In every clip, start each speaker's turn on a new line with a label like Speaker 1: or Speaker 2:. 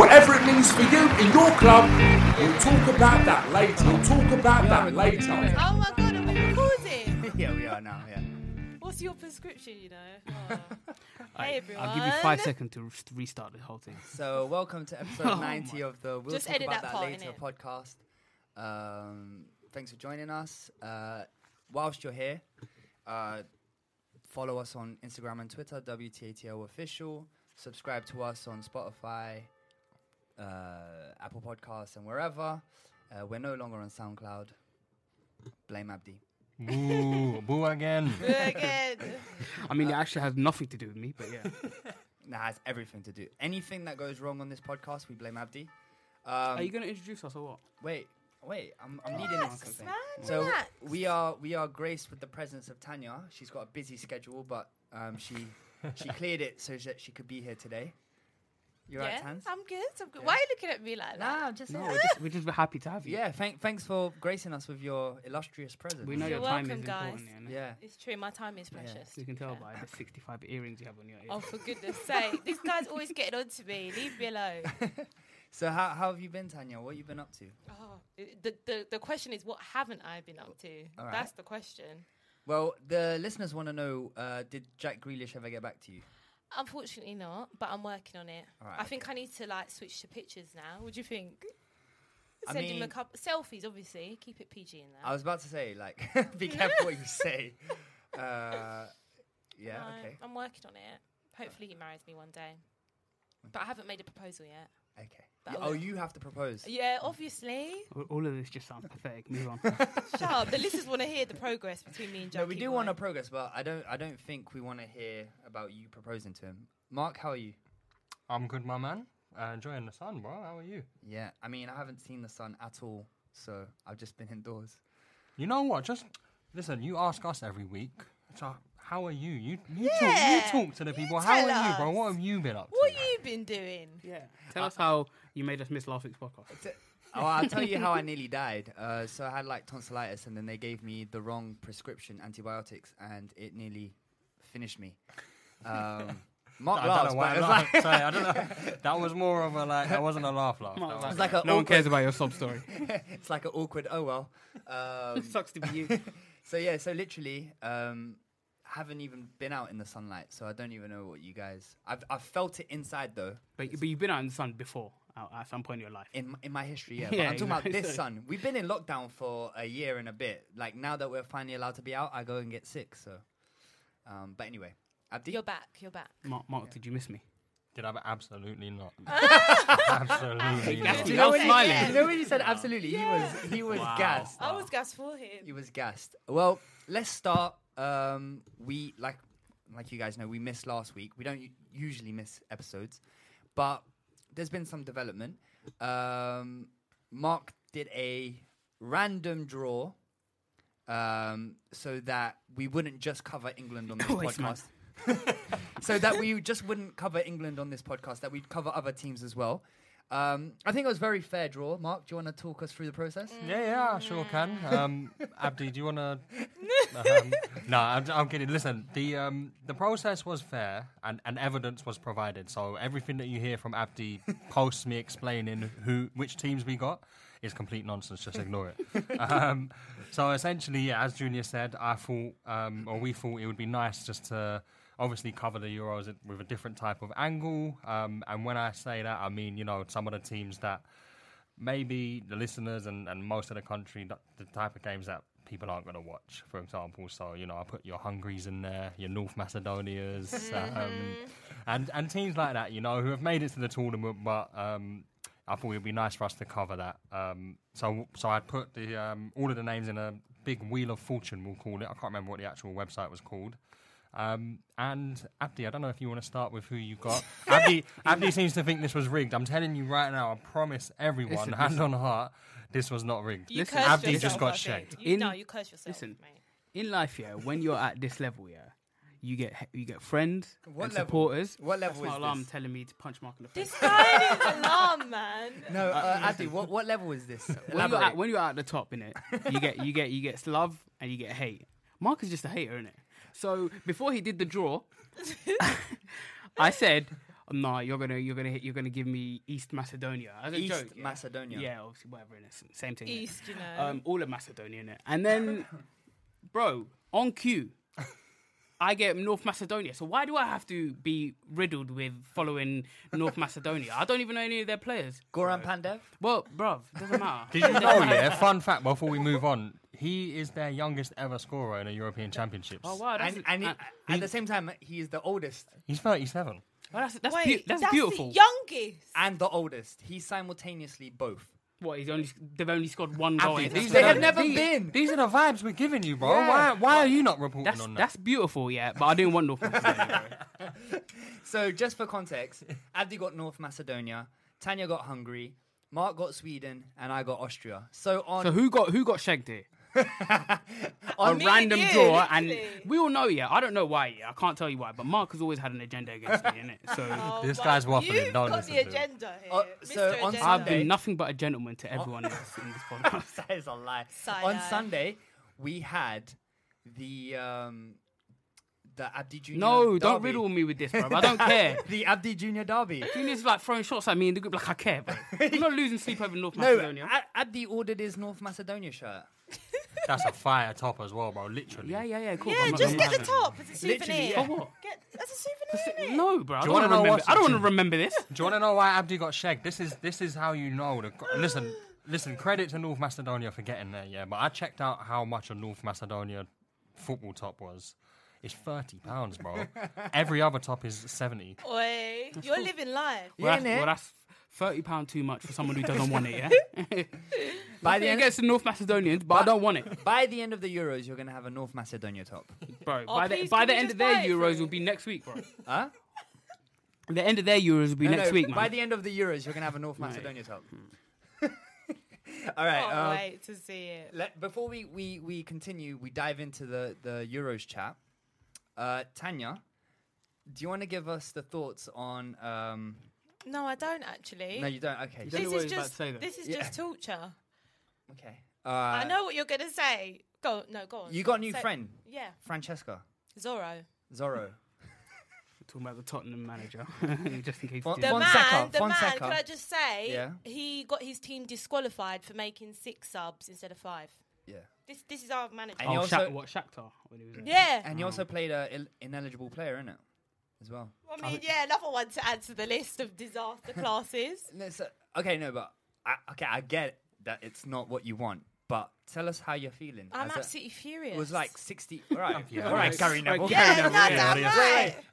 Speaker 1: Whatever it means for you in your club, we'll talk about that later. We'll talk about that later.
Speaker 2: Oh my god, are we recording?
Speaker 3: Yeah, we are now. Yeah.
Speaker 2: What's your prescription, you know? Oh. hey everyone.
Speaker 3: I'll give you five seconds to rest- restart the whole thing.
Speaker 4: So, welcome to episode 90 of the We'll
Speaker 2: Oh Just
Speaker 4: Talk
Speaker 2: edit
Speaker 4: About That,
Speaker 2: that part in
Speaker 4: Later
Speaker 2: it.
Speaker 4: podcast. Um, thanks for joining us. Uh, whilst you're here, uh, follow us on Instagram and Twitter, WTATL Official. Subscribe to us on Spotify, uh, Apple Podcasts, and wherever. Uh, we're no longer on SoundCloud. Blame Abdi.
Speaker 3: Boo, boo again.
Speaker 2: Again.
Speaker 3: I mean, it actually has nothing to do with me, but yeah.
Speaker 4: That has everything to do. Anything that goes wrong on this podcast, we blame Abdi. Um,
Speaker 3: are you going to introduce us or what?
Speaker 4: Wait, wait, I'm, I'm leading on
Speaker 2: Relax,
Speaker 4: something.
Speaker 2: man,
Speaker 4: So
Speaker 2: relax.
Speaker 4: we are we are graced with the presence of Tanya. She's got a busy schedule, but um, she she cleared it so that she could be here today. You're
Speaker 2: yeah,
Speaker 4: right, Tans.
Speaker 2: I'm good. I'm good. Why are you looking at me like that?
Speaker 4: I'm just
Speaker 3: No, we're just, we're just happy to have you.
Speaker 4: yeah. Thank, thanks for gracing us with your illustrious presence.
Speaker 3: We know
Speaker 2: You're
Speaker 3: your time
Speaker 2: welcome,
Speaker 3: is
Speaker 2: guys.
Speaker 3: important. Yeah.
Speaker 4: Yeah.
Speaker 2: It's true. My time is precious.
Speaker 3: You can tell by the 65 earrings you have on your ears.
Speaker 2: Oh, for goodness sake. This guy's always getting on to me. Leave me alone.
Speaker 4: So how, how have you been, Tanya? What have you been up to?
Speaker 2: Oh, the, the, the question is, what haven't I been up to?
Speaker 4: right.
Speaker 2: That's the question.
Speaker 4: Well, the listeners want to know: uh, Did Jack Grealish ever get back to you?
Speaker 2: Unfortunately not, but I'm working on it. I think I need to like switch to pictures now. What do you think?
Speaker 4: I
Speaker 2: Send him a
Speaker 4: mean-
Speaker 2: couple selfies, obviously. Keep it PG in there.
Speaker 4: I was about to say, like, be careful what you say. Uh, yeah.
Speaker 2: No,
Speaker 4: Ah, Okay.
Speaker 2: I'm working on it. Hopefully, he marries me one day. But I haven't made a proposal yet.
Speaker 4: Okay.
Speaker 2: But I
Speaker 4: oh,
Speaker 2: will-
Speaker 4: you have to propose.
Speaker 2: Yeah, obviously.
Speaker 3: All- All of this just sounds pathetic. Move on.
Speaker 2: Shut up. The listeners want to hear the progress between me and Jackie.
Speaker 4: No, we do want
Speaker 2: to.
Speaker 4: to progress, but I don't. I don't think we want to hear about you proposing to him. Mark, how are you?
Speaker 5: I'm good, my man. Uh, enjoying the sun, bro. How are you?
Speaker 4: Yeah, I mean, I haven't seen the sun at all, so I've just been indoors.
Speaker 5: You know what? Just listen. You ask us every week. So how are you? You you,
Speaker 2: Yeah,
Speaker 5: talk, you talk to the
Speaker 2: you
Speaker 5: people. how
Speaker 2: tell
Speaker 5: are you, bro?
Speaker 2: us.
Speaker 5: What have you been up to?
Speaker 2: What you been doing?
Speaker 3: yeah. Tell us how you made us miss last week's podcast.
Speaker 4: oh, I'll tell you how I nearly died. Uh, so I had like tonsillitis, and then they gave me the wrong prescription antibiotics, and it nearly finished me. Um, Mark
Speaker 5: I
Speaker 4: laughs,
Speaker 5: don't know why. I
Speaker 4: but it's
Speaker 5: laughed.
Speaker 4: like,
Speaker 5: Sorry, I don't know. That was more of a like. That wasn't a laugh laugh. That
Speaker 4: it's
Speaker 5: was-
Speaker 4: like a
Speaker 3: No one
Speaker 4: awkward,
Speaker 3: cares about your sob story.
Speaker 4: it's like an awkward. Oh well. Um,
Speaker 3: Sucks to be you.
Speaker 4: So yeah, so literally, um, haven't even been out in the sunlight, so I don't even know what you guys. I've I've felt it inside though,
Speaker 3: But, but you've been out in the sun before uh, at some point in your life.
Speaker 4: in m- in my history. Yeah, but
Speaker 3: Yeah,
Speaker 4: I'm talking
Speaker 3: exactly.
Speaker 4: about this sun. We've been in lockdown for a year and a bit. Like now that we're finally allowed to be out, I go and get sick. So, um, but anyway, Abdi,
Speaker 2: You're back. You're back.
Speaker 3: Mark, Mark did you miss me?
Speaker 5: Did I? Absolutely not. absolutely
Speaker 2: That's
Speaker 5: not.
Speaker 4: you
Speaker 2: You
Speaker 4: know when
Speaker 2: know when he-
Speaker 4: you,
Speaker 2: smiling.
Speaker 4: know when you said absolutely, he was he was gassed.
Speaker 2: I was gassed for him.
Speaker 4: He was gassed. Well, let's start. Um, we like, like you guys know, we missed last week. We don't u- usually miss episodes, but there's been some development. Um, Mark did a random draw, um, so that we wouldn't just cover England on this
Speaker 3: Waste man.
Speaker 4: podcast.
Speaker 3: so that we just wouldn't cover England on this podcast, that we'd cover other teams as well. Um, I think it was very fair draw. Mark, do you want to talk us through the process?
Speaker 6: Yeah, yeah, I sure can.
Speaker 2: Mm.
Speaker 6: Um, Abdi, do you want to? no, I'm, I'm kidding. Listen, the um, the process was fair, and, and evidence was provided. So everything that you hear from Abdi post me explaining who which teams we got is complete nonsense. Just ignore it. um, so essentially, yeah, as Junior said, I thought um, or we thought it would be nice just to obviously cover the Euros with a different type of angle. Um, and when I say that, I mean you know some of the teams that maybe the listeners and, and most of the country, th- the type of games that people aren't going to watch, for example. So, you know, I put your Hungries in there, your North Macedonias,
Speaker 4: Mm-hmm.
Speaker 6: um, and, and teams like that, you know, who have made it to the tournament, but um, I thought it would be nice for us to cover that. Um, so, so I put the um, all of the names in a big Wheel of Fortune, we'll call it. I can't remember what the actual website was called. Um, and Abdi, I don't know if you want to start with who you got. Abdi, Abdi seems to think this was rigged. I'm telling you right now. I promise everyone,
Speaker 4: Listen,
Speaker 6: hand
Speaker 4: listen.
Speaker 6: on heart, this was not rigged.
Speaker 2: You cursed
Speaker 6: Abdi
Speaker 2: yourself,
Speaker 6: just got
Speaker 2: I think.
Speaker 6: shagged.
Speaker 2: You, no, you cursed yourself,
Speaker 4: Listen,
Speaker 2: mate.
Speaker 4: in life, yeah, when you're at this level, yeah, you get he- you get friends
Speaker 3: What
Speaker 4: and
Speaker 3: level?
Speaker 4: supporters.
Speaker 3: What
Speaker 4: That's
Speaker 3: level
Speaker 4: my
Speaker 3: is
Speaker 4: alarm
Speaker 3: this?
Speaker 4: telling me to punch Mark in the face.
Speaker 2: This guy is alarm, man.
Speaker 3: No, uh, Abdi, what, what level is this?
Speaker 4: When you're,
Speaker 3: Elaborate.
Speaker 4: at, when you're at the top, innit, you get you get you get love and you get hate. Mark is just a hater, innit? So before he did the draw, I said, "Nah, you're gonna you're gonna hit, you're gonna give me East Macedonia." As a
Speaker 3: East
Speaker 4: joke, yeah.
Speaker 3: Macedonia.
Speaker 4: Yeah, obviously, whatever. Innit? Same thing. innit?
Speaker 2: East, you know.
Speaker 4: um, all of Macedonia in it. And then, bro, on cue, I get North Macedonia. So why do I have to be riddled with following North Macedonia? I don't even know any of their players.
Speaker 3: Goran Pandev?
Speaker 4: Well, bruv, doesn't matter.
Speaker 6: Did you know? yeah. Fun fact. Before we move on, he is their youngest ever scorer in the European Championships.
Speaker 4: Oh, wow, that's,
Speaker 3: And, and he-
Speaker 4: uh,
Speaker 3: at the same time, he is the oldest
Speaker 6: He's 37.
Speaker 4: well, that's, that's,
Speaker 2: Wait,
Speaker 4: beau- that's,
Speaker 2: the
Speaker 4: beautiful.
Speaker 2: youngest.
Speaker 3: and the oldest. He's simultaneously both.
Speaker 4: What, he's only, they've only scored one goal.
Speaker 6: Abdi,
Speaker 4: in this
Speaker 6: these
Speaker 3: They
Speaker 6: are
Speaker 4: tournament.
Speaker 3: have
Speaker 6: the-
Speaker 3: never
Speaker 6: these-
Speaker 3: been.
Speaker 6: These are the vibes we're giving you, bro. Why? Why are you not reporting
Speaker 4: That's,
Speaker 6: on that?
Speaker 4: that's beautiful, yeah, but I didn't want North Macedonia.
Speaker 3: So, just for context, Abdi got North Macedonia, Tanya got Hungary, Mark got Sweden, and I got Austria. So on
Speaker 4: so who got who got shagged here? a
Speaker 3: Me
Speaker 4: random
Speaker 2: and you,
Speaker 4: draw, and
Speaker 2: literally.
Speaker 4: we all know, yeah. I don't know why, yeah. I can't tell you why, but Mark has always had an agenda against me, innit? So
Speaker 6: This guy's waffling,
Speaker 2: Oh, You've
Speaker 6: don't
Speaker 2: got
Speaker 6: listen to
Speaker 2: the
Speaker 6: him.
Speaker 2: agenda here.
Speaker 3: Uh, so
Speaker 2: Mr.
Speaker 3: on
Speaker 2: agenda.
Speaker 4: I've
Speaker 3: Sunday-
Speaker 4: been nothing but a gentleman to everyone else in this podcast.
Speaker 3: that is a lie.
Speaker 2: Sigh
Speaker 3: on
Speaker 2: lie.
Speaker 3: Sunday, we had the um, the Abdi Junior.
Speaker 4: No, don't
Speaker 3: derby.
Speaker 4: riddle me with this, bro. I don't care.
Speaker 3: The Abdi Junior derby.
Speaker 4: Junior's like throwing shots at me in the group, like I care, bro. I'm not losing sleep over North
Speaker 3: No,
Speaker 4: Macedonia.
Speaker 3: A- Abdi ordered his North Macedonia shirt.
Speaker 6: That's a fire top as well, bro. Literally.
Speaker 4: yeah, yeah, yeah, cool.
Speaker 2: yeah,
Speaker 4: I'm not
Speaker 2: just
Speaker 4: gonna
Speaker 2: get the
Speaker 4: have it.
Speaker 2: top as a souvenir.
Speaker 4: yeah. For what?
Speaker 2: Get, as a souvenir. innit?
Speaker 4: No, bro. I
Speaker 6: Do you wanna
Speaker 4: don't want to
Speaker 6: know
Speaker 4: remember.
Speaker 6: what-
Speaker 4: I don't want to remember this.
Speaker 6: Do you want to know why Abdi got shagged? This is this is how you know. The, listen, listen. Credit to North Macedonia for getting there, yeah. But I checked out how much a North Macedonia football top was. It's thirty pounds, bro. Every other top is seventy.
Speaker 2: Oi, you're living life.
Speaker 4: Well, that's,
Speaker 3: innit?
Speaker 4: well, that's thirty pound too much for someone who doesn't want it. Yeah,
Speaker 3: By
Speaker 4: I
Speaker 3: the
Speaker 4: think it
Speaker 3: end,
Speaker 4: gets the North Macedonians, but I don't want it.
Speaker 3: by the end of the Euros, you're gonna have a North Macedonia top.
Speaker 4: bro.
Speaker 2: Oh,
Speaker 4: by the,
Speaker 2: please,
Speaker 4: by
Speaker 2: can
Speaker 4: the
Speaker 2: we
Speaker 4: end
Speaker 2: just
Speaker 4: of their
Speaker 2: buy it
Speaker 4: Euros
Speaker 2: for
Speaker 4: will
Speaker 2: you?
Speaker 4: be next week, bro.
Speaker 3: Huh?
Speaker 4: the end of their Euros will be
Speaker 3: No,
Speaker 4: next
Speaker 3: no,
Speaker 4: week, man.
Speaker 3: By the end of the Euros, you're gonna have a North Macedonia top. All right.
Speaker 2: Can't
Speaker 3: um,
Speaker 2: wait to see it.
Speaker 3: Let, before we, we, we continue, we dive into the, the Euros chat. Uh, Tanya, do you want to give us the thoughts on? Um,
Speaker 2: No, I don't actually.
Speaker 3: no, you don't. Okay,
Speaker 4: don't know
Speaker 2: this
Speaker 4: what he was
Speaker 2: is
Speaker 4: about to
Speaker 2: just
Speaker 4: say then.
Speaker 2: this is
Speaker 3: Yeah.
Speaker 2: just torture.
Speaker 3: okay.
Speaker 2: I
Speaker 3: Uh,
Speaker 2: know what you're gonna say. Go, no, go on.
Speaker 3: You got a new
Speaker 2: Say-
Speaker 3: friend,
Speaker 2: Yeah,
Speaker 3: Francesca
Speaker 2: Zorro.
Speaker 3: Zorro.
Speaker 4: Talking about the Tottenham manager, just in case.
Speaker 3: Well,
Speaker 4: you
Speaker 2: The
Speaker 4: didn't.
Speaker 3: One
Speaker 2: man,
Speaker 3: second,
Speaker 2: the
Speaker 3: one
Speaker 2: man.
Speaker 3: second.
Speaker 2: Can I just say,
Speaker 3: Yeah.
Speaker 2: he got his team disqualified for making six subs instead of five.
Speaker 3: Yeah,
Speaker 2: This, this is our manager.
Speaker 3: And
Speaker 4: oh,
Speaker 3: he
Speaker 4: Shak-
Speaker 3: also-
Speaker 4: what Shakhtar when he was there.
Speaker 2: yeah,
Speaker 3: and he also
Speaker 7: Um,
Speaker 3: played a Ill- ineligible player in it as well.
Speaker 2: I mean, yeah, another one to add to the list of disaster classes.
Speaker 3: No, so- okay, no, but I, okay, I get that it's not what you want, but tell us how you're feeling.
Speaker 2: I'm
Speaker 3: as a-
Speaker 2: absolutely furious.
Speaker 3: It was like 60. All right,
Speaker 6: furious.
Speaker 3: all right, Gary Neville.
Speaker 2: yeah, no, that's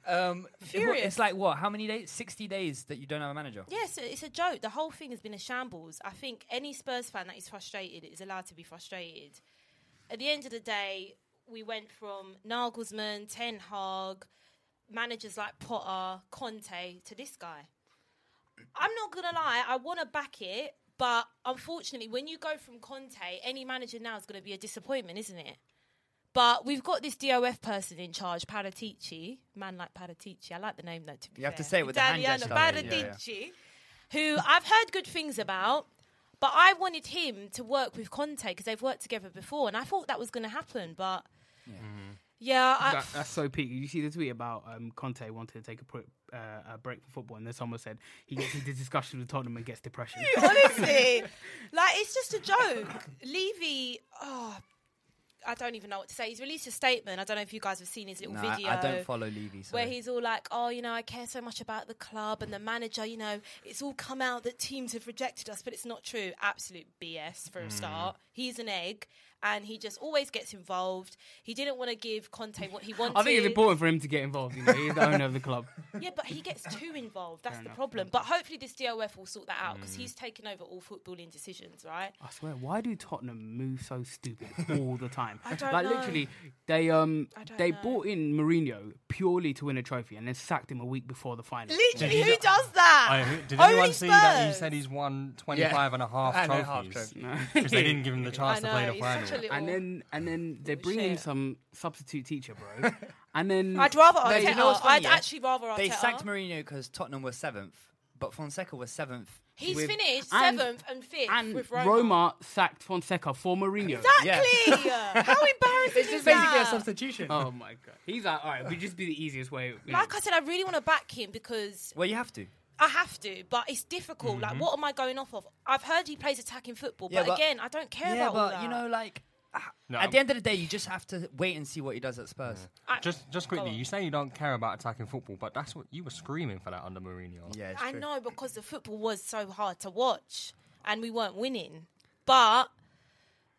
Speaker 2: right.
Speaker 3: Um, it-
Speaker 2: Furious.
Speaker 3: It's like what? How many days? Sixty days that you don't have a manager.
Speaker 2: Yes, it's a joke. The whole thing has been a shambles. I think any Spurs fan that is frustrated is allowed to be frustrated. At the end of the day, we went from Nagelsmann, Ten Hag, managers like Potter, Conte to this guy. I'm not gonna lie, I want to back it, but unfortunately, when you go from Conte, any manager now is gonna be a disappointment, isn't it? But we've got this DOF person in charge, Paratici, man like Paratici. I like the name though. To be
Speaker 3: You have to
Speaker 2: fair.
Speaker 3: say it with the hand
Speaker 2: Italiano
Speaker 3: gesture. Yeah, yeah.
Speaker 2: Paratici, who I've heard good things about, but I wanted him to work with Conte because they've worked together before, and I thought that was going to happen. But yeah, I,
Speaker 7: Mm-hmm. That, that's so peak. You see the tweet about um, Conte wanting to take a, pro- uh, a break from football, and then someone said he gets into discussion with Tottenham and gets depression.
Speaker 2: Honestly, like it's just a joke. Levy, oh, I don't even know what to say. He's released a statement. I don't know if you guys have seen his little
Speaker 3: No, I-
Speaker 2: video.
Speaker 3: I don't follow Levy, so-
Speaker 2: Where he's all like, "Oh, you know, I care so much about the club and the manager. You know, it's all come out that teams have rejected us, but it's not true. Absolute BS
Speaker 7: Mm.
Speaker 2: for a start. He's an egg." And he just always gets involved. He didn't want to give Conte what he wanted.
Speaker 7: I think it's important for him to get involved. You know, he's the owner of the club.
Speaker 2: Yeah, but he gets too involved. That's the problem. But hopefully, this DOF will sort that out because he's taken over all footballing decisions, right?
Speaker 7: Mm. I swear, why do Tottenham move so stupid all the time?
Speaker 2: I don't
Speaker 7: like
Speaker 2: know.
Speaker 7: literally, they um
Speaker 2: I don't
Speaker 7: they
Speaker 2: know.
Speaker 7: bought in Mourinho purely to win a trophy, and then sacked him a week before the final.
Speaker 2: Literally, who does that?
Speaker 4: I, who- did
Speaker 2: Only
Speaker 4: anyone see that he
Speaker 2: Spurs.
Speaker 4: said he's won 25 and a half
Speaker 3: And a half
Speaker 4: trophies? Because they didn't give him the
Speaker 2: I
Speaker 4: chance to play
Speaker 2: know.
Speaker 4: the
Speaker 2: He's
Speaker 4: final.
Speaker 2: such a little.
Speaker 7: And then and then they bring in
Speaker 2: shit.
Speaker 7: some substitute teacher, bro. and then
Speaker 2: I'd rather
Speaker 3: No,
Speaker 2: Arteta.
Speaker 3: you know what's funny,
Speaker 2: I'd
Speaker 3: yeah?
Speaker 2: actually rather Arteta.
Speaker 3: They sacked Mourinho because Tottenham was seventh, but Fonseca was seventh.
Speaker 2: He's
Speaker 7: with-
Speaker 2: finished
Speaker 7: and-
Speaker 2: seventh and fifth
Speaker 7: and
Speaker 2: with
Speaker 7: Roma.
Speaker 2: Roma.
Speaker 7: sacked Fonseca for Mourinho.
Speaker 2: Exactly. How
Speaker 3: It's
Speaker 2: embarrassing is
Speaker 3: just basically a
Speaker 2: that?
Speaker 3: substitution.
Speaker 7: oh my god, he's like, all right, we just be the easiest way. you know.
Speaker 2: Like I said, I really want to back him because
Speaker 3: Well, you have to.
Speaker 2: I have to, but it's difficult. Like, what am I going off of? I've heard he plays attacking football,
Speaker 3: Yeah,
Speaker 2: but,
Speaker 3: but-
Speaker 2: again, I don't care
Speaker 3: Yeah,
Speaker 2: about all
Speaker 3: but
Speaker 2: that.
Speaker 3: you know, like ah,
Speaker 4: No,
Speaker 3: at the end of the day, you just have to wait and see what he does at Spurs.
Speaker 2: I-
Speaker 4: just, just
Speaker 2: Go
Speaker 4: quickly,
Speaker 2: on.
Speaker 4: you say you don't care about attacking football, but that's what you were screaming for that under Mourinho.
Speaker 3: Yeah, it's
Speaker 2: I
Speaker 3: true.
Speaker 2: know because the football was so hard to watch and we weren't winning. But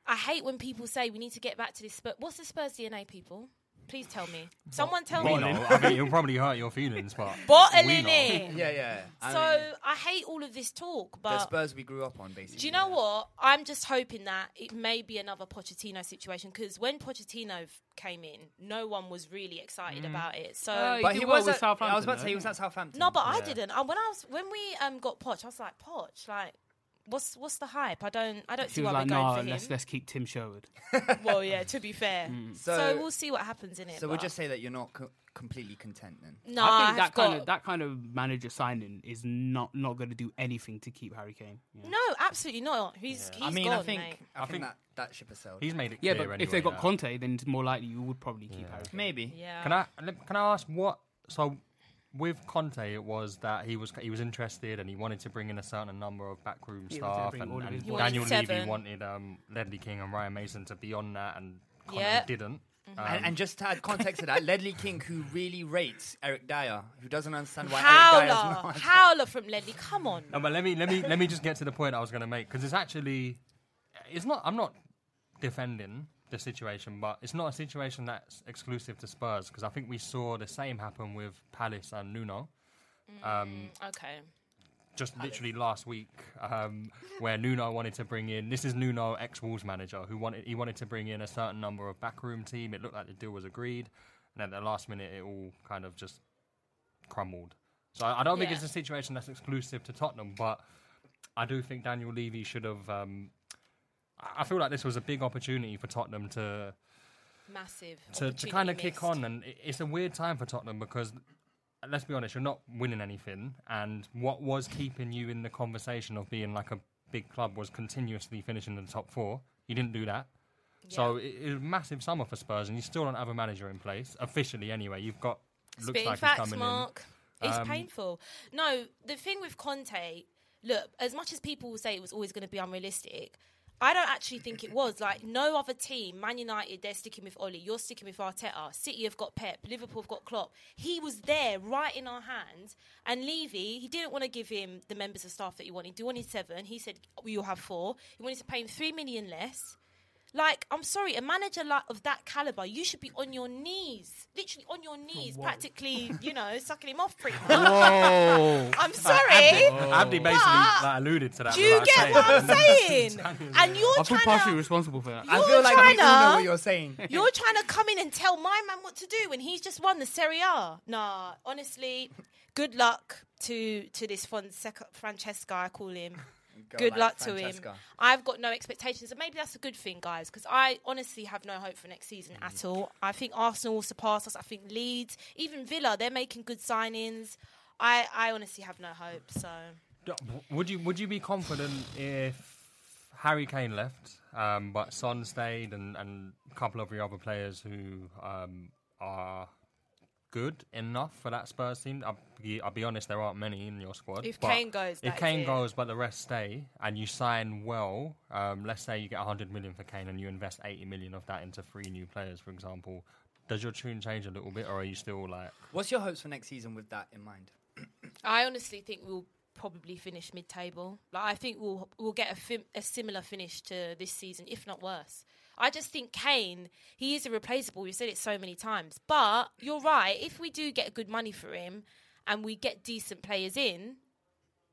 Speaker 2: I hate when people say we need to get back to this Spurs. What's the Spurs DNA, people? Please tell me. Someone tell
Speaker 4: We
Speaker 2: me.
Speaker 4: know. I mean, it'll probably hurt your feelings, but we
Speaker 2: Bottling
Speaker 4: know.
Speaker 2: it.
Speaker 3: Yeah, yeah. I
Speaker 2: So
Speaker 3: mean,
Speaker 2: I hate all of this talk,
Speaker 3: the
Speaker 2: but
Speaker 3: Spurs we grew up on, basically.
Speaker 2: Uh, do you know what? I'm just hoping that it may be another Pochettino situation because when Pochettino f- came in, no one was really excited about it. So
Speaker 7: Oh,
Speaker 3: But
Speaker 7: He
Speaker 3: he,
Speaker 7: did well
Speaker 3: was
Speaker 7: with
Speaker 3: at,
Speaker 7: Southampton,
Speaker 3: I was about to
Speaker 7: though,
Speaker 3: say he was at Southampton.
Speaker 2: No, but I
Speaker 3: Yeah.
Speaker 2: didn't. I, when I was when we um got Poch, I was like, Poch, like, what's what's the hype? I don't I don't
Speaker 7: She
Speaker 2: see
Speaker 7: was
Speaker 2: why
Speaker 7: like,
Speaker 2: we're going
Speaker 7: no,
Speaker 2: for him.
Speaker 7: let's Mm. let's keep Tim Sherwood.
Speaker 2: Well, yeah, to be fair. So,
Speaker 3: So-
Speaker 2: we'll see what happens in it.
Speaker 3: So we'll
Speaker 2: but-
Speaker 3: just say that you're not co- completely content then.
Speaker 2: no.
Speaker 7: I think
Speaker 2: I've
Speaker 7: that kind
Speaker 2: got-
Speaker 7: of that kind of manager signing is not not going to do anything to keep Harry Kane. you know.
Speaker 2: No, absolutely not. He's he's
Speaker 3: I mean,
Speaker 2: gone,
Speaker 3: I think
Speaker 2: mate.
Speaker 3: I, think,
Speaker 4: think-
Speaker 3: that that ship has sailed.
Speaker 4: He's made it
Speaker 7: Yeah,
Speaker 4: clear
Speaker 7: but
Speaker 4: anyway,
Speaker 7: if they got
Speaker 4: yeah.
Speaker 7: Conte, then it's more likely you would probably keep Harry. Kane.
Speaker 3: Maybe.
Speaker 2: Yeah.
Speaker 4: Can I let- can I ask what? So with Conte, it was that he was he was interested and he wanted to bring in a certain number of backroom
Speaker 7: wanted to
Speaker 4: staff,
Speaker 7: bring
Speaker 4: and,
Speaker 7: all of
Speaker 4: and
Speaker 7: his
Speaker 2: boys.
Speaker 4: Daniel
Speaker 2: He wanted
Speaker 4: Levy
Speaker 2: seven.
Speaker 4: wanted um, Ledley King and Ryan Mason to be on that, and Conte
Speaker 2: Yeah.
Speaker 4: didn't.
Speaker 2: Mm-hmm.
Speaker 4: Um,
Speaker 3: And, and just to add context to that, Ledley King, who really rates Eric Dyer, who doesn't understand why Eric Dyer's
Speaker 2: Howler,
Speaker 3: not.
Speaker 2: Howler from Ledley. Come on.
Speaker 4: no, but let me let me let me just get to the point I was going to make because it's actually it's not I'm not defending the situation, but it's not a situation that's exclusive to Spurs because I think we saw the same happen with Palace and Nuno.
Speaker 2: Okay.
Speaker 4: just literally last week um, where Nuno wanted to bring in this is Nuno ex Wolves manager who wanted he wanted to bring in a certain number of backroom team it looked like the deal was agreed and at the last minute it all kind of just crumbled so I, I don't think
Speaker 2: Yeah.
Speaker 4: it's a situation that's exclusive to Tottenham but I do think Daniel Levy should have um, I I feel like this was a big opportunity for Tottenham to
Speaker 2: Massive.
Speaker 4: to, to
Speaker 2: opportunity
Speaker 4: kind of
Speaker 2: missed.
Speaker 4: kick on, and it- it's a weird time for Tottenham because let's be honest, you're not winning anything, and what was keeping you in the conversation of being like a big club was continuously finishing in the top four. You didn't do that, so it, it was a massive summer for Spurs, and you still don't have a manager in place officially. Anyway, you've got looks
Speaker 2: Spitting
Speaker 4: like he's
Speaker 2: facts,
Speaker 4: coming
Speaker 2: Mark. It's
Speaker 4: Um,
Speaker 2: painful. No, the thing with Conte, look, as much as people will say it was always going to be unrealistic, I don't actually think it was. Like, no other team, Man United, they're sticking with Oli. You're sticking with Arteta. City have got Pep. Liverpool have got Klopp. He was there, right in our hands. And Levy, he didn't want to give him the members of staff that he wanted. He wanted seven. He said, well, you'll have four. He wanted to pay him three million less. Like, I'm sorry, a manager like of that caliber, you should be on your knees, literally on your knees,
Speaker 4: Oh,
Speaker 2: practically, you know, sucking him off. Pretty much.
Speaker 4: Whoa!
Speaker 2: I'm sorry.
Speaker 4: Abdi basically
Speaker 2: But-
Speaker 4: like, alluded to that.
Speaker 2: Do you
Speaker 4: without
Speaker 2: get
Speaker 4: saying
Speaker 2: what
Speaker 4: it.
Speaker 2: I'm saying? And you're
Speaker 7: I feel
Speaker 2: trying
Speaker 7: partially
Speaker 2: to,
Speaker 7: responsible for that.
Speaker 3: I
Speaker 2: You're
Speaker 3: feel like we all know
Speaker 2: tryna-
Speaker 3: what you're saying.
Speaker 2: you're trying to come in and tell my man what to do when he's just won the Serie A. Nah, honestly, good luck to to this Fonseca, Francesca, I call him.
Speaker 3: Go
Speaker 2: Good
Speaker 3: like
Speaker 2: luck to him.
Speaker 3: Francesca.
Speaker 2: I've got no expectations, and maybe that's a good thing, guys, because I honestly have no hope for next season
Speaker 4: Mm.
Speaker 2: at all. I think Arsenal will surpass us. I think Leeds, even Villa, they're making good signings. I, I honestly have no hope. So
Speaker 4: D- Would you would you be confident if Harry Kane left, um, but Son stayed, and, and a couple of your other players who um, are good enough for that Spurs team? I'll be, I'll be honest, there aren't many in your squad.
Speaker 2: If
Speaker 4: but
Speaker 2: Kane goes,
Speaker 4: if
Speaker 2: that's
Speaker 4: Kane
Speaker 2: it.
Speaker 4: goes, but the rest stay, and you sign well, um, let's say you get 100 million for Kane, and you invest 80 million of that into three new players, for example. Does your tune change a little bit, or are you still like?
Speaker 3: What's your hopes for next season with that in mind?
Speaker 2: I honestly think we'll probably finish mid-table. Like I think we'll we'll get a, fim- a similar finish to this season, if not worse. I just think Kane, he is irreplaceable. We've said it so many times, but you're right. If we do get good money for him, and we get decent players in,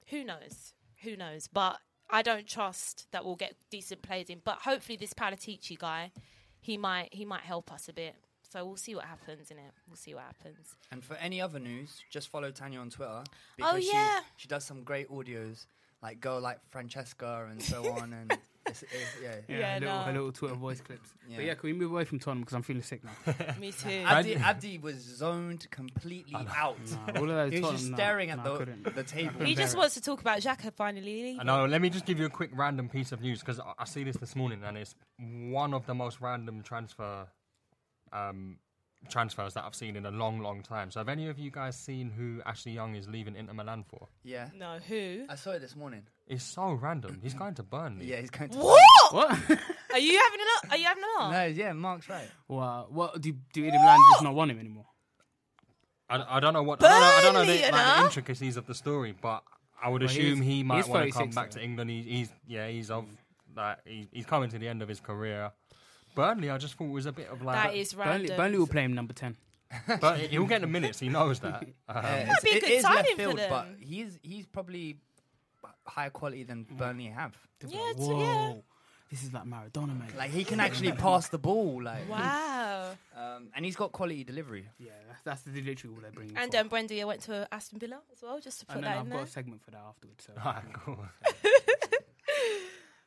Speaker 2: who knows? Who knows? But I don't trust that we'll get decent players in. But hopefully, this Palatici guy, he might he might help us a bit. So we'll see what happens in it. We'll see what happens.
Speaker 3: And for any other news, just follow Tanya on Twitter.
Speaker 2: Oh, yeah.
Speaker 3: She, she does some great audios, like Go Like Francesca and so on. And it's, it's, yeah.
Speaker 8: Yeah, her, little, her little Twitter voice clips. But
Speaker 3: Yeah.
Speaker 8: Uh, yeah, can we move away from Tottenham because I'm feeling sick now.
Speaker 2: Me too.
Speaker 3: Abdi, Abdi was zoned completely out.
Speaker 8: all of those
Speaker 3: he was
Speaker 8: Tottenham,
Speaker 3: just
Speaker 8: no,
Speaker 3: staring
Speaker 8: no,
Speaker 3: at
Speaker 8: I
Speaker 3: the,
Speaker 8: couldn't.
Speaker 3: the table.
Speaker 2: He just wants to talk about Xhaka finally leaving.
Speaker 4: I know. Let me just give you a quick random piece of news because I, I see this this morning, and it's one of the most random transfer um, transfers that I've seen in a long, long time. So, have any of you guys seen who Ashley Young is leaving Inter Milan for?
Speaker 3: Yeah.
Speaker 2: No, who?
Speaker 3: I saw it this morning.
Speaker 4: It's so random. He's going to Burnley.
Speaker 3: Yeah, he's going to.
Speaker 2: What?
Speaker 8: What?
Speaker 2: Are you having a look? Are you having a look?
Speaker 3: No, yeah, Mark's right.
Speaker 8: well, what do do Inter Milan just not want him anymore?
Speaker 4: I, I don't know what. I don't know, I don't know
Speaker 2: Burnley,
Speaker 4: the, like,
Speaker 2: you know?
Speaker 4: the intricacies of the story, but I would assume
Speaker 8: he's-
Speaker 4: he might
Speaker 8: he's
Speaker 4: want to come
Speaker 8: 36
Speaker 4: back
Speaker 8: though. Mm.
Speaker 4: to England. He, he's yeah, he's of like he, he's coming to the end of his career. Burnley, I just thought was a bit of like,
Speaker 2: That is
Speaker 8: Burnley,
Speaker 2: random.
Speaker 8: Burnley will play him number ten.
Speaker 4: but he'll get the minutes. He knows that. Um,
Speaker 3: Yeah,
Speaker 2: be a
Speaker 3: it
Speaker 2: good
Speaker 3: is
Speaker 2: signing
Speaker 3: left
Speaker 2: for
Speaker 3: field, but
Speaker 2: them.
Speaker 3: he's he's probably higher quality than Burnley have.
Speaker 2: Yeah, it's-
Speaker 8: Whoa,
Speaker 2: yeah.
Speaker 8: this is like Maradona, mate.
Speaker 3: Like he can actually pass the ball, like,
Speaker 2: Wow.
Speaker 3: um, and he's got quality delivery.
Speaker 8: yeah, that's, that's the literally all they're bringing.
Speaker 2: And
Speaker 8: for.
Speaker 2: um, Brendan went to Aston Villa as well, just to put
Speaker 8: and then
Speaker 2: that
Speaker 8: I've
Speaker 2: in
Speaker 8: got
Speaker 2: there.
Speaker 8: a segment for that afterwards. So
Speaker 4: alright, cool.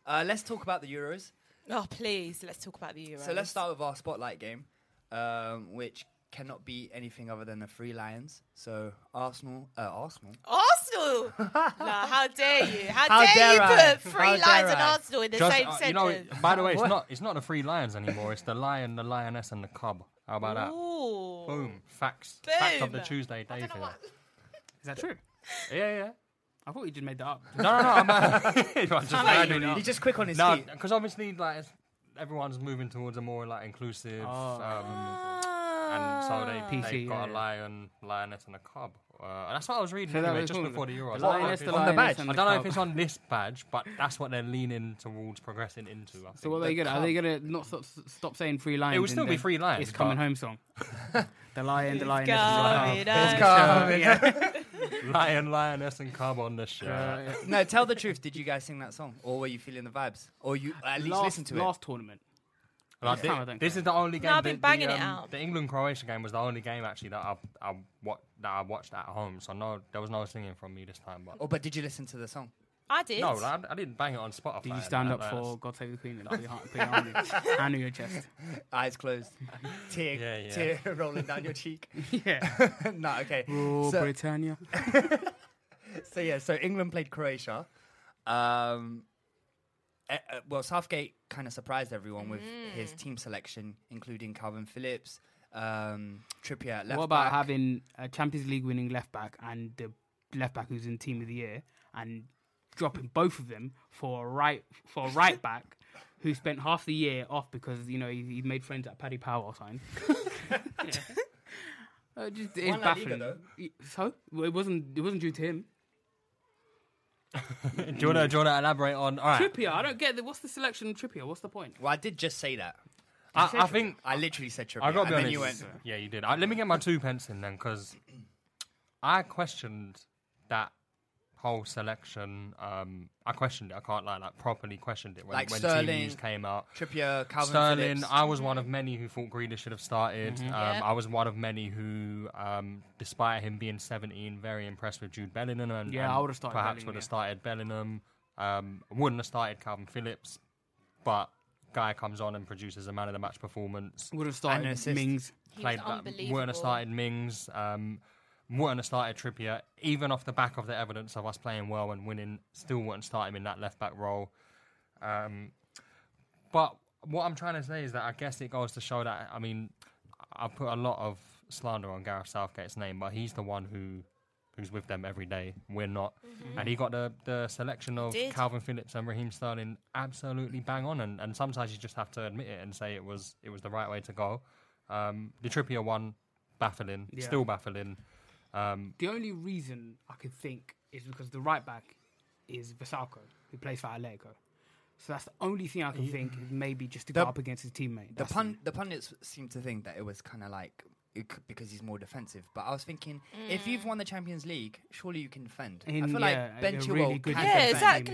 Speaker 3: Uh, let's talk about the Euros.
Speaker 2: Oh, please, let's talk about the Euros.
Speaker 3: So let's start with our spotlight game, um, which cannot be anything other than the Three Lions. So Arsenal, uh, Arsenal.
Speaker 2: Arsenal. no, how dare you? How,
Speaker 3: How
Speaker 2: dare, you
Speaker 3: dare I?
Speaker 2: put
Speaker 3: How
Speaker 2: three
Speaker 3: dare
Speaker 2: lines and
Speaker 3: I?
Speaker 2: Arsenal in the
Speaker 4: Just,
Speaker 2: same
Speaker 4: uh, you know,
Speaker 2: sentence?
Speaker 4: by the way, it's not it's not the three lions anymore. It's the lion, the lioness, and the cub. How about that?
Speaker 2: Ooh.
Speaker 4: Boom! Facts. Facts of the
Speaker 2: Boom.
Speaker 4: Tuesday, David.
Speaker 8: is that true?
Speaker 4: Yeah,
Speaker 8: I thought you just made that up.
Speaker 4: yeah. No, no, no. I'm uh, I'm just adding
Speaker 3: He's just quick on his
Speaker 4: No,
Speaker 3: feet.
Speaker 4: because obviously, like it's- everyone's moving towards a more like inclusive,
Speaker 2: Oh.
Speaker 4: um,
Speaker 2: Ah.
Speaker 4: and so they
Speaker 8: PC,
Speaker 4: they
Speaker 8: yeah,
Speaker 4: got a
Speaker 8: yeah.
Speaker 4: lion, lioness, and a cub. Uh, that's what I was reading
Speaker 8: So that
Speaker 4: anyway,
Speaker 8: was
Speaker 4: just
Speaker 8: one of
Speaker 4: before the
Speaker 8: them.
Speaker 4: Euros.
Speaker 8: The lioness, the
Speaker 4: I don't know if it's-
Speaker 8: lioness,
Speaker 3: badge.
Speaker 8: and
Speaker 4: I
Speaker 8: the
Speaker 4: don't know if
Speaker 8: cub.
Speaker 4: it's on this badge, but that's what they're leaning towards progressing into. I
Speaker 8: So
Speaker 4: think.
Speaker 8: what are they gonna? Are they gonna not stop, stop saying free lions?
Speaker 4: will
Speaker 8: and
Speaker 4: still be
Speaker 8: then
Speaker 4: free lions,
Speaker 8: It's coming
Speaker 4: but-
Speaker 8: home song. the lion, the lioness.
Speaker 2: Go,
Speaker 8: and
Speaker 2: you
Speaker 8: the
Speaker 2: know.
Speaker 8: cub. Oh, Yeah.
Speaker 4: Lion, lioness, and cub on the shirt.
Speaker 3: No, tell the truth. Did you guys sing that song, or were you feeling the vibes, or you at least
Speaker 8: last,
Speaker 3: listen to
Speaker 8: last tournament.
Speaker 4: Like,
Speaker 8: This
Speaker 4: thi-
Speaker 8: time I don't
Speaker 4: this
Speaker 8: care.
Speaker 4: is the only game.
Speaker 2: I've been
Speaker 4: the-
Speaker 2: banging
Speaker 4: the, um,
Speaker 2: it out.
Speaker 4: The England Croatia game was the only game actually that I I wa- that I watched at home. So no, there was no singing from me this time. But
Speaker 3: it? Or Oh, but did you listen to the song?
Speaker 2: I did.
Speaker 4: no, like, Oh, I, I didn't bang it on Spotify.
Speaker 8: Did you
Speaker 4: and
Speaker 8: stand
Speaker 4: that,
Speaker 8: up
Speaker 4: like,
Speaker 8: for God Save the Queen and put your, hand- put your hand, in- hand on your chest?
Speaker 3: Eyes closed, tear
Speaker 4: Yeah, yeah.
Speaker 3: tear rolling down your cheek.
Speaker 8: Yeah.
Speaker 3: no, okay.
Speaker 8: Oh,
Speaker 3: So-
Speaker 8: Britannia.
Speaker 3: So yeah, so England played Croatia. Um, eh, eh, well, Southgate kind of surprised everyone with his team selection, including Calvin Phillips, um, Trippier. At left
Speaker 8: what about
Speaker 3: back.
Speaker 8: having a Champions League winning left back and the left back who's in Team of the Year and dropping both of them for a right for a right back who spent half the year off because you know he, he made friends at Paddy Power or something. Yeah. Uh, just, it's
Speaker 3: Won La Liga,
Speaker 8: baffling.
Speaker 3: though.
Speaker 8: Y- So well, it wasn't it wasn't due to him.
Speaker 4: Do you want to do you want to elaborate on? All right,
Speaker 8: Trippier, I don't get the, what's the selection of Trippier. What's the point?
Speaker 3: Well, I did just say that.
Speaker 4: I, I think
Speaker 3: I literally said Trippier.
Speaker 4: I got to
Speaker 3: and
Speaker 4: be
Speaker 3: then
Speaker 4: honest.
Speaker 3: you went,
Speaker 4: yeah, you did. I, let me get my two pence in then, because I questioned that whole selection. Um, I questioned it. I can't lie, like properly questioned it when,
Speaker 3: Like
Speaker 4: when team
Speaker 3: Sterling,
Speaker 4: news came out.
Speaker 3: Trippier, Calvin
Speaker 4: Sterling,
Speaker 3: Phillips.
Speaker 4: I was one of many who thought Grealish should have started.
Speaker 8: Mm-hmm.
Speaker 4: Um,
Speaker 2: Yeah.
Speaker 4: I was one of many who, um, despite him being 17, very impressed with Jude Bellingham. And,
Speaker 8: Yeah,
Speaker 4: and
Speaker 8: I would've started
Speaker 4: Perhaps
Speaker 8: Bellingham,
Speaker 4: would have
Speaker 8: yeah.
Speaker 4: started Bellingham.
Speaker 2: Um, wouldn't have started Calvin Phillips, but guy comes on and produces a man of the match performance.
Speaker 8: Would have started
Speaker 3: And an assist.
Speaker 8: Mings.
Speaker 4: He
Speaker 2: Played
Speaker 4: was
Speaker 2: that- Wouldn't
Speaker 4: unbelievable.
Speaker 2: have started Mings. Um, wouldn't have started Trippier. Even off the back of the evidence of us playing well and winning, still wouldn't start him in that left back role. Um, but what I'm trying to say is that I guess it goes to show that I mean I put a lot of slander on Gareth Southgate's name, but he's the one who who's with them every day. We're not,
Speaker 3: Mm-hmm.
Speaker 2: and he got the the selection of
Speaker 4: did.
Speaker 2: Calvin Phillips and Raheem Sterling absolutely bang on. And, and sometimes you just have to admit it and say it was it was the right way to go. Um, the Trippier one, baffling,
Speaker 8: Yeah.
Speaker 2: still baffling. Um,
Speaker 8: The only reason I could think is because the right back is Vasalco, who plays for Atletico. So that's the only thing I can think is maybe just to go
Speaker 3: The-
Speaker 8: up against his teammate.
Speaker 3: The
Speaker 8: That's
Speaker 3: pun the pundits seem to think that it was kind of like it c- because he's more defensive. But I was thinking, if you've
Speaker 4: Mm.
Speaker 3: won the Champions League, surely you can defend. I
Speaker 8: In-
Speaker 3: feel
Speaker 8: yeah,
Speaker 3: like Ben
Speaker 8: a
Speaker 3: Chilwell
Speaker 8: really good
Speaker 3: can
Speaker 8: defender.
Speaker 4: yeah,
Speaker 3: defend.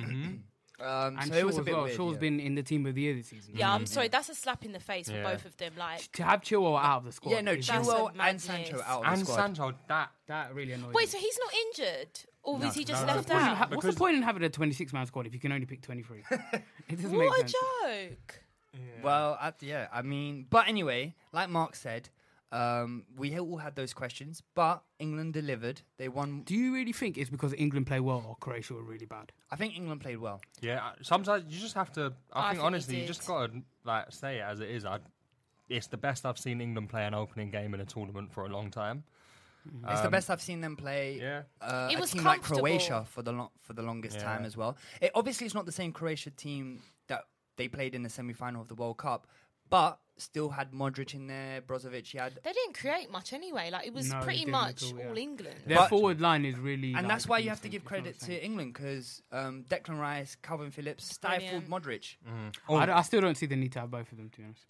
Speaker 4: exactly.
Speaker 3: Um,
Speaker 8: And
Speaker 3: so
Speaker 8: Shaw
Speaker 3: it was a
Speaker 8: as
Speaker 3: bit
Speaker 8: well.
Speaker 3: weird.
Speaker 8: Shaw's
Speaker 3: yeah.
Speaker 8: been in the team of the year this season.
Speaker 4: Yeah, I'm sorry. That's a slap in the face
Speaker 2: Yeah.
Speaker 4: for both of them. Like,
Speaker 8: To have Chilwell out of the squad.
Speaker 3: Yeah, no,
Speaker 8: is-
Speaker 4: That's
Speaker 3: Chilwell
Speaker 4: a
Speaker 3: and
Speaker 4: madness.
Speaker 3: Sancho out of the
Speaker 2: and
Speaker 3: squad.
Speaker 2: Sancho, that
Speaker 8: that really annoys
Speaker 4: wait,
Speaker 8: me.
Speaker 4: so he's not injured, or is he just
Speaker 2: no,
Speaker 4: left
Speaker 2: no.
Speaker 8: What's the-
Speaker 4: out?
Speaker 8: what's the point in having a 26 man squad if you can only pick 23? it doesn't make
Speaker 4: What a
Speaker 8: sense.
Speaker 4: joke!
Speaker 3: Well, I, yeah, I mean, but anyway, like Mark said, um, we all had those questions, but England delivered. They won.
Speaker 8: Do you really think it's because England play well or Croatia were really bad?
Speaker 3: I think England played well.
Speaker 2: Yeah, I- sometimes you just have to. I,
Speaker 4: I
Speaker 2: think
Speaker 4: think he
Speaker 2: honestly, you
Speaker 4: did.
Speaker 2: just gotta like say it as it is. I, it's the best I've seen England play an opening game in a tournament for a long time.
Speaker 3: it's
Speaker 8: Um,
Speaker 3: the best I've seen them play.
Speaker 2: yeah.
Speaker 3: uh,
Speaker 4: It
Speaker 3: a
Speaker 4: was
Speaker 3: team like
Speaker 4: comfortable.
Speaker 3: Croatia for the lo- for the longest time
Speaker 2: Yeah.
Speaker 3: as well. It, obviously, it's not the same Croatia team that they played in the semi final of the World Cup, but still had Modric in there, Brozovic. He had
Speaker 4: They didn't create much anyway. Like, it was
Speaker 8: No, they
Speaker 4: pretty
Speaker 8: didn't
Speaker 4: much
Speaker 8: at all, yeah.
Speaker 4: England.
Speaker 8: Their
Speaker 3: But-
Speaker 8: forward line is really.
Speaker 3: and
Speaker 8: like,
Speaker 3: that's why you have to
Speaker 8: decent.
Speaker 3: give
Speaker 8: It's not
Speaker 3: credit
Speaker 8: the
Speaker 3: to
Speaker 8: same.
Speaker 3: England because um, Declan Rice, Calvin Phillips stifled
Speaker 4: Brilliant.
Speaker 3: Modric.
Speaker 2: Oh,
Speaker 8: I, don't- I still don't see the need to have both of them, to be honest.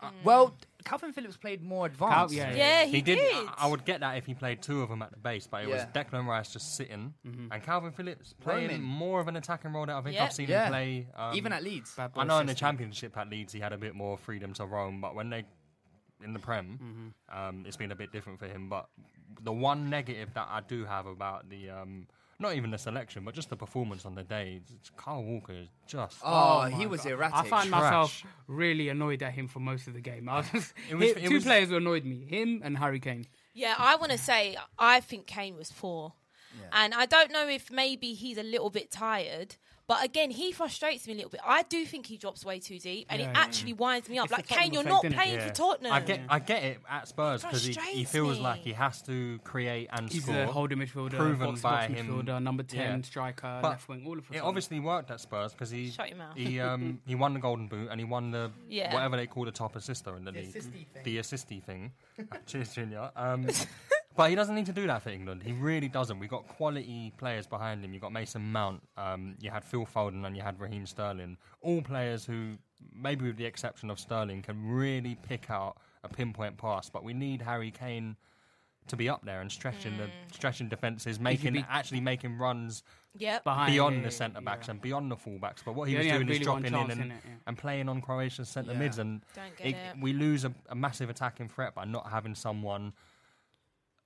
Speaker 3: Uh,
Speaker 4: Mm.
Speaker 3: Well, Calvin Phillips played more advanced.
Speaker 8: yeah,
Speaker 4: yeah, he,
Speaker 2: he
Speaker 4: did.
Speaker 2: did. I, I would get that if he played two of them at the base, but it was
Speaker 3: Yeah.
Speaker 2: Declan Rice just sitting
Speaker 8: Mm-hmm.
Speaker 2: and Calvin Phillips playing
Speaker 3: Roaming.
Speaker 2: more of an attacking role that I think
Speaker 4: Yeah.
Speaker 2: I've seen
Speaker 3: Yeah.
Speaker 2: him play. Um,
Speaker 3: Even at Leeds.
Speaker 8: Bad
Speaker 2: I
Speaker 8: boy
Speaker 2: know in the
Speaker 8: system.
Speaker 2: Championship at Leeds he had a bit more freedom to roam, but when they in the Prem,
Speaker 4: Mm-hmm.
Speaker 2: um, it's been a bit different for him. But the one negative that I do have about the um, not even the selection, but just the performance on the day, it's- Kyle Walker is just.
Speaker 3: Oh,
Speaker 8: my
Speaker 3: he was
Speaker 8: God.
Speaker 3: erratic.
Speaker 8: I found
Speaker 2: Trash.
Speaker 8: myself really annoyed at him for most of the game. I was just,
Speaker 2: It was-
Speaker 8: him-
Speaker 2: it
Speaker 8: two
Speaker 2: was-
Speaker 8: players who annoyed me: him and Harry Kane.
Speaker 4: Yeah, I want to say I think Kane was poor, and I don't know if maybe he's a little bit tired. But again, he frustrates me a little bit. I do think he drops way too deep, and
Speaker 8: Yeah,
Speaker 4: it
Speaker 8: yeah.
Speaker 4: actually winds me up.
Speaker 8: It's the
Speaker 4: like
Speaker 8: Tottenham
Speaker 4: Kane, you're
Speaker 8: effect,
Speaker 4: not
Speaker 8: innit?
Speaker 4: playing
Speaker 2: Yeah.
Speaker 4: for Tottenham.
Speaker 2: I get I get it at Spurs because he, he
Speaker 4: Frustrates
Speaker 2: feels
Speaker 4: me.
Speaker 2: like he has to create and
Speaker 8: He's
Speaker 2: score.
Speaker 8: a holder midfielder,
Speaker 2: proven
Speaker 8: box,
Speaker 2: by
Speaker 8: box
Speaker 2: him.
Speaker 8: midfielder, number ten
Speaker 2: Yeah.
Speaker 8: striker,
Speaker 2: But
Speaker 8: left wing, all of
Speaker 2: It
Speaker 8: them.
Speaker 2: obviously worked at Spurs because he
Speaker 4: Shut your mouth.
Speaker 2: he um he won the Golden Boot and he won the
Speaker 4: Yeah.
Speaker 2: whatever they call the top assister in the, league,
Speaker 3: assisty thing.
Speaker 2: the assisty thing. Cheers, Junior. Um, but he doesn't need to do that for England. He really doesn't. We got quality players behind him. You got Mason Mount. Um, you had Phil Foden and you had Raheem Sterling. All players who, maybe with the exception of Sterling, can really pick out a pinpoint pass. But we need Harry Kane to be up there and stretching
Speaker 4: Mm.
Speaker 2: the stretching defenses, making
Speaker 8: be-
Speaker 2: actually making runs
Speaker 4: Yep.
Speaker 8: behind
Speaker 2: beyond
Speaker 8: yeah,
Speaker 2: the centre backs
Speaker 8: yeah.
Speaker 2: and beyond the full backs. But what he
Speaker 8: They
Speaker 2: was
Speaker 8: only had
Speaker 2: doing is
Speaker 8: really one
Speaker 2: dropping
Speaker 8: chance,
Speaker 2: in and,
Speaker 8: innit? Yeah.
Speaker 2: and playing on Croatia's centre
Speaker 3: Yeah.
Speaker 2: mids, and
Speaker 4: Don't get
Speaker 2: it-
Speaker 4: it.
Speaker 2: we lose a, a massive attacking threat by not having someone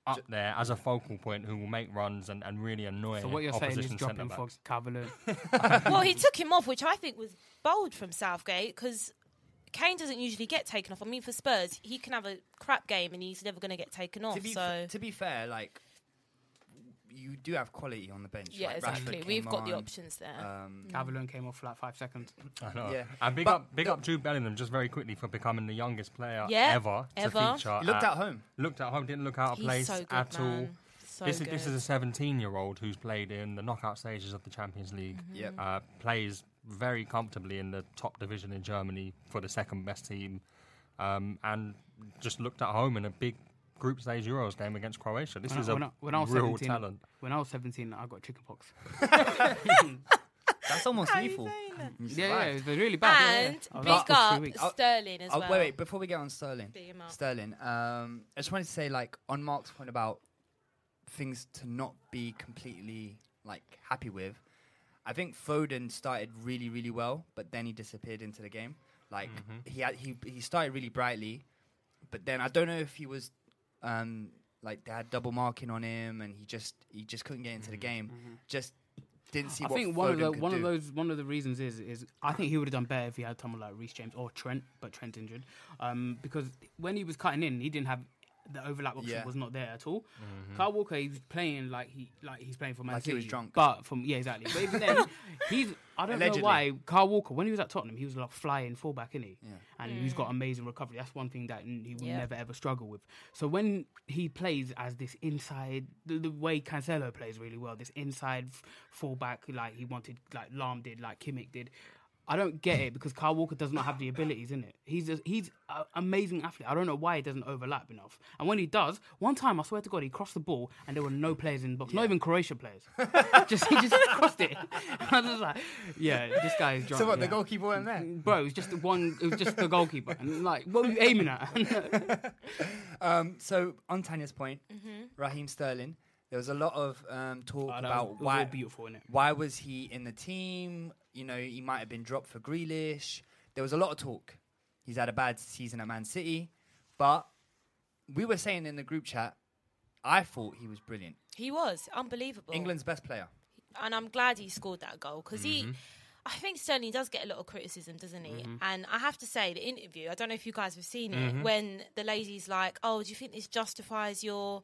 Speaker 2: up there as a focal point who will make runs and, and really annoy
Speaker 8: So what you're saying
Speaker 2: opposition
Speaker 8: is dropping for
Speaker 2: centre-backs.
Speaker 8: Cavalier.
Speaker 4: well, he took him off, which I think was bold from Southgate because Kane doesn't usually get taken off. I mean, for Spurs, he can have a crap game and he's never going to get taken off.
Speaker 3: to be,
Speaker 4: so
Speaker 3: f- to be fair, like you do have quality on the bench.
Speaker 4: yeah,
Speaker 3: like, Rashford
Speaker 4: exactly.
Speaker 3: came
Speaker 4: We've got the
Speaker 3: on,
Speaker 4: options there.
Speaker 3: Um,
Speaker 8: Cavalier came off flat five seconds.
Speaker 2: I know.
Speaker 3: Yeah.
Speaker 2: And big
Speaker 3: But
Speaker 2: up, big
Speaker 3: the-
Speaker 2: up Jude Bellingham just very quickly for becoming the youngest player
Speaker 4: Yeah,
Speaker 2: ever,
Speaker 4: ever.
Speaker 2: to feature.
Speaker 3: he looked
Speaker 2: at-
Speaker 3: at home.
Speaker 2: Looked at home, didn't look out of
Speaker 4: He's
Speaker 2: place
Speaker 4: so good,
Speaker 2: at all.
Speaker 4: man. So
Speaker 2: this is
Speaker 4: good.
Speaker 2: this is a 17 year old who's played in the knockout stages of the Champions League.
Speaker 4: Mm-hmm.
Speaker 3: Yep.
Speaker 2: Uh, plays very comfortably in the top division in Germany for the second best team, um, and just looked at home in a big group stage Euros game against Croatia. This
Speaker 8: When
Speaker 2: is
Speaker 8: I,
Speaker 2: a
Speaker 8: when I, when I was
Speaker 2: real
Speaker 8: 17,
Speaker 2: talent.
Speaker 8: When I was 17, I got chickenpox.
Speaker 3: That's almost lethal.
Speaker 8: yeah, yeah, it was really bad.
Speaker 4: and
Speaker 8: yeah, yeah. I was out for
Speaker 4: big
Speaker 8: three
Speaker 4: up
Speaker 8: weeks.
Speaker 4: Sterling as
Speaker 3: Oh,
Speaker 4: well.
Speaker 3: Wait, wait. Before we get on Sterling,
Speaker 4: Beat him up.
Speaker 3: Sterling, um, I just wanted to say, like, on Mark's point about things to not be completely like happy with. I think Foden started really, really well, but then he disappeared into the game. Like he had, he he started really brightly, but then I don't know if he was um, like they had double marking on him, and he just he just couldn't get into the game. Just didn't see
Speaker 8: I
Speaker 3: what
Speaker 8: think one of
Speaker 3: Foden
Speaker 8: the
Speaker 3: could
Speaker 8: one of
Speaker 3: do.
Speaker 8: those one of the reasons is is I think he would have done better if he had someone like Reece James or Trent, but Trent's injured. Um, because when he was cutting in, he didn't have the overlap option
Speaker 3: Yeah.
Speaker 8: was not there at all. Kyle Walker, he was playing like he like he's playing for Man
Speaker 3: Like he
Speaker 8: City.
Speaker 3: was drunk.
Speaker 8: but from yeah, exactly. But even then, he's I don't
Speaker 3: Allegedly.
Speaker 8: know why Kyle Walker when he was at Tottenham, he was like flying fullback, isn't he? And he's got amazing recovery. That's one thing that n- he will
Speaker 4: Yeah.
Speaker 8: never ever struggle with. So when he plays as this inside, the, the way Cancelo plays really well, this inside f- fullback like he wanted, like Lahm did, like Kimmich did. I don't get it because Kyle Walker does not have the abilities in it. He's a, he's an amazing athlete. I don't know why he doesn't overlap enough. And when he does, one time I swear to God, he crossed the ball and there were no players in the box, not even Croatian players. just he just crossed it. I was just like, yeah, this guy is drunk.
Speaker 3: So what? The
Speaker 8: yeah.
Speaker 3: goalkeeper wasn't there.
Speaker 8: Bro, it was just the one. It was just the goalkeeper. And like, what were you aiming at?
Speaker 3: Um, so on Tanya's point,
Speaker 8: Mm-hmm.
Speaker 3: Raheem Sterling, there was a lot of um, talk
Speaker 8: Oh, that was-
Speaker 3: about
Speaker 8: it was
Speaker 3: why
Speaker 8: all beautiful, innit?
Speaker 3: Why was he in the team? You know, he might have been dropped for Grealish. There was a lot of talk. He's had a bad season at Man City, but we were saying in the group chat, I thought he was brilliant.
Speaker 4: He was
Speaker 2: Oh.
Speaker 4: unbelievable.
Speaker 3: England's best player.
Speaker 4: and I'm glad he scored that goal because
Speaker 8: Mm-hmm.
Speaker 4: he. I think Sterling does get a lot of criticism, doesn't he? And I have to say, the interview, I don't know if you guys have seen it,
Speaker 8: Mm-hmm.
Speaker 4: when the lady's like, Oh, do you think this justifies your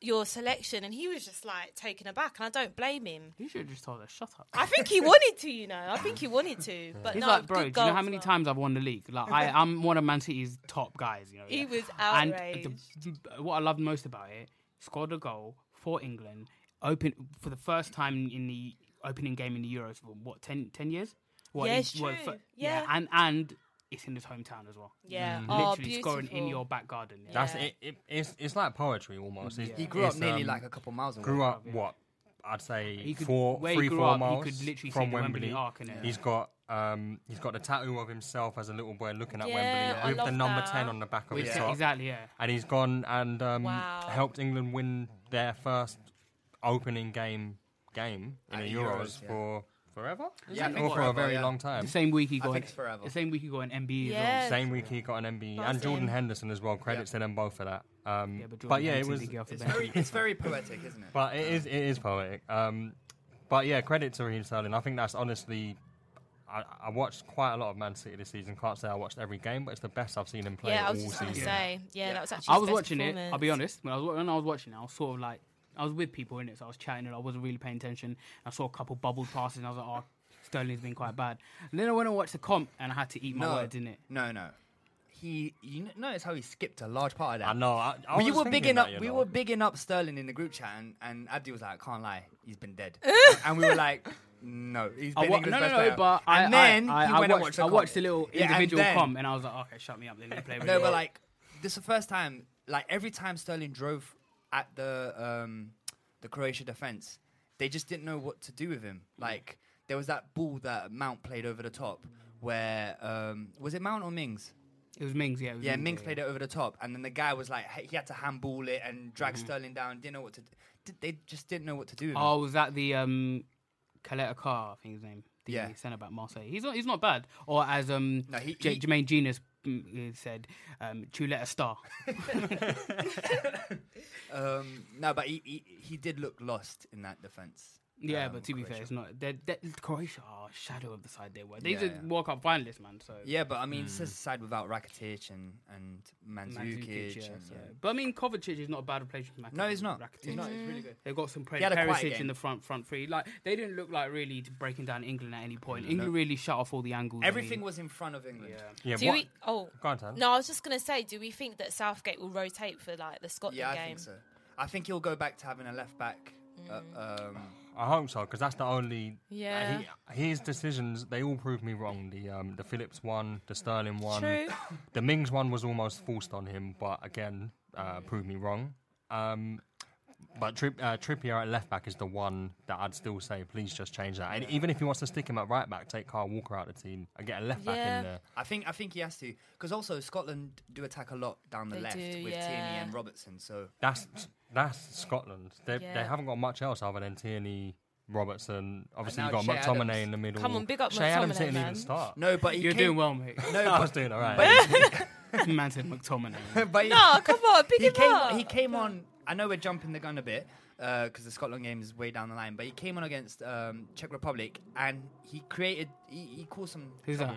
Speaker 4: your selection? And he was just like taken aback, and I don't blame him.
Speaker 8: you should have just told her, shut up.
Speaker 4: I think he wanted to, you know. I think he wanted to. But
Speaker 8: He's
Speaker 4: no,
Speaker 8: like, bro,
Speaker 4: good
Speaker 8: do you know
Speaker 4: goal
Speaker 8: how
Speaker 4: as
Speaker 8: many
Speaker 4: well."
Speaker 8: times I've won the league? Like, I, I'm one of Man City's top guys, you know.
Speaker 4: He
Speaker 8: yeah.
Speaker 4: was
Speaker 8: And
Speaker 4: outraged.
Speaker 8: the- what I loved most about it, scored a goal for England, open for the first time in the opening game in the Euros for what, 10, 10 years? What,
Speaker 4: Yeah,
Speaker 8: in-
Speaker 4: it's
Speaker 8: what,
Speaker 4: true.
Speaker 8: fir-
Speaker 4: Yeah.
Speaker 8: And, and it's in his hometown as well.
Speaker 4: Yeah. Oh,
Speaker 8: Literally scoring in
Speaker 4: beautiful.
Speaker 8: your back garden. yeah.
Speaker 2: That's
Speaker 4: Yeah.
Speaker 2: it, it. It's it's like poetry almost. It's,
Speaker 3: He grew up
Speaker 2: it's,
Speaker 3: nearly
Speaker 2: um,
Speaker 3: like a couple miles away.
Speaker 2: grew up what I'd say
Speaker 8: He could-
Speaker 2: four,
Speaker 8: where he
Speaker 2: three,
Speaker 8: grew
Speaker 2: four
Speaker 8: up, he
Speaker 2: miles
Speaker 8: could literally
Speaker 2: from
Speaker 8: see the Wembley
Speaker 2: Wembley.
Speaker 8: Arc, innit?
Speaker 2: He's got um, he's got the tattoo of himself as a little boy looking at
Speaker 4: Yeah,
Speaker 2: Wembley
Speaker 4: I
Speaker 2: with the
Speaker 4: love
Speaker 2: number
Speaker 4: that.
Speaker 2: ten on the back of
Speaker 8: Which-
Speaker 2: his top.
Speaker 8: Exactly, yeah.
Speaker 2: And he's gone and um,
Speaker 4: Wow.
Speaker 2: helped England win their first opening game game in
Speaker 3: At
Speaker 2: the
Speaker 3: the
Speaker 2: Euros,
Speaker 3: Euros, yeah.
Speaker 2: for forever. Is
Speaker 3: Yeah, I
Speaker 2: it?
Speaker 3: think
Speaker 2: or for a
Speaker 3: forever,
Speaker 2: very
Speaker 3: yeah.
Speaker 2: long time.
Speaker 8: The same week he got
Speaker 3: think
Speaker 8: an-
Speaker 3: it's forever.
Speaker 8: The same week he got an MBE as well.
Speaker 4: Yeah.
Speaker 2: Same week he got an MBE and
Speaker 4: Buzzing.
Speaker 2: Jordan Henderson as well. Credits to them both for that. Um,
Speaker 8: Yeah, but,
Speaker 2: but,
Speaker 8: Jordan
Speaker 2: yeah, it
Speaker 8: Henderson
Speaker 2: was.
Speaker 8: did get off the
Speaker 3: It's
Speaker 8: bench.
Speaker 3: very, it's very poetic, isn't it?
Speaker 2: But it is it is poetic. Um, but yeah, credit to Raheem Sterling. I think that's honestly. I, I watched quite a lot of Man City this season. Can't say I watched every game, but it's the best I've seen him play
Speaker 4: Yeah, I
Speaker 2: all
Speaker 4: was just going
Speaker 2: season.
Speaker 4: to say, yeah, that was actually
Speaker 8: I
Speaker 4: his
Speaker 8: was
Speaker 4: best
Speaker 8: watching it. I'll be
Speaker 4: performance.
Speaker 8: honest. When I was wa- when I was watching it, I was sort of like I was with people in it, so I was chatting and I wasn't really paying attention. I saw a couple bubbled passes and I was like, oh, Sterling's been quite bad. And then I went and watched the comp and I had to eat my
Speaker 3: no,
Speaker 8: words in it.
Speaker 3: no, no. He, you kn- notice how he skipped a large part of that.
Speaker 2: I know. I, I
Speaker 3: we
Speaker 2: was
Speaker 3: were
Speaker 2: thinking
Speaker 3: bigging
Speaker 2: that,
Speaker 3: up.
Speaker 2: you
Speaker 3: We
Speaker 2: know.
Speaker 3: were bigging up Sterling in the group chat, and, and Abdi was like, "Can't lie, he's been dead." and we were like, "No, he's
Speaker 8: I
Speaker 3: been
Speaker 8: wa-
Speaker 3: England's
Speaker 8: no, no,
Speaker 3: best
Speaker 8: no,
Speaker 3: player."
Speaker 8: but I,
Speaker 3: and then
Speaker 8: I, I,
Speaker 3: he
Speaker 8: I
Speaker 3: went and
Speaker 8: watched,
Speaker 3: watched.
Speaker 8: I watched the little
Speaker 3: Yeah, and
Speaker 8: individual
Speaker 3: then-
Speaker 8: comp and I was like, okay, shut me up. Then they play.
Speaker 3: No,
Speaker 8: really
Speaker 3: but
Speaker 8: well.
Speaker 3: like this is the first time. Like every time Sterling drove at the um, the Croatia defense, they just didn't know what to do with him.
Speaker 8: Mm.
Speaker 3: Like there was that ball that Mount played over the top, where um, was it Mount or Mings?
Speaker 8: it was Mings. Yeah, it was
Speaker 3: Yeah, Mings
Speaker 8: yeah.
Speaker 3: played it over the top, and then the guy was like, he had to handball it and drag
Speaker 8: Mm-hmm.
Speaker 3: Sterling down. Didn't know what to. d- d- They just didn't know what to do. With him.
Speaker 8: Oh, was that the um, Coletta Carr? I think his name. The
Speaker 3: Yeah.
Speaker 8: centre back Marseille. He's not. He's not bad. Or as um,
Speaker 3: No, he-
Speaker 8: J-
Speaker 3: he-
Speaker 8: Jermaine Genius mm, uh, said, um, Chuleta star.
Speaker 3: Um, no, but he, he he did look lost in that defense.
Speaker 8: Yeah,
Speaker 3: um,
Speaker 8: but to be fair,
Speaker 3: Croatia.
Speaker 8: it's not. They're, they Croatia are a shadow of the side they were. They
Speaker 3: Yeah,
Speaker 8: just
Speaker 3: yeah.
Speaker 8: walk up finalists, man. So mm.
Speaker 3: Yeah, but I mean, this is a side without Rakitic and and Mandzukic.
Speaker 8: Mandzukic, yeah,
Speaker 3: and,
Speaker 8: so-
Speaker 3: yeah.
Speaker 8: But I mean, Kovacic is not a bad replacement. for
Speaker 3: No,
Speaker 8: Matic-
Speaker 3: he's not.
Speaker 8: Rakitic.
Speaker 3: He's not. He's really good.
Speaker 8: They've got some pre-
Speaker 3: He had a quiet
Speaker 8: Perisic
Speaker 3: game.
Speaker 8: in the front front three. Like they didn't look like really to breaking down England at any point. England really shut off all the angles. and
Speaker 3: Everything
Speaker 8: he-
Speaker 3: was in front of England. Yeah,
Speaker 2: Yeah,
Speaker 4: Do
Speaker 2: what-
Speaker 4: we, oh,
Speaker 2: Go on, Tan.
Speaker 4: no, I was just going to say, do we think that Southgate will rotate for like the Scotland
Speaker 3: I
Speaker 4: game?
Speaker 3: think so. I think he'll go back to having a left back. Uh,
Speaker 4: Mm.
Speaker 3: um,
Speaker 2: I hope so because that's the only.
Speaker 4: Yeah.
Speaker 2: he, his decisions they all proved me wrong. The um, the Phillips one, the Sterling one,
Speaker 4: True.
Speaker 2: the Mings one was almost forced on him, but again uh, proved me wrong. Um, but Tripp, uh, Trippier at left back is the one that I'd still say, please just change that. And even if he wants to stick him at right back, take Carl Walker out of the team and get a left back
Speaker 4: Yeah.
Speaker 2: in there.
Speaker 3: I think I think he has to because also Scotland do attack a lot down the
Speaker 4: They
Speaker 3: left
Speaker 4: do,
Speaker 3: with Tierney
Speaker 4: yeah.
Speaker 3: and Robertson. So
Speaker 2: That's that's Scotland. They they
Speaker 4: Yeah.
Speaker 2: haven't got much else other than Tierney, Robertson. Obviously,
Speaker 3: now
Speaker 2: you've got
Speaker 3: Che
Speaker 2: McTominay
Speaker 3: Adams.
Speaker 2: in the middle.
Speaker 4: Come on, big up
Speaker 2: Che Adams
Speaker 4: McTominay,
Speaker 2: didn't even
Speaker 4: man.
Speaker 2: start.
Speaker 3: no, but he
Speaker 8: You're
Speaker 3: came-
Speaker 8: doing well, mate.
Speaker 3: No,
Speaker 2: I
Speaker 3: but
Speaker 2: was doing all right.
Speaker 8: man said McTominay.
Speaker 3: but he,
Speaker 4: No, Oh, come on, pick
Speaker 3: he
Speaker 4: him
Speaker 3: came
Speaker 4: up.
Speaker 3: he came on I know we're jumping the gun a bit because the Scotland game is way down the line, but he came on against um, Czech Republic and he created. He, he caused some.
Speaker 8: Who's that?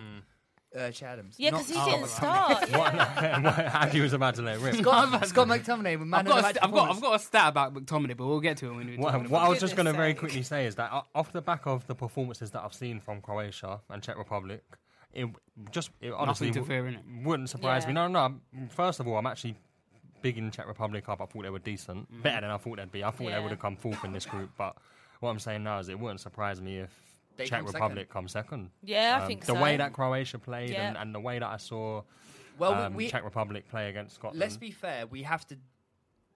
Speaker 3: Uh, Che Adams.
Speaker 4: Yeah,
Speaker 3: Not
Speaker 4: 'cause he
Speaker 3: Scott
Speaker 4: didn't
Speaker 3: McTominay.
Speaker 4: start. yeah.
Speaker 2: Andy was about to let rip.
Speaker 3: Scott, Scott McTominay, man
Speaker 8: I've
Speaker 3: of the
Speaker 8: got, a
Speaker 3: match
Speaker 8: st- I've got,
Speaker 3: performance.
Speaker 8: I've got a stat about McTominay, but we'll get to it when we. talk
Speaker 2: What,
Speaker 8: about
Speaker 2: what I was
Speaker 4: Goodness
Speaker 2: just going to very
Speaker 4: sake.
Speaker 2: quickly say is that o- off the back of the performances that I've seen from Croatia and Czech Republic, it w- just it honestly
Speaker 8: to
Speaker 2: w-
Speaker 8: fear,
Speaker 2: wouldn't surprise
Speaker 4: Yeah.
Speaker 2: me. No, no. I'm- First of all, I'm actually big in Czech Republic up. I thought they were decent, better than I thought they'd be. I thought
Speaker 4: Yeah.
Speaker 2: they would have come fourth in this group, but what I'm saying now is it wouldn't surprise me if
Speaker 3: They
Speaker 2: Czech
Speaker 3: come second.
Speaker 2: Republic comes second.
Speaker 4: Yeah, I
Speaker 2: Um,
Speaker 4: think
Speaker 2: the
Speaker 4: so.
Speaker 2: way that Croatia played
Speaker 4: Yeah.
Speaker 2: and, and the way that I saw
Speaker 3: Well,
Speaker 2: um,
Speaker 3: we,
Speaker 2: Czech Republic play against Scotland.
Speaker 3: let's be fair. We have to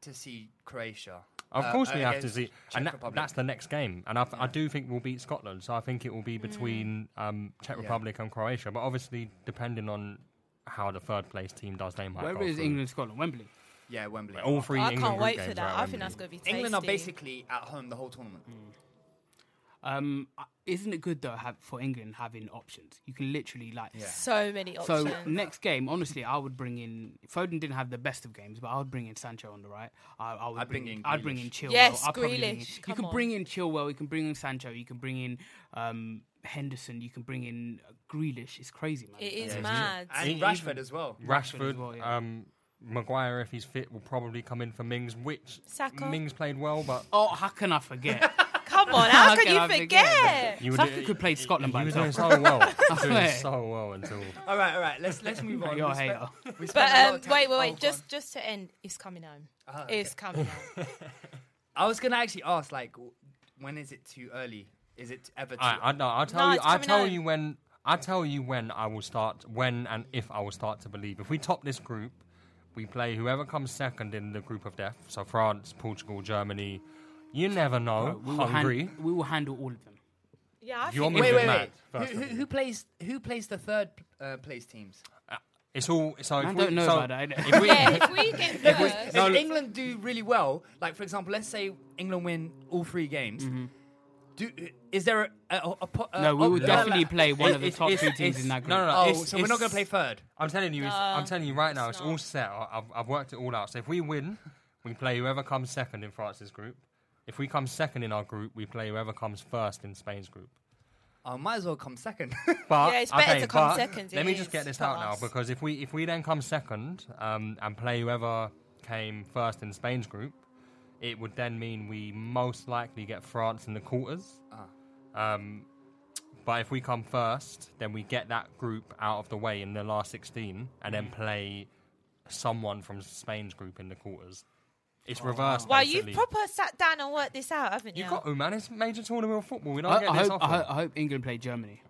Speaker 3: to see Croatia.
Speaker 2: Of
Speaker 3: uh,
Speaker 2: course, we have to
Speaker 3: against
Speaker 2: see,
Speaker 3: Czech
Speaker 2: and that,
Speaker 3: Republic.
Speaker 2: that's the next game. And I, th- I do think we'll beat Scotland, so I think it will
Speaker 8: Mm.
Speaker 2: be between um, Czech
Speaker 3: Yeah.
Speaker 2: Republic and Croatia. But obviously, depending on how the third place team does, they might.
Speaker 8: Wherever
Speaker 2: go
Speaker 8: it is
Speaker 2: through.
Speaker 8: England, Scotland, Wembley.
Speaker 3: yeah, Wembley.
Speaker 2: All three
Speaker 4: I
Speaker 2: England
Speaker 4: can't
Speaker 2: group
Speaker 4: wait
Speaker 2: games Um,
Speaker 4: for
Speaker 2: are
Speaker 4: that.
Speaker 2: at
Speaker 4: I think
Speaker 2: Wembley.
Speaker 4: that's going to be tasty.
Speaker 3: England are basically at home the whole tournament.
Speaker 8: Mm. Um, uh, isn't it good though have, for England having options? You can literally like.
Speaker 4: so many
Speaker 8: So
Speaker 4: options.
Speaker 8: next game, honestly, I would bring in. Foden didn't have the best of games, but I would bring in Sancho on the right. I, I would
Speaker 3: I'd
Speaker 8: bring,
Speaker 3: bring
Speaker 8: in.
Speaker 3: in
Speaker 8: I'd bring in
Speaker 3: Grealish.
Speaker 8: Chilwell.
Speaker 4: Yes,
Speaker 8: I'd probably bring in-
Speaker 4: Grealish,
Speaker 8: You
Speaker 4: come
Speaker 8: can
Speaker 4: on.
Speaker 8: bring in Chilwell. You can bring in Sancho. You can bring in um, Henderson. You can bring in Grealish. It's crazy, man.
Speaker 4: it is
Speaker 2: Yeah.
Speaker 4: mad.
Speaker 3: And
Speaker 2: Even-
Speaker 3: Rashford as well.
Speaker 8: Rashford as
Speaker 2: Rashford,
Speaker 8: well, yeah.
Speaker 2: um, Maguire, if he's fit, will probably come in for Mings, which
Speaker 4: Saka.
Speaker 2: Mings played well, but
Speaker 8: Oh, how can I forget?
Speaker 4: Come on, how
Speaker 8: Okay,
Speaker 4: can you
Speaker 8: I think,
Speaker 4: forget?
Speaker 2: you
Speaker 8: Saka could play Scotland
Speaker 2: He
Speaker 8: by
Speaker 2: was doing
Speaker 8: himself.
Speaker 2: so well, doing
Speaker 8: swear.
Speaker 2: so well until.
Speaker 3: All right, all right. Let's let's move on.
Speaker 8: You're a hater.
Speaker 3: We spent- we
Speaker 4: But
Speaker 3: spent a lot
Speaker 4: um,
Speaker 3: of time-
Speaker 4: wait, wait,
Speaker 3: oh,
Speaker 4: wait.
Speaker 3: go on.
Speaker 4: just, just to end, it's coming home. It's coming home.
Speaker 3: I was gonna actually ask, like, w- when is it too early? Is it ever too?
Speaker 2: I, I know. I'll tell
Speaker 4: No,
Speaker 2: you.
Speaker 4: it's
Speaker 2: I'll
Speaker 4: coming
Speaker 2: tell
Speaker 4: out.
Speaker 2: you when. I'll tell you when I will start. When and if I will start to believe. If we top this group, we play whoever comes second in the group of death. So France, Portugal, Germany. You never know.
Speaker 8: we, will
Speaker 2: Hungary.
Speaker 8: hand, we will handle all of them.
Speaker 4: Yeah, I
Speaker 2: You're
Speaker 4: think
Speaker 3: wait,
Speaker 2: moving
Speaker 3: wait,
Speaker 2: mad,
Speaker 3: wait. Who,
Speaker 2: first of
Speaker 3: who,
Speaker 2: all.
Speaker 3: who plays who plays the third uh, place teams?
Speaker 2: It's all. So if
Speaker 8: I
Speaker 2: we,
Speaker 8: don't know
Speaker 2: so
Speaker 8: about that.
Speaker 2: If we,
Speaker 4: yeah, if we get first,
Speaker 3: If England do really well, like for example, let's say England win all three games. Do is there a, a, a, po- a
Speaker 8: Mm-hmm. No, we
Speaker 3: oh,
Speaker 8: would
Speaker 3: la-
Speaker 8: definitely
Speaker 3: la-
Speaker 8: play one of the
Speaker 2: It's-
Speaker 8: top
Speaker 2: it's-
Speaker 8: three teams
Speaker 2: it's-
Speaker 8: in that group.
Speaker 2: No, no, no.
Speaker 3: Oh,
Speaker 2: it's-
Speaker 3: so we're not
Speaker 2: it's-
Speaker 3: gonna play third.
Speaker 2: I'm telling you. it's- I'm telling you right now. It's all
Speaker 4: not.
Speaker 2: set. I- I've, I've worked it all out. So if we win, we play whoever comes second in France's group. If we come second in our group, we play whoever comes first in Spain's group.
Speaker 3: I might as well come second.
Speaker 2: But
Speaker 4: Yeah, it's better
Speaker 2: okay,
Speaker 4: to come
Speaker 2: but
Speaker 4: second,
Speaker 2: Let
Speaker 4: it
Speaker 2: me just
Speaker 4: is
Speaker 2: get this
Speaker 4: for
Speaker 2: out now
Speaker 4: us.
Speaker 2: because if we if we then come second um, and play whoever came first in Spain's group, it would then mean we most likely get France in the quarters.
Speaker 8: Ah.
Speaker 2: Um, but if we come first, then we get that group out of the way in the last sixteen, and
Speaker 8: Mm.
Speaker 2: then play someone from Spain's group in the quarters. It's
Speaker 8: Oh.
Speaker 2: reversed.
Speaker 4: Wow,
Speaker 2: basically.
Speaker 4: you've proper sat down and worked this out, haven't you?
Speaker 2: You've got oh man, it's major tournament of football. We don't
Speaker 8: I,
Speaker 2: get
Speaker 8: I
Speaker 2: this
Speaker 8: hope, I,
Speaker 2: often.
Speaker 8: hope, I hope England play Germany.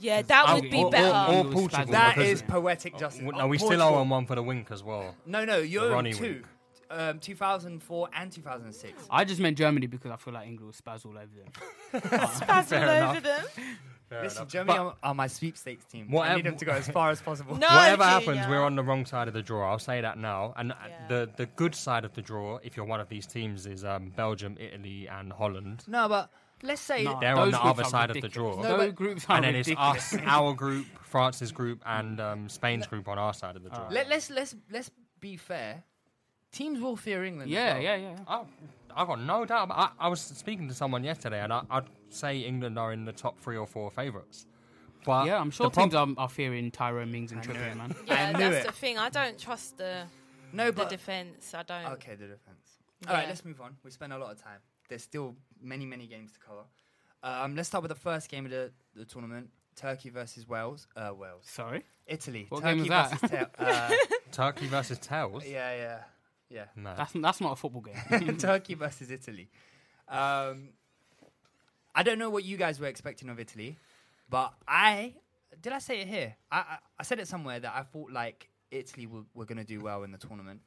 Speaker 4: yeah, that would be
Speaker 2: or,
Speaker 4: better.
Speaker 2: Or, or
Speaker 8: Because-
Speaker 2: Portugal.
Speaker 3: that
Speaker 2: because-
Speaker 3: is poetic justice.
Speaker 2: Well,
Speaker 3: Oh,
Speaker 2: no, we still
Speaker 3: Portugal.
Speaker 2: owe him one for the wink as well.
Speaker 3: No, no, you owe
Speaker 2: Ronnie
Speaker 3: him two.
Speaker 2: Wood.
Speaker 3: Um, 2004 and 2006.
Speaker 8: I just meant Germany because I feel like England will spaz all over them.
Speaker 4: Spasm all over them.
Speaker 3: Listen, Germany are, are my sweepstakes team. I need
Speaker 2: Whatever-
Speaker 3: them to go as far as possible.
Speaker 4: No,
Speaker 2: Whatever
Speaker 4: Junior.
Speaker 2: happens, we're on the wrong side of the draw. I'll say that now. And uh
Speaker 4: Yeah.
Speaker 2: the the good side of the draw, if you're one of these teams, is um, Belgium, Italy, and Holland.
Speaker 3: No, but let's say
Speaker 8: Nah,
Speaker 2: They're on
Speaker 8: Ah, those
Speaker 2: the other
Speaker 8: groups are
Speaker 2: side of the
Speaker 8: ridiculous.
Speaker 2: draw.
Speaker 8: Those
Speaker 3: No, but-
Speaker 8: groups are
Speaker 2: and then
Speaker 8: ridiculous.
Speaker 2: it's us, our group, France's group, and um, Spain's group on our side of the
Speaker 8: Ah.
Speaker 2: draw.
Speaker 3: let, let's let's let's be fair. Teams will fear England. as
Speaker 8: Yeah,
Speaker 3: well.
Speaker 8: yeah, yeah.
Speaker 2: I, I've got no doubt. about- I, I was speaking to someone yesterday, and I, I'd say England are in the top three or four favourites. But
Speaker 8: Yeah, I'm sure
Speaker 2: the prob-
Speaker 8: teams are, are fearing Tyrone Mings and Trippier, man.
Speaker 4: Yeah,
Speaker 3: knew
Speaker 4: that's
Speaker 3: it.
Speaker 4: the thing. I don't trust the
Speaker 3: No,
Speaker 4: the
Speaker 3: but
Speaker 4: defense. I don't.
Speaker 3: okay, the defense. All right,
Speaker 4: Yeah.
Speaker 3: let's move on. We spent a lot of time. There's still many many games to cover. Um, let's start with the first game of the, the tournament: Turkey versus Wales. Uh, Wales,
Speaker 8: Sorry.
Speaker 3: Italy.
Speaker 8: What
Speaker 3: Turkey
Speaker 8: game was that?
Speaker 3: versus Tur- uh,
Speaker 2: Turkey versus Tails.
Speaker 3: yeah, yeah, yeah.
Speaker 2: No.
Speaker 8: That's that's not a football game.
Speaker 3: Turkey versus Italy. Um, I don't know what you guys were expecting of Italy, but I did I say it here? I I, I said it somewhere that I thought like Italy were, were going to do well in the tournament,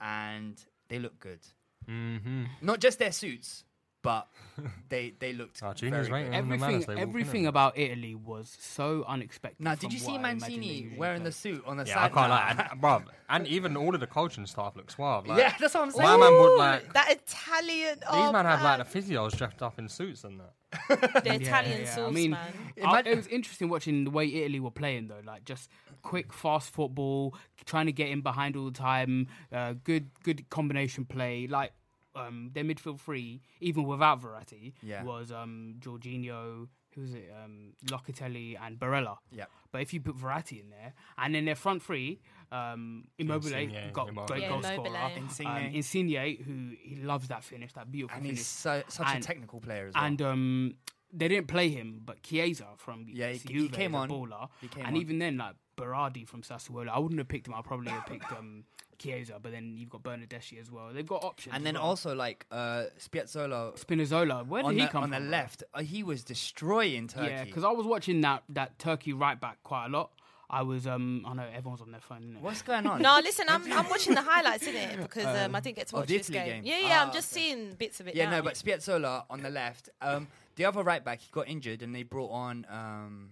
Speaker 3: and they look good. Mm-hmm. Not just their suits, but they they looked
Speaker 2: Junior's
Speaker 3: very good.
Speaker 2: Ah, right on the
Speaker 8: Everything,
Speaker 2: manners, they walk in
Speaker 8: everything
Speaker 2: on it.
Speaker 8: about Italy was so unexpected.
Speaker 3: Now, did
Speaker 8: from
Speaker 3: you
Speaker 8: what
Speaker 3: see
Speaker 8: I imagined they
Speaker 3: Mancini
Speaker 8: usually
Speaker 3: wearing
Speaker 8: play.
Speaker 3: the suit on the
Speaker 2: Yeah, I
Speaker 3: side?
Speaker 2: can't
Speaker 3: Nah.
Speaker 2: lie, and, bruv, and even all of the coach and staff look suave. Like,
Speaker 3: Yeah, that's what I'm saying.
Speaker 2: My man would like.
Speaker 9: that Italian.
Speaker 2: These
Speaker 9: oh,
Speaker 2: man had like the physios dressed up in suits and that.
Speaker 4: The Italian
Speaker 8: Yeah,
Speaker 4: sauce,
Speaker 8: I mean,
Speaker 4: man.
Speaker 8: I- it was interesting watching the way Italy were playing though, like just quick, fast football, trying to get in behind all the time, uh, good, good combination play. Like um, their midfield three, even without Verratti,
Speaker 3: Yeah.
Speaker 8: was um, Jorginho, who was it, um, Locatelli and Barella.
Speaker 3: Yeah.
Speaker 8: But if you put Verratti in there, and then their front three, um, Immobile
Speaker 2: Insigne,
Speaker 8: got
Speaker 2: Immobile.
Speaker 8: great
Speaker 4: Yeah,
Speaker 8: goal
Speaker 4: Immobile.
Speaker 8: scorer.
Speaker 3: Insigne.
Speaker 8: Um, Insigne, who he loves that finish, that beautiful
Speaker 3: And
Speaker 8: finish.
Speaker 3: he's so, such
Speaker 8: And-
Speaker 3: a technical player as well.
Speaker 8: And um, they didn't play him, but Chiesa from
Speaker 3: Yeah, he-
Speaker 8: Juve
Speaker 3: he
Speaker 8: is
Speaker 3: came
Speaker 8: a
Speaker 3: on.
Speaker 8: baller.
Speaker 3: He came
Speaker 8: and
Speaker 3: on.
Speaker 8: even then, like Berardi from Sassuolo, I wouldn't have picked him. I probably have picked um, Chiesa, but then you've got Bernadeschi as well. They've got options.
Speaker 3: And
Speaker 8: as
Speaker 3: then
Speaker 8: well.
Speaker 3: also like uh, Spiazzola
Speaker 8: Spinazzola, where did
Speaker 3: on
Speaker 8: he
Speaker 3: the,
Speaker 8: come
Speaker 3: on the
Speaker 8: from?
Speaker 3: left, uh, he was destroying Turkey.
Speaker 8: Yeah, because I was watching that that Turkey right back quite a lot. I was um, I know everyone's on their phone. Isn't it?
Speaker 3: what's going on?
Speaker 9: No, listen, I'm, I'm watching the highlights in it because um, I didn't get to
Speaker 3: of
Speaker 9: watch
Speaker 3: the
Speaker 9: this
Speaker 3: Italy
Speaker 9: game.
Speaker 3: game.
Speaker 9: Yeah, yeah,
Speaker 3: Ah,
Speaker 9: I'm just
Speaker 3: okay.
Speaker 9: seeing bits of it.
Speaker 3: Yeah,
Speaker 9: now.
Speaker 3: no, but Spiazzola on the left. Um, the other right back, he got injured, and they brought on. Um,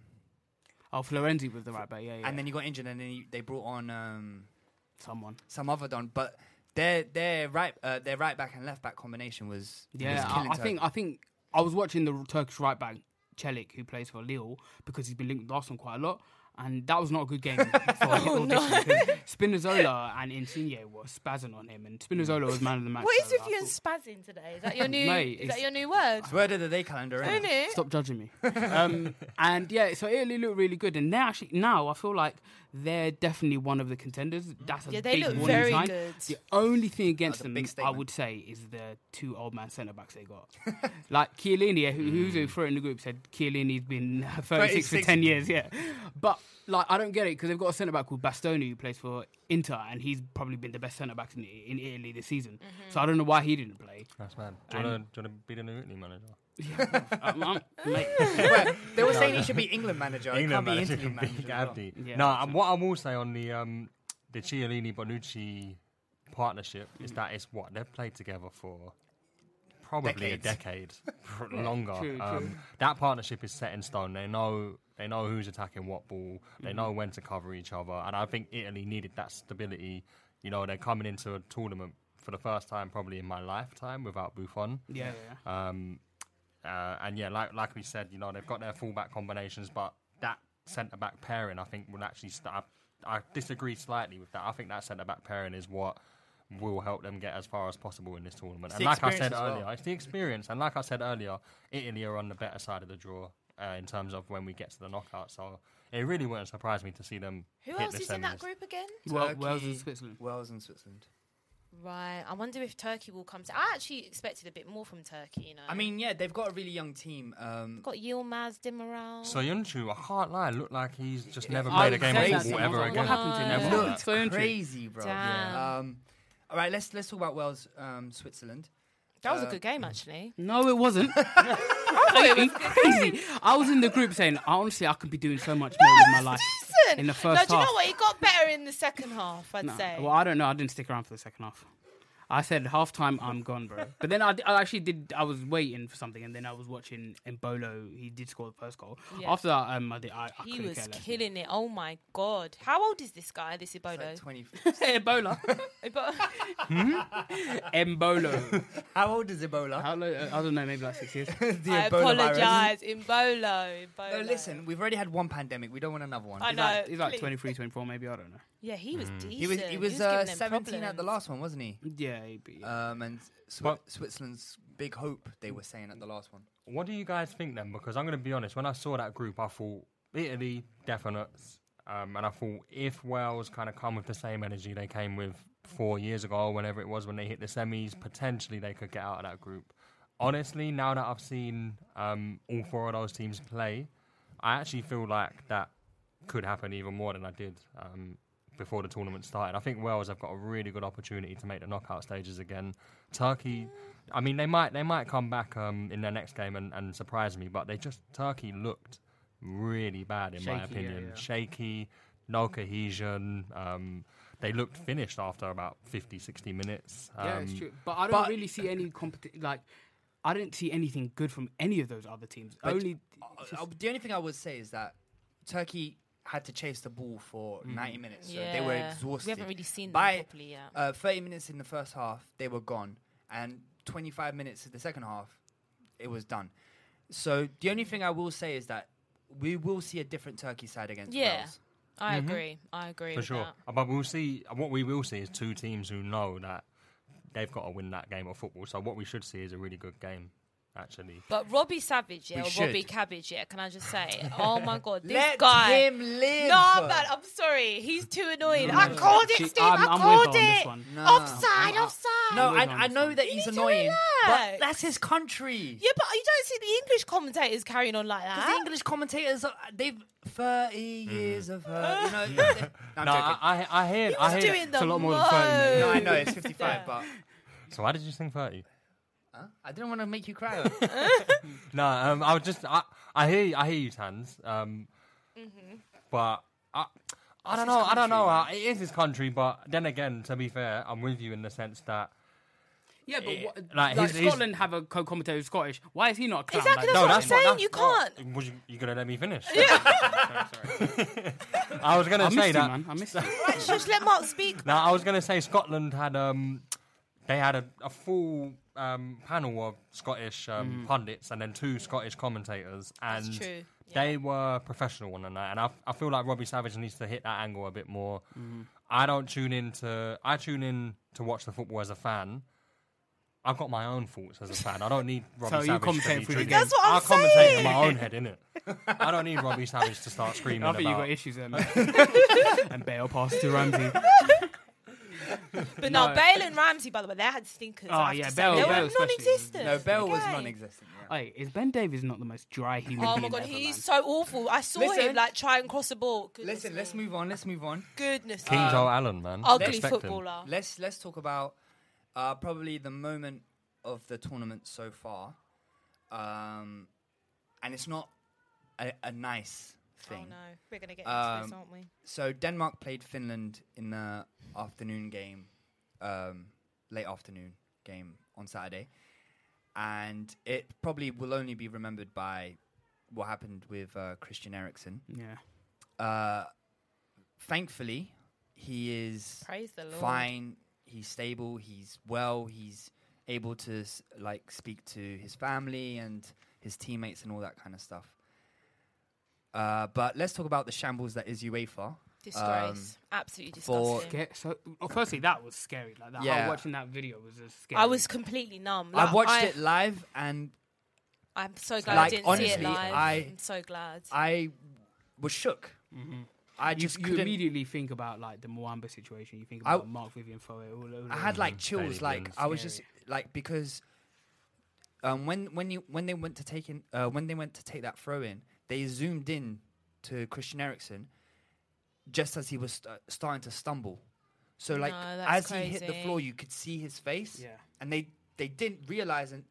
Speaker 8: Oh, Florenzi was the right back. Yeah, yeah.
Speaker 3: And then he got injured, and then he, they brought on um,
Speaker 8: someone.
Speaker 3: some other don. But their their right uh, their right back and left back combination was
Speaker 8: Yeah,
Speaker 3: was
Speaker 8: I,
Speaker 3: killing
Speaker 8: I think I think I was watching the Turkish right back Celik, who plays for Lille, because he's been linked with Arsenal quite a lot, and that was not a good game for oh, no. Spinazzola and Insigne were spazzing on him, and Spinazzola was man of the match.
Speaker 9: what is
Speaker 8: so
Speaker 9: with
Speaker 8: I
Speaker 9: you and
Speaker 8: thought,
Speaker 9: spazzing today? Is that your new?
Speaker 8: Mate,
Speaker 9: is
Speaker 8: it's-
Speaker 9: that your new word?
Speaker 3: Where did the day calendar in?
Speaker 9: Isn't it?
Speaker 8: Stop judging me. Um, and yeah, so Italy looked really good, and now actually now I feel like they're definitely one of the contenders. That's a
Speaker 9: Yeah, they
Speaker 8: big
Speaker 9: look
Speaker 8: warning
Speaker 9: very
Speaker 8: sign.
Speaker 9: good.
Speaker 8: The only thing against
Speaker 3: That's a
Speaker 8: them,
Speaker 3: big
Speaker 8: I
Speaker 3: statement.
Speaker 8: would say, is the two old man centre backs they got. like Chiellini, who,
Speaker 3: Mm.
Speaker 8: who's who threw it in the group, said Chiellini's been 36 for
Speaker 3: 36.
Speaker 8: 10 years, yeah. But like, I don't get it because they've got a centre back called Bastoni who plays for Inter, and he's probably been the best centre back in, in Italy this season. So I don't know why he didn't play.
Speaker 2: That's mad. Do you want to be the new Italy manager?
Speaker 8: Um, um, mate,
Speaker 3: They were saying he should be England manager. England can't
Speaker 2: manager
Speaker 3: be Italy
Speaker 2: can be
Speaker 3: manager. as well.
Speaker 2: Gabby.
Speaker 8: Yeah,
Speaker 2: no,
Speaker 8: that's
Speaker 2: um, what I will say on the um, the Cialini Bonucci partnership is that it's what they've played together for probably a decade pr- longer.
Speaker 8: true, true.
Speaker 2: Um, that partnership is set in stone. They know they know who's attacking what ball. They
Speaker 3: Mm-hmm.
Speaker 2: know when to cover each other, and I think Italy needed that stability. You know, they're coming into a tournament for the first time probably in my lifetime without Buffon.
Speaker 8: yeah, yeah.
Speaker 2: Um, uh, and yeah, like like we said, you know they've got their fullback combinations, but that centre back pairing, I think, will actually. St- I, I disagree slightly with that. I think that centre back pairing is what will help them get as far as possible in this tournament.
Speaker 3: the
Speaker 2: and like I said
Speaker 3: experience as well.
Speaker 2: earlier, it's the experience. And like I said earlier, Italy are on the better side of the draw uh, in terms of when we get to the knockout. So it really wouldn't surprise me to see them.
Speaker 9: Who
Speaker 2: hit
Speaker 9: else
Speaker 2: the
Speaker 9: is in that
Speaker 2: semis.
Speaker 9: group again?
Speaker 8: Well, Wales and
Speaker 3: Turkey,
Speaker 8: Switzerland.
Speaker 3: Wales and Switzerland.
Speaker 4: Right. I wonder if Turkey will come. To, I actually expected a bit more from Turkey. You know.
Speaker 3: I mean, yeah, they've got a really young team. Um,
Speaker 4: got Yilmaz Demiral.
Speaker 2: So Yunchu, I can't lie, looked like he's just never
Speaker 8: I
Speaker 9: Oh,
Speaker 2: played a
Speaker 8: was
Speaker 2: game
Speaker 8: saying that
Speaker 2: of football
Speaker 8: to him, I
Speaker 2: ever
Speaker 8: was like,
Speaker 2: again.
Speaker 8: What happened to him?
Speaker 2: Never.
Speaker 8: Look,
Speaker 2: Yeah.
Speaker 8: it's so interesting.
Speaker 3: crazy, bro.
Speaker 4: Um, Damn.
Speaker 3: Um, all right, let's let's talk about Wales, um, Switzerland.
Speaker 4: that was a good game actually.
Speaker 8: No, it wasn't. crazy, crazy. I was in the group saying, honestly, I could be doing so much more with my life in the first
Speaker 4: no, do you
Speaker 8: half.
Speaker 4: know what? It got better in the second half. I'd
Speaker 8: No.
Speaker 4: say.
Speaker 8: Well, I don't know. I didn't stick around for the second half. I said half time, I'm gone, bro. But then I, d- I actually did. I was waiting for something, and then I was watching Embolo. He did score the first goal.
Speaker 4: Yeah.
Speaker 8: After that, um, I did. I, I
Speaker 4: he
Speaker 8: couldn't
Speaker 4: was
Speaker 8: care less.
Speaker 4: killing it. Oh my god! How old is this guy? This Ebola.
Speaker 3: Like 20,
Speaker 8: Ebola.
Speaker 4: Ebola.
Speaker 8: Embolo.
Speaker 3: how old is Ebola?
Speaker 8: How lo- I don't know. Maybe like six years.
Speaker 3: the
Speaker 4: I
Speaker 3: Ebola virus.
Speaker 4: apologise, Embolo. Ebola.
Speaker 3: No, listen, we've already had one pandemic. We don't want another one.
Speaker 4: I
Speaker 8: He's
Speaker 4: know.
Speaker 8: like, he's like
Speaker 4: please.
Speaker 8: 23, 24, maybe. I don't know.
Speaker 4: Yeah, he was
Speaker 2: Mm.
Speaker 4: decent.
Speaker 3: He was he was, uh,
Speaker 4: giving them
Speaker 3: 17 at the
Speaker 4: problems.
Speaker 3: last one, wasn't he?
Speaker 8: Yeah, he'd be-
Speaker 2: Uh,
Speaker 8: yeah.
Speaker 3: Um, and Swi-
Speaker 2: But-
Speaker 3: Switzerland's big hope they were saying at the last one.
Speaker 2: What do you guys think then? Because I'm going to be honest, when I saw that group, I thought Italy, definite. Um, and I thought if Wales kind of come with the same energy they came with four years ago, whenever it was when they hit the semis, potentially they could get out of that group. Honestly, now that I've seen um, all four of those teams play, I actually feel like that could happen even more than I did um, before the tournament started. I think Wales have got a really good opportunity to make the knockout stages again. Turkey, I mean, they might they might come back um, in their next game and, and surprise me, but they just Turkey looked really bad in my
Speaker 8: Shaky, yeah,
Speaker 2: opinion.
Speaker 8: yeah.
Speaker 2: Shaky, no cohesion. Um, they looked finished after about 50, 60 minutes. Um,
Speaker 8: Yeah, it's true. But I don't
Speaker 3: but-
Speaker 8: really see any competi- like
Speaker 3: I didn't see anything good from any of those other teams.
Speaker 6: But
Speaker 3: Only
Speaker 6: uh, uh, the only thing I would say is that Turkey had to chase the ball for 90 minutes. So They were
Speaker 4: Yeah. We
Speaker 6: exhausted.
Speaker 4: haven't really seen them
Speaker 6: By,
Speaker 4: properly yet.
Speaker 6: Uh, 30 minutes in the first half, they were gone. And 25 minutes in the second half, it was done. So the only thing I will say is that we will see a different Turkey side against
Speaker 4: Yeah,
Speaker 6: Wales.
Speaker 4: I
Speaker 6: Mhm.
Speaker 4: agree. I agree
Speaker 2: Mm-hmm. for
Speaker 4: with
Speaker 2: sure.
Speaker 4: that.
Speaker 2: Uh, But we'll see. uh, What we will see is two teams who know that they've got to win that game of football. So what we should see is a really good game, actually.
Speaker 4: But Robbie Savage,
Speaker 2: We
Speaker 4: yeah, or
Speaker 2: should.
Speaker 4: Robbie Cabbage, yeah. Can I just say, oh my god, this
Speaker 6: Let
Speaker 4: guy.
Speaker 6: him live.
Speaker 4: No, man, I'm sorry. He's too annoying.
Speaker 6: No,
Speaker 4: I
Speaker 6: no, no.
Speaker 4: called it,
Speaker 6: She-
Speaker 4: Steve.
Speaker 6: I'm-
Speaker 4: I
Speaker 6: I'm with her
Speaker 4: called
Speaker 6: on this
Speaker 4: it.
Speaker 6: one. No,
Speaker 4: offside,
Speaker 6: I'm-
Speaker 4: offside.
Speaker 6: No, I, I know that he's annoying, but
Speaker 4: relax.
Speaker 6: that's his country.
Speaker 4: Yeah, but you don't see the English commentators carrying on like that.
Speaker 3: Ah.
Speaker 6: The English commentators, are, they've 30 years of her. You know, they-
Speaker 2: No,
Speaker 6: Mm. I'm
Speaker 2: I,
Speaker 6: joking.
Speaker 2: I, I hear.
Speaker 6: He
Speaker 2: I
Speaker 6: was
Speaker 2: hear
Speaker 6: doing It's a the lot more than 30 minutes. No, I know, it's 55, but-
Speaker 2: So why did you think thirty?
Speaker 6: Huh? I didn't want to make you cry.
Speaker 2: No, um, I was just. I, I hear. You, I hear you, Tans. Um,
Speaker 4: Mm-hmm.
Speaker 2: but I, I
Speaker 6: It's
Speaker 2: don't
Speaker 6: his
Speaker 2: know. I
Speaker 6: country,
Speaker 2: don't know.
Speaker 6: man.
Speaker 2: Uh, It is his country, but then again, to be fair, I'm with you in the sense that.
Speaker 3: yeah, but
Speaker 2: eh,
Speaker 3: what,
Speaker 2: like,
Speaker 3: like,
Speaker 2: his- his-
Speaker 3: Scotland have a co-commentator who's Scottish. Why is he not a clown?
Speaker 4: Exactly,
Speaker 3: Like,
Speaker 4: that's what I'm saying. you can't.
Speaker 2: Was you, you gonna let me finish?
Speaker 3: Sorry.
Speaker 2: I was gonna
Speaker 3: I
Speaker 2: say
Speaker 3: missed you,
Speaker 2: that.
Speaker 3: man. I missed you.
Speaker 4: Right, shush, let Mark speak.
Speaker 2: Now I was going to say Scotland had um, they had a, a full um, panel of Scottish um,
Speaker 4: Mm.
Speaker 2: pundits and then two Scottish commentators, and
Speaker 4: That's true,
Speaker 2: they were professional on the night. And I, I feel like Robbie Savage needs to hit that angle a bit more.
Speaker 3: Mm-hmm.
Speaker 2: I don't tune in to I tune in to watch the football as a fan. I've got my own thoughts as a fan. I don't need Robbie
Speaker 3: So you
Speaker 2: Savage. to
Speaker 3: commentate
Speaker 2: be
Speaker 3: through the
Speaker 2: tuned
Speaker 3: game.
Speaker 2: in.
Speaker 3: That's what I'm
Speaker 2: I commentate in
Speaker 3: saying.
Speaker 2: my own head, innit? I don't need Robbie Savage to start screaming.
Speaker 3: I think you
Speaker 2: about-
Speaker 3: got issues there, man. and Bale passed to Ramsey.
Speaker 4: But no,
Speaker 3: No.
Speaker 4: Bale and Ramsey, by the way, they had stinkers.
Speaker 3: Oh
Speaker 4: I have
Speaker 3: yeah,
Speaker 4: to say.
Speaker 3: Bell.
Speaker 4: they
Speaker 3: Bell
Speaker 4: were non-existent.
Speaker 3: No,
Speaker 6: Bell was non-existent.
Speaker 3: Hey, is Ben Davies not the most dry human
Speaker 4: Oh
Speaker 3: being
Speaker 4: my god,
Speaker 3: ever,
Speaker 4: he's
Speaker 3: man?
Speaker 4: so awful. I saw him
Speaker 6: Listen.
Speaker 4: like try and cross the ball. Goodness
Speaker 6: Listen,
Speaker 4: me.
Speaker 6: let's move on. Let's move on.
Speaker 4: Goodness.
Speaker 2: King
Speaker 3: Um,
Speaker 4: me.
Speaker 2: Joe Allen, man.
Speaker 4: Ugly
Speaker 2: Respect him.
Speaker 4: footballer.
Speaker 6: Let's let's talk about uh, probably the moment of the tournament so far, um, and it's not a, a nice thing.
Speaker 4: no. We're gonna get into
Speaker 6: um,
Speaker 4: this, aren't we?
Speaker 6: So Denmark played Finland in the afternoon game, um, late afternoon game on Saturday, and it probably will only be remembered by what happened with uh, Christian Eriksen.
Speaker 3: Yeah.
Speaker 6: Uh, thankfully, he is
Speaker 4: Praise the Lord.
Speaker 6: fine. He's stable. He's well. He's able to s- like speak to his family and his teammates and all that kind of stuff. Uh, but let's talk about the shambles that is UEFA. um,
Speaker 4: Disgrace. Absolutely
Speaker 6: for-
Speaker 4: disgusting.
Speaker 3: Sca- so, well, firstly, that was scary. Like that,
Speaker 6: Yeah.
Speaker 3: how watching that video was just scary.
Speaker 4: I was completely numb.
Speaker 6: I
Speaker 4: Like,
Speaker 6: watched
Speaker 4: I-
Speaker 6: it live and
Speaker 4: I'm so glad I
Speaker 6: like,
Speaker 4: didn't see it
Speaker 6: honestly,
Speaker 4: live.
Speaker 6: I-
Speaker 4: am so glad.
Speaker 6: I was shook. I
Speaker 3: You-
Speaker 6: just
Speaker 3: you,
Speaker 6: couldn't-
Speaker 3: immediately think about like the Mwamba situation. You think
Speaker 6: I-
Speaker 3: about Mark Vivian Foe. All, all
Speaker 6: I had like
Speaker 3: over.
Speaker 6: chills. Like I was just like because um, when when you when they went to take in uh, when they went to take that throw in, they zoomed in to Christian Eriksen just as he was st- starting to stumble. So like
Speaker 3: No,
Speaker 6: as
Speaker 3: that's
Speaker 6: he hit the
Speaker 3: crazy.
Speaker 6: floor, you could see his face.
Speaker 3: Yeah.
Speaker 6: and they they didn't realize and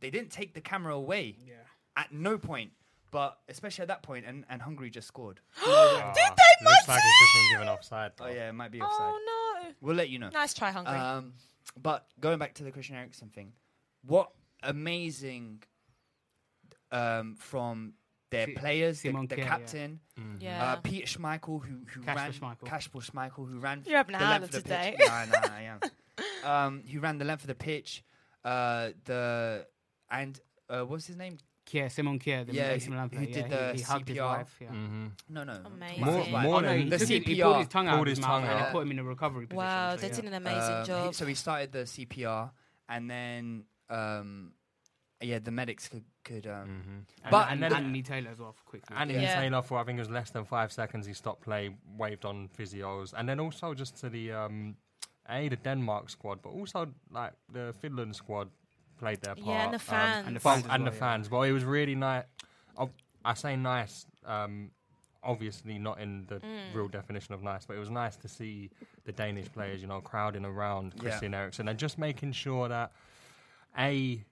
Speaker 6: they didn't take the camera away. Yeah, at no point. But especially at that point, and, and Hungary just scored.
Speaker 2: Did they Looks like it's just been given offside.
Speaker 6: Oh yeah, it might be offside. Oh
Speaker 4: no.
Speaker 6: We'll let you know.
Speaker 4: Nice try, Hungary.
Speaker 6: Um, but going back to the Christian Eriksen thing, what amazing um, from their
Speaker 3: Si-
Speaker 6: players, the,
Speaker 3: Simon
Speaker 6: the
Speaker 3: Kjær, yeah.
Speaker 6: captain,
Speaker 3: Mhm.
Speaker 6: uh,
Speaker 3: Yeah.
Speaker 6: Peter Schmeichel, who who
Speaker 3: Kasper
Speaker 6: ran
Speaker 3: Schmeichel.
Speaker 6: Kasper Schmeichel, who ran
Speaker 4: You're having
Speaker 6: the
Speaker 4: a
Speaker 6: length of
Speaker 4: howler
Speaker 6: the pitch.
Speaker 4: today.
Speaker 6: yeah, nah, I am. Um, who ran the length of the pitch? Uh, the and uh, what's his name?
Speaker 3: Kier, Simon Kier, the
Speaker 6: Yeah,
Speaker 3: AC
Speaker 6: who-
Speaker 3: Milan
Speaker 6: who
Speaker 3: player,
Speaker 6: did
Speaker 3: yeah,
Speaker 6: the
Speaker 3: he, he hugged his
Speaker 6: CPR.
Speaker 3: wife. Yeah.
Speaker 6: No, no.
Speaker 4: Amazing.
Speaker 2: More- more
Speaker 3: oh, no, he
Speaker 2: than-
Speaker 3: took
Speaker 2: The
Speaker 3: it- He
Speaker 6: CPR.
Speaker 3: pulled his tongue out.
Speaker 2: Pulled
Speaker 3: of his
Speaker 2: his
Speaker 3: mouth
Speaker 2: tongue
Speaker 3: and
Speaker 2: out.
Speaker 3: they put him in a recovery position.
Speaker 4: Wow,
Speaker 3: so,
Speaker 4: they
Speaker 3: yeah.
Speaker 4: did an amazing
Speaker 6: Um, he-
Speaker 4: job.
Speaker 6: so he started the CPR, and then um, yeah, the medics could could.
Speaker 3: Mm,
Speaker 6: Um, But
Speaker 3: and,
Speaker 6: the-
Speaker 3: and Anthony Taylor as well, quickly.
Speaker 2: Anthony
Speaker 6: Yeah.
Speaker 2: Taylor, for I think it was less than five seconds, he stopped play, waved on physios, and then also just to the um, a the Denmark squad, but also like the Finland squad played their part. um,
Speaker 4: Yeah, and the fans.
Speaker 2: and
Speaker 4: And
Speaker 2: the
Speaker 4: the
Speaker 2: fans.
Speaker 4: fans as
Speaker 2: and
Speaker 4: well,
Speaker 2: the
Speaker 4: yeah.
Speaker 2: fans. Well, it was really nice. I, I say nice. Um, obviously not in the
Speaker 4: Mm.
Speaker 2: real definition of nice, but it was nice to see the Danish players, you know, crowding around
Speaker 6: Yeah.
Speaker 2: Christian Eriksen and just making sure that a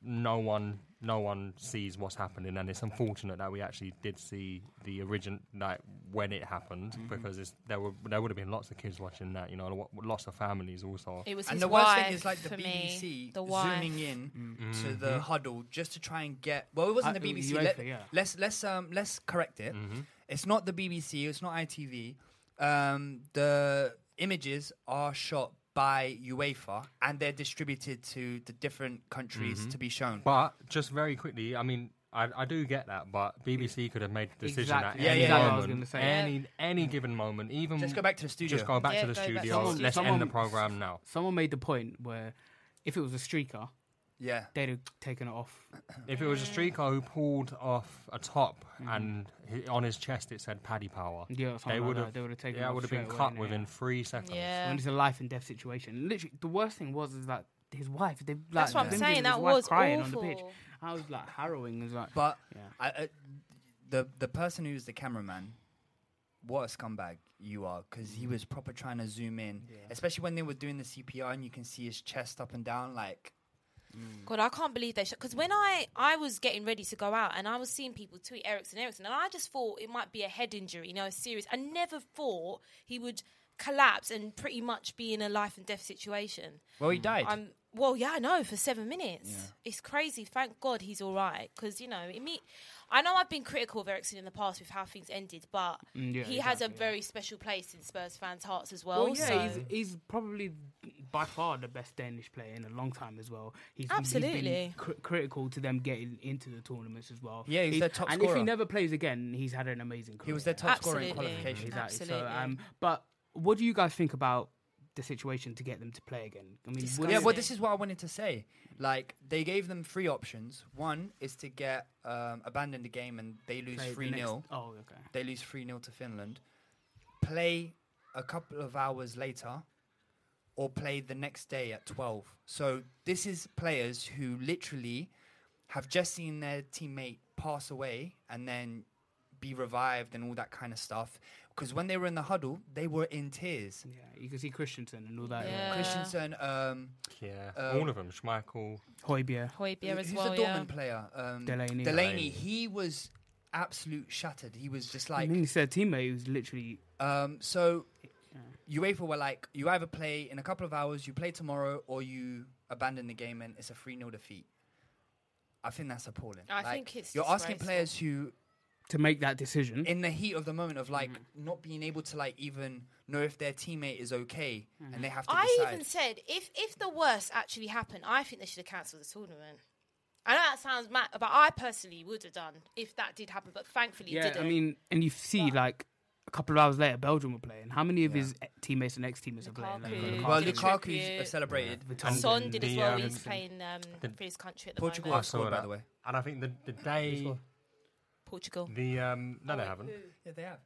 Speaker 2: no one no one sees what's happening, and it's unfortunate that we actually did see the origin like when it happened
Speaker 4: Mm-hmm.
Speaker 6: Mhm.
Speaker 2: because it's, there were there would have been lots of kids watching that, you know, lo- lots of families also.
Speaker 4: It was
Speaker 6: and
Speaker 4: his
Speaker 6: the worst thing
Speaker 4: wife
Speaker 6: is like the
Speaker 4: for
Speaker 6: BBC
Speaker 4: me. The wife.
Speaker 6: zooming in
Speaker 2: Mm.
Speaker 6: to
Speaker 2: Mhm.
Speaker 6: the huddle just to try and get. Well, it wasn't
Speaker 3: Mm-hmm. Uh,
Speaker 6: the BBC.
Speaker 3: UEFA,
Speaker 6: Let,
Speaker 3: yeah. Mm-hmm.
Speaker 6: Let's let's um let's correct it. It's not the BBC. It's not ITV. Um, the images are shot by UEFA and they're distributed to the different countries
Speaker 2: Mhm.
Speaker 6: to be shown.
Speaker 2: But just very quickly, I mean, I, I do get that, but BBC could have made the decision
Speaker 3: Exactly.
Speaker 2: at
Speaker 3: Yeah,
Speaker 2: any
Speaker 3: yeah, yeah. I was
Speaker 2: moment,
Speaker 3: gonna say.
Speaker 2: any any given moment, even
Speaker 6: Just go back to the studio.
Speaker 2: Just go back
Speaker 6: Yeah,
Speaker 2: to the
Speaker 6: go back to the
Speaker 2: studio.
Speaker 6: studio.
Speaker 2: Let's end the program
Speaker 3: s-
Speaker 2: now.
Speaker 3: Someone made the point where if it was a streaker,
Speaker 6: yeah,
Speaker 3: they'd have taken it off.
Speaker 2: If it was a streaker who pulled off a top and hi on his chest it said "Paddy Power,"
Speaker 3: Mm-hmm. Yeah, something like
Speaker 2: would
Speaker 3: that.
Speaker 2: have
Speaker 3: They would have taken
Speaker 2: yeah,
Speaker 3: it off
Speaker 2: would have been
Speaker 3: straight away,
Speaker 2: cut
Speaker 3: innit?
Speaker 2: within three seconds.
Speaker 4: Yeah.
Speaker 3: when it's a life and death situation. Literally, the worst thing was is that his wife. They, like,
Speaker 4: That's what I'm
Speaker 3: them
Speaker 4: saying,
Speaker 3: giving
Speaker 4: that
Speaker 3: his wife
Speaker 4: was
Speaker 3: crying on the pitch.
Speaker 4: awful.
Speaker 3: I was like harrowing. Is like,
Speaker 6: But
Speaker 3: yeah.
Speaker 6: I, I, the the person who's the cameraman, what a scumbag you are! Because
Speaker 3: Mm.
Speaker 6: he was proper trying to zoom in, especially when they were doing the CPR and you can see his chest up and down. Like,
Speaker 4: God, I can't believe they shut. Because when I I was getting ready to go out and I was seeing people tweet Ericsson, Ericsson, and I just thought it might be a head injury, you know, serious. I never thought he would collapse and pretty much be in a life and death situation.
Speaker 6: well,
Speaker 3: Mm.
Speaker 6: he died.
Speaker 4: I'm well, yeah, I know for seven minutes.
Speaker 6: Yeah.
Speaker 4: It's crazy. Thank God he's all right because you know it me. I know I've been critical of Ericsson in the past with how things ended, but
Speaker 3: Mm, yeah,
Speaker 4: he has a
Speaker 3: exactly, yeah.
Speaker 4: very special place in Spurs fans' hearts as well.
Speaker 3: Well, yeah,
Speaker 4: so-
Speaker 3: he's, he's probably by far the best Danish player in a long time as well. He's, he's been
Speaker 4: Absolutely.
Speaker 3: cri- critical to them getting into the tournaments as well.
Speaker 6: Yeah, he's
Speaker 3: He-
Speaker 6: their top
Speaker 3: And if he
Speaker 6: scorer.
Speaker 3: never plays again, he's had an amazing career.
Speaker 6: He was their top scorer in Absolutely. qualification.
Speaker 3: Exactly. So,
Speaker 6: Absolutely.
Speaker 3: um, but what do you guys think about the situation to get them to play again? I mean, would
Speaker 6: yeah,
Speaker 3: it-
Speaker 6: well, this is what I wanted to say. Like, they gave them three options. One is to get um, abandon the game and they lose
Speaker 3: Play the
Speaker 6: three 0
Speaker 3: next- oh, okay.
Speaker 6: They lose three 0 to Finland. Play a couple of hours later, or play the next day at twelve. So this is players who literally have just seen their teammate pass away and then be revived and all that kind of stuff. Because when they were in the huddle, they were in tears.
Speaker 3: Yeah, you can see Christensen and all that.
Speaker 4: Yeah.
Speaker 6: Christensen, um,
Speaker 2: Yeah,
Speaker 3: Uh,
Speaker 6: um,
Speaker 2: all of them. Schmeichel,
Speaker 3: Hoybier.
Speaker 4: Hojbjerg
Speaker 6: Who-
Speaker 4: as
Speaker 6: Who's
Speaker 4: well,
Speaker 6: the
Speaker 4: yeah.
Speaker 6: Dortmund player? Um,
Speaker 3: Delaney. Delaney.
Speaker 6: Delaney. He was absolute shattered. He was just
Speaker 3: I
Speaker 6: like.
Speaker 3: mean, it's their teammate who's literally
Speaker 6: Um, so UEFA were like, you either play in a couple of hours, you play tomorrow, or you abandon the game and it's a 3 0 defeat. I think that's appalling.
Speaker 4: I
Speaker 6: Like,
Speaker 4: think it's
Speaker 6: You're asking
Speaker 4: disgraceful.
Speaker 6: players who,
Speaker 3: to make that decision.
Speaker 6: in the heat of the moment, of like not being able to like even know if their teammate is okay and they have to
Speaker 4: I
Speaker 6: decide.
Speaker 4: even said if if the worst actually happened, I think they should have cancelled the tournament. I know that sounds mad, but I personally would have done if that did happen. But thankfully,
Speaker 3: yeah,
Speaker 4: it didn't.
Speaker 3: I mean, and you see like a couple of hours later, Belgium were playing. How many of his e- teammates and ex-teammates are playing? Like,
Speaker 4: Lukaku.
Speaker 6: well,
Speaker 4: Give
Speaker 6: Lukaku's
Speaker 4: tribute.
Speaker 6: uh, celebrated.
Speaker 3: And
Speaker 4: Son did as well.
Speaker 2: the,
Speaker 4: he's
Speaker 2: um,
Speaker 4: playing um,
Speaker 2: the-
Speaker 4: for his country at the
Speaker 6: Portugal
Speaker 2: I
Speaker 4: moment.
Speaker 6: have
Speaker 2: saw
Speaker 6: scored, by
Speaker 2: that.
Speaker 6: the way.
Speaker 2: And I think the the day
Speaker 4: Portugal.
Speaker 2: the um no they haven't.
Speaker 6: Yeah, they have.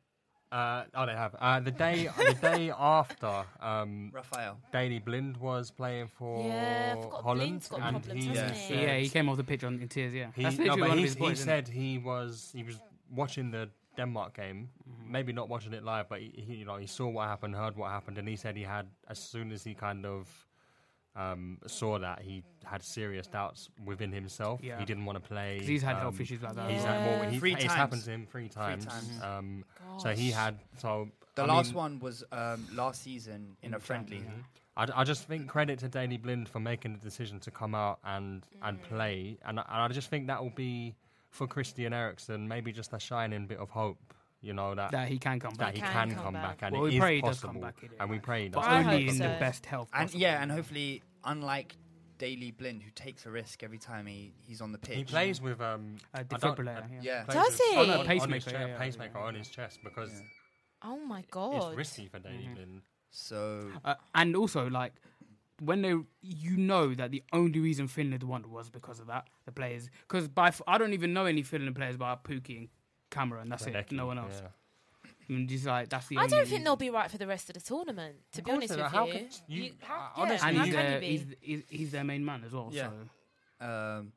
Speaker 2: Uh, oh, they have. Uh, the day the day after um,
Speaker 6: Raphael.
Speaker 2: Daley Blind was playing for
Speaker 4: Yeah, I forgot
Speaker 2: Holland,
Speaker 4: Blind's got
Speaker 2: and
Speaker 4: problems,
Speaker 2: he
Speaker 4: hasn't
Speaker 2: said-
Speaker 3: yeah, he came off the pitch on in tears. Yeah,
Speaker 2: He,
Speaker 3: that's
Speaker 2: no,
Speaker 3: literally
Speaker 2: but
Speaker 3: one of
Speaker 2: he,
Speaker 3: his
Speaker 2: he
Speaker 3: boys. isn't
Speaker 2: said he was he was watching the Denmark game,
Speaker 3: Mm-hmm.
Speaker 2: maybe not watching it live, but he, he you know he saw what happened, heard what happened, and he said he had as soon as he kind of um, saw that he had serious doubts within himself.
Speaker 3: Yeah.
Speaker 2: He didn't want to play.
Speaker 3: 'Cause he's had
Speaker 2: um,
Speaker 3: health issues like that
Speaker 2: He's
Speaker 3: as
Speaker 2: had
Speaker 3: well.
Speaker 2: more. He,
Speaker 6: Three
Speaker 2: it's
Speaker 6: times.
Speaker 2: happened to him three times.
Speaker 6: times.
Speaker 2: Um, so he
Speaker 6: Gosh.
Speaker 2: had so
Speaker 6: The
Speaker 2: I
Speaker 6: last
Speaker 2: mean,
Speaker 6: one was um, last season in a friendly.
Speaker 2: I, I just think credit to Daley Blind for making the decision to come out and, and play. And, I- and I just think that will be, for Christian Eriksen, maybe just a shining bit of hope. You know, that,
Speaker 3: That he can come back.
Speaker 2: That he can, come back. And
Speaker 3: Well,
Speaker 2: it
Speaker 3: we
Speaker 2: is
Speaker 3: pray he does
Speaker 2: possible.
Speaker 3: come back, innit?
Speaker 2: and we pray he
Speaker 3: But
Speaker 2: does.
Speaker 3: I only hope in the so. best health
Speaker 6: And
Speaker 3: possible.
Speaker 6: yeah, and hopefully, unlike Daily Blind, who takes a risk every time he, he's on the pitch.
Speaker 2: He plays with um,
Speaker 3: A
Speaker 2: I don't-
Speaker 3: defibrillator,
Speaker 2: uh,
Speaker 3: yeah.
Speaker 6: Yeah.
Speaker 2: plays
Speaker 4: Does
Speaker 2: with-
Speaker 4: he?
Speaker 2: on- on his
Speaker 3: Pacemaker,
Speaker 2: chest-
Speaker 3: yeah, yeah,
Speaker 2: pacemaker on his chest because
Speaker 4: Oh my
Speaker 2: it's
Speaker 4: god!
Speaker 2: risky for Daley
Speaker 3: Mm-hmm.
Speaker 2: Blind.
Speaker 6: So
Speaker 3: Uh, and also, like, when they, you know that the only reason Finland won was because of that. The players, because by f- I don't even know any Finland players but Pookie and Camera, and that's it.
Speaker 2: Lecky,
Speaker 3: No one else.
Speaker 2: yeah.
Speaker 3: I mean, just like that's the.
Speaker 4: I
Speaker 3: only
Speaker 4: don't think
Speaker 3: reason.
Speaker 4: they'll be right for the rest of the tournament. To be
Speaker 2: course
Speaker 4: honest
Speaker 2: they're
Speaker 4: with
Speaker 2: not.
Speaker 4: you,
Speaker 2: How could you-
Speaker 4: You- how-
Speaker 2: I-
Speaker 4: yeah,
Speaker 2: honestly,
Speaker 3: And
Speaker 4: how
Speaker 3: he's,
Speaker 4: can
Speaker 3: their,
Speaker 4: you
Speaker 3: he's,
Speaker 4: be?
Speaker 3: he's, he's their main man as well.
Speaker 6: Yeah.
Speaker 3: So,
Speaker 6: Um,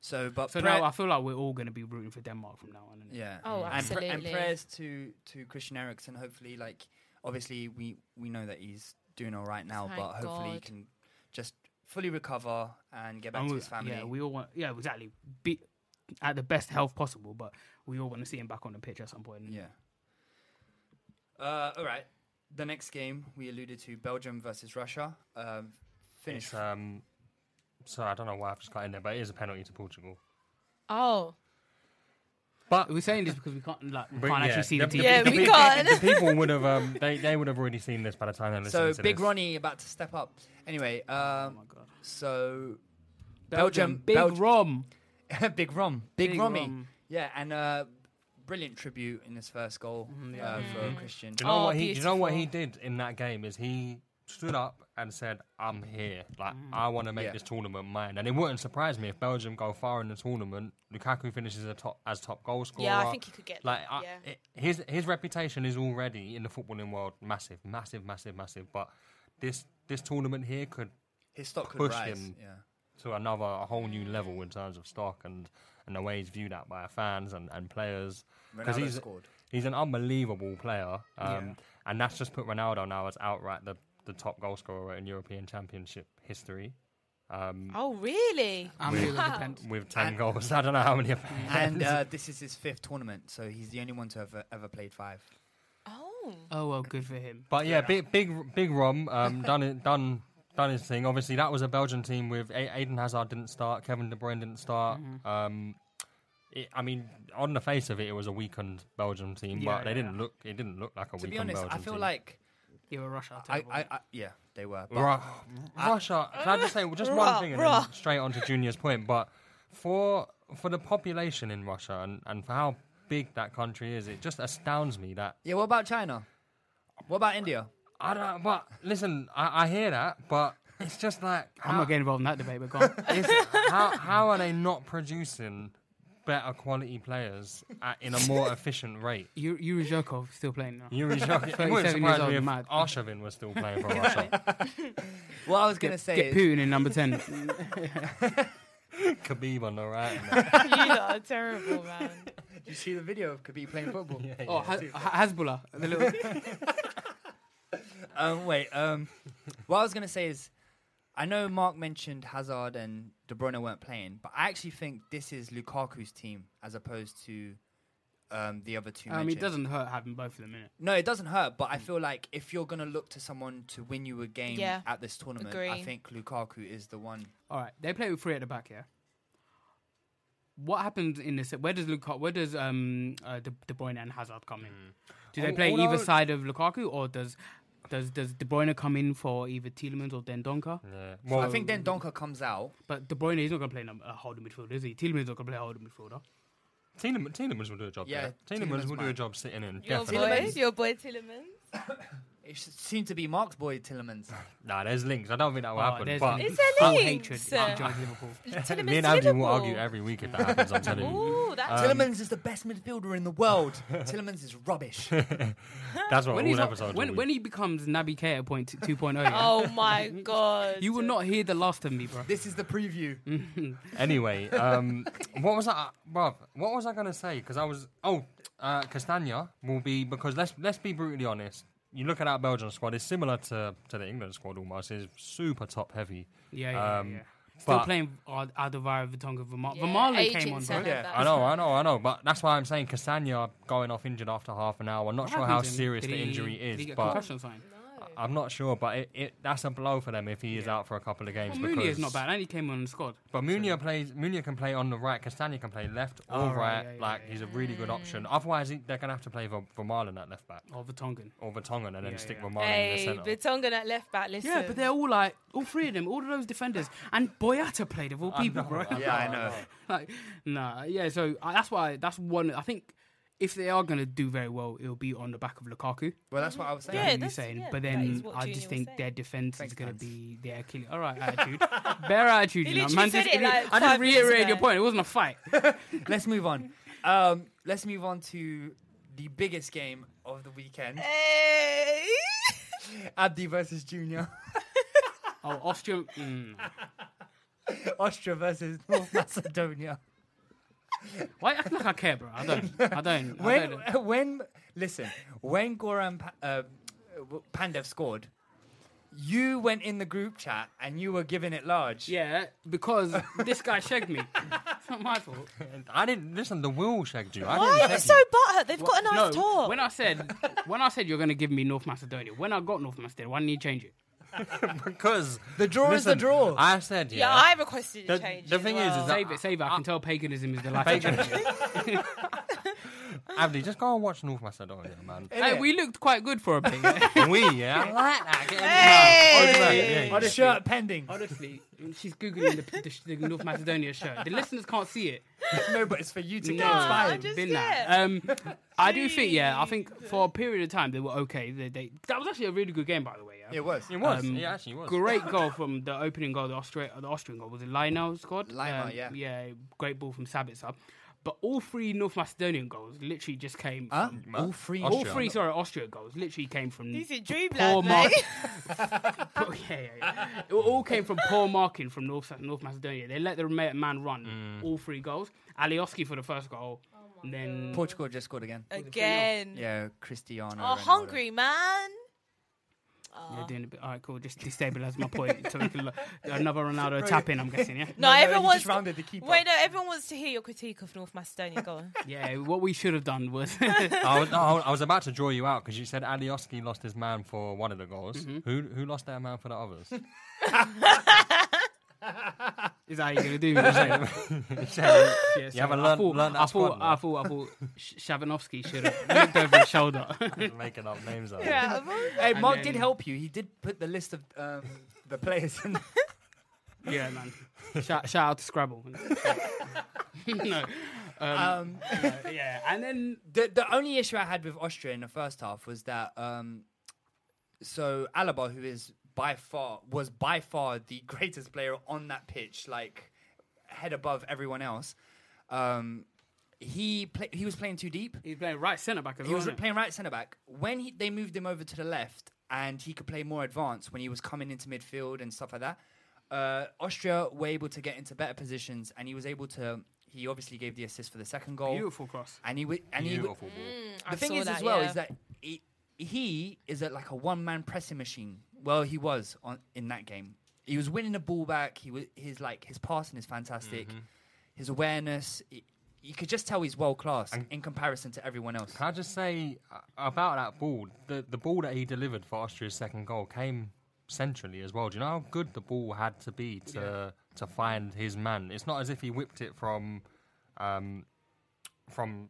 Speaker 6: so, but
Speaker 3: so
Speaker 6: prayer-
Speaker 3: now I feel like we're all going to be rooting for Denmark from now on. Isn't it?
Speaker 6: yeah. and,
Speaker 4: Oh,
Speaker 6: pra- and
Speaker 4: absolutely.
Speaker 6: prayers to to Christian Eriksen. Hopefully, like obviously, we we know that he's doing all right now,
Speaker 4: Thank
Speaker 6: but hopefully he
Speaker 4: God.
Speaker 6: can just fully recover and get back
Speaker 3: And
Speaker 6: to
Speaker 3: we-
Speaker 6: his family.
Speaker 3: Yeah, we all want. Yeah, exactly. Be at the best health possible, but we all want to see him back on the pitch at some point.
Speaker 6: Yeah. Uh, all right. The next game we alluded to Belgium versus Russia. Um, finish.
Speaker 2: It's, um, so I don't know why I've just got in there, but it is a penalty to Portugal.
Speaker 4: Oh.
Speaker 2: But
Speaker 3: we're saying this because we can't like we
Speaker 2: But
Speaker 3: can't actually see the, team.
Speaker 2: pe- pe- The people would have um, they they would have already seen this by the time they
Speaker 6: so
Speaker 2: listened to
Speaker 6: Big
Speaker 2: this.
Speaker 6: Ronnie about to step up. Anyway. Um, oh my
Speaker 3: god.
Speaker 6: So
Speaker 3: Belgium,
Speaker 6: Belgium,
Speaker 3: Big
Speaker 6: Belg-
Speaker 3: Rom.
Speaker 6: Big Rom, Big,
Speaker 3: Big
Speaker 6: Rommy.
Speaker 3: Rom.
Speaker 6: Yeah, and uh, brilliant tribute in his first goal
Speaker 3: yeah.
Speaker 6: uh, for
Speaker 3: Mm.
Speaker 6: Christian.
Speaker 2: Do you
Speaker 4: oh,
Speaker 2: know what he? Do you know what he did in that game? Is he stood up and said, "I'm here. Like
Speaker 3: Mm.
Speaker 2: I want to make
Speaker 6: Yeah.
Speaker 2: this tournament mine." And it wouldn't surprise me if Belgium go far in the tournament. Lukaku finishes a top, as top goal scorer.
Speaker 4: Yeah, I think he could get
Speaker 2: like
Speaker 4: that,
Speaker 2: I-
Speaker 4: yeah.
Speaker 2: it- his his reputation is already in the footballing world massive, massive, massive, massive. But this this tournament here could
Speaker 6: His stock could
Speaker 2: push
Speaker 6: rise,
Speaker 2: him
Speaker 6: yeah.
Speaker 2: to another a whole new level in terms of stock and and the way he's viewed at by fans and and players
Speaker 6: Ronaldo
Speaker 2: he's
Speaker 6: scored.
Speaker 2: he's an unbelievable player um,
Speaker 6: Yeah.
Speaker 2: and that's just put Ronaldo now as outright the the top goal scorer in European Championship history. Um,
Speaker 4: Oh, really? Wow.
Speaker 2: with ten goals, I don't know how many.
Speaker 6: And uh, this is his fifth tournament, so he's the only one to have uh, ever played five.
Speaker 3: Oh well, good for him.
Speaker 2: But yeah, big big big Rom um, done it done done his thing. Obviously, that was a Belgian team with a- Aiden Hazard didn't start, Kevin De Bruyne didn't start.
Speaker 6: Mm-hmm.
Speaker 2: Um, it, I mean, on the face of it, it was a weakened Belgian team,
Speaker 6: Yeah,
Speaker 2: but they
Speaker 6: yeah.
Speaker 2: didn't look. It didn't look like a
Speaker 6: To
Speaker 2: weakened
Speaker 6: be honest,
Speaker 2: Belgian
Speaker 6: I feel
Speaker 2: team.
Speaker 6: like
Speaker 3: they were Russia.
Speaker 6: I, I, I, yeah, they were. but
Speaker 2: Ru-
Speaker 6: I-
Speaker 2: Russia. Can I just say just
Speaker 6: Ra-
Speaker 2: one thing and
Speaker 6: ra.
Speaker 2: then straight on to Junior's point? But for for the population in Russia and, and for how big that country is, it just astounds me that
Speaker 6: Yeah, what about China? What about India?
Speaker 2: I don't know, but listen, I, I hear that, but it's just like
Speaker 3: I'm not getting involved in that debate, but go on.
Speaker 2: It's- how how are they not producing better quality players at, in a more efficient rate?
Speaker 3: Yu- Yuri Zhirkov still playing now.
Speaker 2: Yuri Zhirkov- it wouldn't
Speaker 3: 37 years
Speaker 2: surprise
Speaker 3: old,
Speaker 2: me if
Speaker 3: mad.
Speaker 2: Arshavin was still playing for Russia.
Speaker 6: What I was gonna
Speaker 3: Get-
Speaker 6: say
Speaker 3: get
Speaker 6: is
Speaker 3: Putin in number ten.
Speaker 2: Khabib on the right.
Speaker 6: you
Speaker 4: lot are terrible, man.
Speaker 6: you see the video of Khabib playing football?
Speaker 3: Oh, Ha- Ha- Hezbollah, the little.
Speaker 6: um, wait. Um, what I was gonna say is, I know Mark mentioned Hazard and De Bruyne weren't playing, but I actually think this is Lukaku's team as opposed to um, the other two.
Speaker 3: I mean,
Speaker 6: mentioned.
Speaker 3: it doesn't hurt having both of them in it.
Speaker 6: No, it doesn't hurt, but I feel like if you're gonna look to someone to win you a game
Speaker 3: Yeah.
Speaker 6: at this tournament, I
Speaker 3: Agree.
Speaker 6: think Lukaku is the one.
Speaker 3: All right, they play with three at the back here. What happens in this? Where does Lukaku? Where does um uh, De, De Bruyne and Hazard come in?
Speaker 4: Mm.
Speaker 3: Do they
Speaker 2: Al-
Speaker 3: play
Speaker 2: although-
Speaker 3: either side of Lukaku, or does does does De Bruyne come in for either Tielemans or Dendonka?
Speaker 2: Yeah.
Speaker 6: I think then Donka comes out.
Speaker 3: But De Bruyne is not going to play num- a holding midfielder, is he? Tielemans not going to play a holding midfielder.
Speaker 2: Tielemans, Tielemans will do a job.
Speaker 6: Yeah,
Speaker 2: Yeah, Tielemans
Speaker 6: Tielemans
Speaker 2: will do a
Speaker 6: might.
Speaker 2: job sitting in.
Speaker 6: Your
Speaker 2: definitely.
Speaker 6: boy.
Speaker 4: Your boy Tillerman.
Speaker 6: It s- seemed to be Mark's boy Tillemans.
Speaker 2: Nah, there's links. I don't think that will
Speaker 3: Oh,
Speaker 2: happen.
Speaker 3: there's
Speaker 2: But
Speaker 3: links. Is there Full links? hatred
Speaker 2: Uh,
Speaker 3: to join Liverpool.
Speaker 2: Me and
Speaker 6: Tillemans
Speaker 2: Abby
Speaker 6: to
Speaker 2: will argue
Speaker 6: Liverpool.
Speaker 2: every week if that happens. I'm telling you. Um,
Speaker 6: Tillemans is the best midfielder in the world. Tillemans is rubbish.
Speaker 2: That's what
Speaker 3: when,
Speaker 2: all
Speaker 3: he's up-
Speaker 2: episodes will
Speaker 3: when,
Speaker 2: be.
Speaker 3: when he becomes Naby Keita point two- 2.0. yeah?
Speaker 4: Oh my god.
Speaker 3: You will not hear the last of me, bro.
Speaker 6: This is the preview.
Speaker 2: Anyway, um, what was I, Bob? What was I going to say? Because I was oh, uh, Castagna will be because let's let's be brutally honest. You look at that Belgian squad; it's similar to, to the England squad almost. It's super top heavy.
Speaker 3: Yeah, yeah,
Speaker 2: Um,
Speaker 3: yeah. Still
Speaker 2: but-
Speaker 3: playing Ad- Adavara, Vitonga, Vimala.
Speaker 4: Yeah,
Speaker 3: Vimala
Speaker 4: aging
Speaker 3: came on, bro.
Speaker 4: centre Yeah. back.
Speaker 2: I know, I know, I know. But that's why I'm saying Castagna going off injured after half an hour. I'm not
Speaker 3: What
Speaker 2: sure how
Speaker 3: happened to him?
Speaker 2: serious
Speaker 3: Did
Speaker 2: the
Speaker 3: he-
Speaker 2: injury
Speaker 3: did
Speaker 2: is,
Speaker 3: he get
Speaker 2: but
Speaker 3: concussion or something?
Speaker 2: I- I'm not sure. But it, it that's a blow for them if he is out for a couple of games.
Speaker 3: Well, Mooney is not
Speaker 2: because-
Speaker 3: bad, and he came on and scored.
Speaker 2: But Munia plays. Munia can play on the right. Castagna can play left or
Speaker 3: Oh,
Speaker 2: right.
Speaker 3: right, yeah, yeah,
Speaker 2: like he's a really good option. Otherwise, he- they're going to have to play Ver- Vermaelen at left back
Speaker 3: Or Vertonghen.
Speaker 2: or Vertonghen, and then
Speaker 3: Yeah,
Speaker 2: stick
Speaker 3: yeah.
Speaker 2: Vermaelen
Speaker 4: Hey,
Speaker 2: in the centre.
Speaker 4: Bitongan at left back. Listen.
Speaker 3: Yeah, but they're all like, all three of them, all of those defenders. And Boyata played, of all
Speaker 2: I
Speaker 3: people,
Speaker 2: know,
Speaker 3: bro.
Speaker 2: I Yeah, I know. know.
Speaker 3: like, nah, yeah, so I, that's why, that's one, I think if they are going to do very well, it'll be on the back of Lukaku.
Speaker 6: Well, that's what I was saying.
Speaker 3: That's what
Speaker 6: Yeah,
Speaker 3: you're
Speaker 6: that's-
Speaker 3: saying.
Speaker 6: yeah,
Speaker 3: but
Speaker 6: that
Speaker 3: then
Speaker 6: is what
Speaker 3: I
Speaker 6: Junior
Speaker 3: just
Speaker 6: was
Speaker 3: think
Speaker 6: saying.
Speaker 3: their defense
Speaker 6: Thanks,
Speaker 3: is going to
Speaker 6: Hans.
Speaker 3: be their Achilles. All right, attitude. Bare attitude,
Speaker 6: He
Speaker 3: you know.
Speaker 6: literally
Speaker 3: Man,
Speaker 6: said
Speaker 3: just,
Speaker 6: it, like,
Speaker 3: I just
Speaker 6: five minutes
Speaker 3: reiterated
Speaker 6: ago.
Speaker 3: your point. It wasn't a fight. Oh,
Speaker 6: let's move on. Um, let's move on to the biggest game of the weekend.
Speaker 3: Eh.
Speaker 6: Abdi versus Junior.
Speaker 3: Oh, Austria. Mm.
Speaker 6: Austria versus North Macedonia.
Speaker 3: Why act like I care, bro? I don't. I don't. I
Speaker 6: When,
Speaker 3: don't.
Speaker 6: when, listen, when Goran Pa- uh, Pandev scored, you went in the group chat and you were giving it large.
Speaker 3: Yeah, because this guy shagged me. It's not my fault.
Speaker 2: I didn't listen. The will shagged you. I
Speaker 10: Why
Speaker 2: didn't
Speaker 10: are you
Speaker 2: shag
Speaker 10: so butthurt? They've got a
Speaker 3: no,
Speaker 10: nice talk.
Speaker 3: When I said when I said you're going to give me North Macedonia, when I got North Macedonia, why didn't you change it?
Speaker 2: because
Speaker 6: the draw
Speaker 3: is the
Speaker 6: draw.
Speaker 2: I said yeah.
Speaker 10: yeah, I requested a
Speaker 2: The-
Speaker 10: change.
Speaker 2: the
Speaker 10: as
Speaker 2: thing is, is
Speaker 10: well.
Speaker 2: that-
Speaker 3: Save it, save it. I, can tell paganism is the life. of
Speaker 2: Pagan-
Speaker 3: church.
Speaker 2: Abdi, just go and watch North Macedonia, man.
Speaker 3: Hey, we looked quite good for a bit.
Speaker 2: we yeah. I like that. Get in the mouth. Over there, yeah,
Speaker 6: On a shirt pending.
Speaker 3: Honestly, she's googling the, the, the North Macedonia shirt. The listeners can't see it.
Speaker 6: No, but it's for you to get
Speaker 3: No,
Speaker 6: inspired.
Speaker 3: I've been there. Um, I do think, yeah, I think for a period of time they were okay. They, they that was actually a really good game, by the way. Yeah.
Speaker 6: It was.
Speaker 2: It was.
Speaker 3: Um,
Speaker 2: It actually was.
Speaker 3: Great goal from the opening goal, the, Austra- the Austrian goal. Was it Lionel's goal?
Speaker 6: Lionel, yeah.
Speaker 3: Yeah, great ball from Sabitzer. But all three North Macedonian goals literally just came.
Speaker 6: Huh?
Speaker 3: From,
Speaker 6: All three.
Speaker 3: all three, sorry, Austria goals literally came from
Speaker 10: He's in dream
Speaker 3: poor
Speaker 10: land,
Speaker 3: mark.
Speaker 10: mate.
Speaker 3: Poor- yeah, yeah, yeah. It all came from poor marking from North North Macedonia. They let their ma- man run all three goals. Alioski for the first goal,
Speaker 10: Oh
Speaker 3: and then
Speaker 6: Portugal just scored again.
Speaker 10: Again.
Speaker 6: Yeah, Cristiano.
Speaker 10: Oh,
Speaker 6: Ronaldo.
Speaker 10: hungry, man.
Speaker 3: yeah, doing a bit. All right, cool. Just destabilize my point. so we can, lo- another Ronaldo tap in. I'm guessing. Yeah.
Speaker 10: No,
Speaker 6: no, he
Speaker 10: everyone
Speaker 6: just
Speaker 10: wants.
Speaker 6: rounded the keeper.
Speaker 10: Wait, no, everyone wants to hear your critique of North Macedonia. Go on.
Speaker 3: Yeah. What we should have done was.
Speaker 2: I was, I was- I was about to draw you out because you said Alioski lost his man for one of the goals.
Speaker 3: Mm-hmm.
Speaker 2: Who who lost their man for the others?
Speaker 3: Is that how you're gonna do? me? yeah, sorry.
Speaker 2: You haven't
Speaker 3: I
Speaker 2: learned-
Speaker 3: thought,
Speaker 2: learned
Speaker 3: I
Speaker 2: that
Speaker 3: thought,
Speaker 2: squad,
Speaker 3: I thought, I thought, Sh- Shabanovsky should have looked over his shoulder.
Speaker 2: Making up names. Out.
Speaker 10: Yeah,
Speaker 6: Hey, Mark
Speaker 3: then-
Speaker 6: did help you. He did put the list of um, the players in.
Speaker 3: Yeah, man. Shout, shout out to Scrabble. no. Um,
Speaker 6: Um,
Speaker 3: yeah, and then
Speaker 6: the the only issue I had with Austria in the first half was that um, so Alaba, who is by far was by far the greatest player on that pitch, like head above everyone else. Um, he play, he was playing too deep.
Speaker 3: he's playing right centre back as
Speaker 6: He
Speaker 3: well.
Speaker 6: was
Speaker 3: isn't
Speaker 6: playing right centre back. When he, they moved him over to the left, and he could play more advanced when he was coming into midfield and stuff like that. Uh, Austria were able to get into better positions, and he was able to. He obviously gave the assist for the second goal.
Speaker 3: Beautiful cross.
Speaker 6: And he w- and he w-
Speaker 2: Beautiful ball.
Speaker 3: Mm.
Speaker 6: the thing
Speaker 10: saw
Speaker 6: is
Speaker 10: that,
Speaker 6: as well
Speaker 10: yeah.
Speaker 6: is that he, he is a, like a one man pressing machine. Well, he was on in that game. He was winning the ball back. He was his like his passing is fantastic.
Speaker 3: Mm-hmm.
Speaker 6: His awareness, y- you could just tell he's world class in comparison to everyone else.
Speaker 2: Can I just say uh, about that ball? The the ball that he delivered for Austria's second goal came centrally as well. Do you know how good the ball had to be to to find his man? It's not as if he whipped it from um, from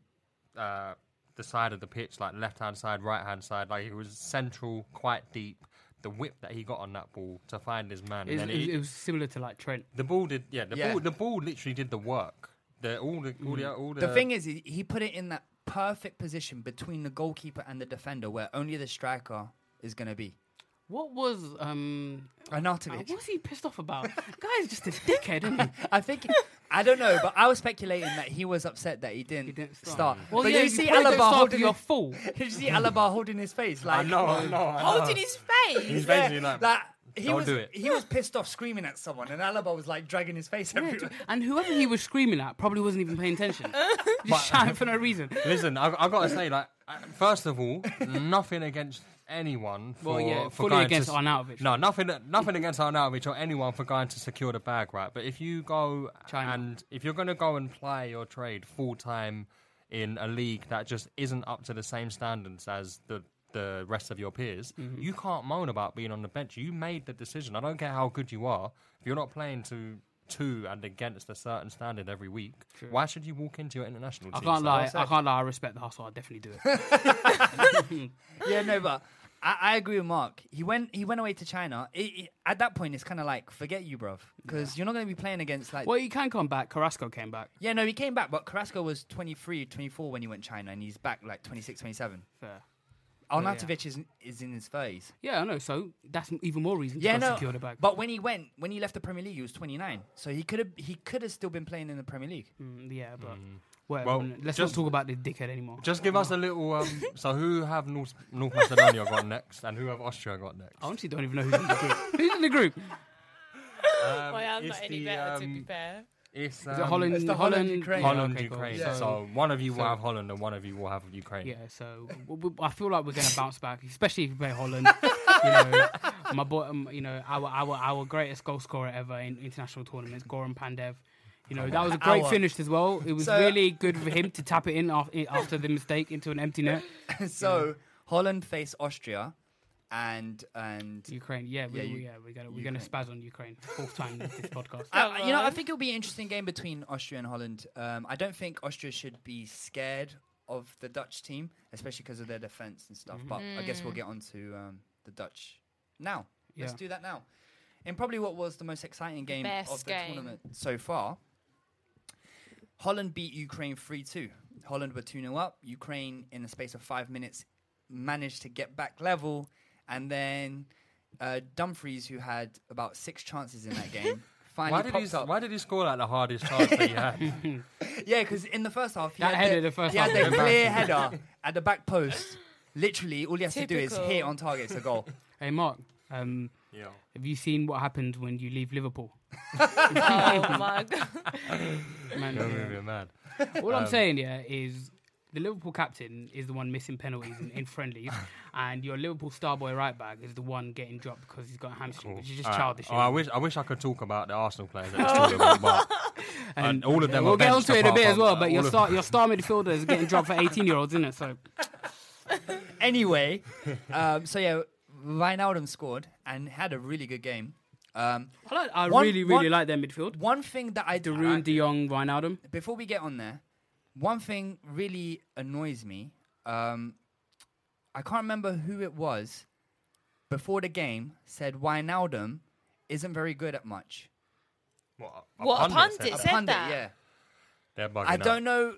Speaker 2: uh, the side of the pitch, like left hand side, right hand side. Like it was central, quite deep. The whip that he got on that ball to find his man.
Speaker 3: It,
Speaker 2: and
Speaker 3: was-
Speaker 2: then
Speaker 3: it,
Speaker 2: he-
Speaker 3: was- it was similar to like Trent.
Speaker 2: the ball did, yeah. The
Speaker 6: Yeah.
Speaker 2: ball, the ball literally did the work. The all the all
Speaker 3: Mm.
Speaker 2: the all the,
Speaker 6: The thing is, he he put it in that perfect position between the goalkeeper and the defender, where only the striker is going to be.
Speaker 3: What was um? Uh,
Speaker 6: Arnautovic.
Speaker 3: what was he pissed off about? Guy's just a dickhead, isn't he?
Speaker 6: I think I don't know, but I was speculating that he was upset that he didn't,
Speaker 3: didn't start.
Speaker 6: start.
Speaker 3: Well,
Speaker 6: but
Speaker 3: yeah,
Speaker 6: you
Speaker 3: you
Speaker 6: see
Speaker 3: probably don't
Speaker 6: Alaba
Speaker 3: start 'cause
Speaker 6: holding
Speaker 3: you're a
Speaker 6: your
Speaker 3: fool.
Speaker 6: you see Alaba holding his face like
Speaker 2: I know, I know.
Speaker 10: Holding his face.
Speaker 2: He's basically like,
Speaker 6: like, he
Speaker 2: Don't
Speaker 6: was
Speaker 2: do it.
Speaker 6: he was pissed off screaming at someone, and Alaba was like dragging his face everywhere.
Speaker 3: and whoever he was screaming at probably wasn't even paying attention. just shouting for no reason.
Speaker 2: Listen, I, I gotta say, like, uh, first of all, nothing against anyone for,
Speaker 3: Well, yeah,
Speaker 2: for
Speaker 3: fully
Speaker 2: going
Speaker 3: against
Speaker 2: to, s-
Speaker 3: Arnautovic.
Speaker 2: No, nothing, nothing against Arnautovic or anyone for going to secure the bag, right? But if you go
Speaker 3: China.
Speaker 2: and if you're gonna go and play your trade full time in a league that just isn't up to the same standards as the the rest of your peers,
Speaker 3: Mm-hmm.
Speaker 2: you can't moan about being on the bench. You made the decision. I don't care how good you are. If you're not playing to to and against a certain standard every week, why should you walk into your international?
Speaker 3: I
Speaker 2: team?
Speaker 3: can't
Speaker 2: So-
Speaker 3: lie. I can't lie. I respect the hustle. I definitely do it.
Speaker 6: yeah, no, but I, I agree with Mark. He went he went away to China. It, it- at that point, it's kind of like forget you, bruv, because you're not going to be playing against like.
Speaker 3: Uh, well, you can come back. Carrasco came back.
Speaker 6: yeah, no, he came back, but Carrasco was 23, 24 when he went China, and he's back like 26, 27.
Speaker 3: Fair. Oh,
Speaker 6: Arnautovic is, is in his 30s.
Speaker 3: Yeah, I know. So that's even more reason to
Speaker 6: Yeah,
Speaker 3: go
Speaker 6: no.
Speaker 3: secure the bag.
Speaker 6: But when he went, when he left the Premier League, he was 29. So he could have he could have still been playing in the Premier League.
Speaker 3: Mm, yeah, but whatever.
Speaker 2: Well,
Speaker 3: let's
Speaker 2: just-
Speaker 3: not talk about the dickhead anymore.
Speaker 2: Just give us a little. Um, so who have North, North Macedonia got next, and who have Austria got next?
Speaker 10: Oh,
Speaker 3: I honestly don't even know who's in the group. who's in the group?
Speaker 2: Um,
Speaker 10: Boy, I'm
Speaker 2: it's
Speaker 10: not any
Speaker 2: the,
Speaker 10: better, to be
Speaker 2: um,
Speaker 10: fair.
Speaker 2: It's,
Speaker 3: Is
Speaker 2: um,
Speaker 3: it Holland?
Speaker 6: it's the
Speaker 3: Holland,
Speaker 6: Holland, Ukraine.
Speaker 2: Holland,
Speaker 3: okay, cool.
Speaker 2: Ukraine.
Speaker 3: Yeah.
Speaker 2: So, one of you will
Speaker 3: so-
Speaker 2: have Holland, and one of you will have Ukraine.
Speaker 3: Yeah, so w- w- I feel like we're going to bounce back, especially if we play Holland. you know, my boy, um, you know, our our our greatest goal scorer ever in international tournaments, Goran Pandev. You know, that was a great
Speaker 6: Our.
Speaker 3: finish as well. It was
Speaker 6: So-
Speaker 3: really good for him to tap it in after, after the mistake into an empty net.
Speaker 6: so Holland face Austria, and and
Speaker 3: Ukraine. Yeah, we, we, yeah, we gotta, we're going to
Speaker 6: Ukraine.
Speaker 3: spaz on Ukraine fourth time in this podcast.
Speaker 6: I, you know, I think it'll be an interesting game between Austria and Holland. Um, I don't think Austria should be scared of the Dutch team, especially because of their defense and
Speaker 2: Mm-hmm.
Speaker 6: stuff. But I guess we'll
Speaker 11: Mm.
Speaker 6: get on to um, the Dutch now. Let's
Speaker 11: Yeah.
Speaker 6: do that now. In probably what was the most exciting game of
Speaker 11: best
Speaker 6: the
Speaker 11: game.
Speaker 6: tournament so far, Holland beat Ukraine 3 2. Holland were 2 0 up. Ukraine, in the space of five minutes, managed to get back level. And then uh, Dumfries, who had about six chances in that game, finally
Speaker 2: Why did,
Speaker 6: popped
Speaker 2: he, why did he score like the hardest chance that he had?
Speaker 6: yeah, because in the first half, he
Speaker 2: That
Speaker 6: had
Speaker 2: header the first
Speaker 6: he
Speaker 2: half
Speaker 6: had
Speaker 2: was
Speaker 6: the clear
Speaker 2: embarrassing.
Speaker 6: header at the back post. Literally, all he has to do is hit
Speaker 3: Typical.
Speaker 6: on target. It's a goal.
Speaker 3: Hey, Mark. Um,
Speaker 6: Yeah.
Speaker 3: Have you seen what happens when you leave Liverpool?
Speaker 10: Oh, my God.
Speaker 3: Man,
Speaker 2: Don't
Speaker 3: yeah.
Speaker 2: be mad.
Speaker 3: All I'm
Speaker 2: Um,
Speaker 3: saying, yeah, is the Liverpool captain is the one missing penalties in, in friendlies, and your Liverpool star boy right back is the one getting dropped because he's got a hamstring, which is just
Speaker 2: Alright.
Speaker 3: childish.
Speaker 2: Oh, I wish I wish I could talk about the Arsenal players at this tournament, but and, uh, all of them.
Speaker 3: We'll
Speaker 2: are
Speaker 3: get
Speaker 2: benched
Speaker 3: onto it in a
Speaker 2: apart
Speaker 3: bit as
Speaker 2: from-
Speaker 3: well,
Speaker 2: uh,
Speaker 3: but
Speaker 2: all
Speaker 3: your
Speaker 2: of-
Speaker 3: star, your star midfielder is getting dropped for 18 year olds, isn't it? So
Speaker 6: anyway, um, so yeah, Wijnaldum scored and had a really good game. Um,
Speaker 3: I, like, I really, really like their midfield.
Speaker 6: One thing that I
Speaker 3: Darun, De Jong, Wijnaldum.
Speaker 6: Before we get on there, one thing really annoys me. Um, I can't remember who it was before the game said Wijnaldum isn't very good at much.
Speaker 2: What?
Speaker 10: What, a pundit pundit said said
Speaker 6: pundit,
Speaker 10: that?
Speaker 6: Yeah.
Speaker 2: They're bugging
Speaker 6: I
Speaker 2: out.
Speaker 6: don't know.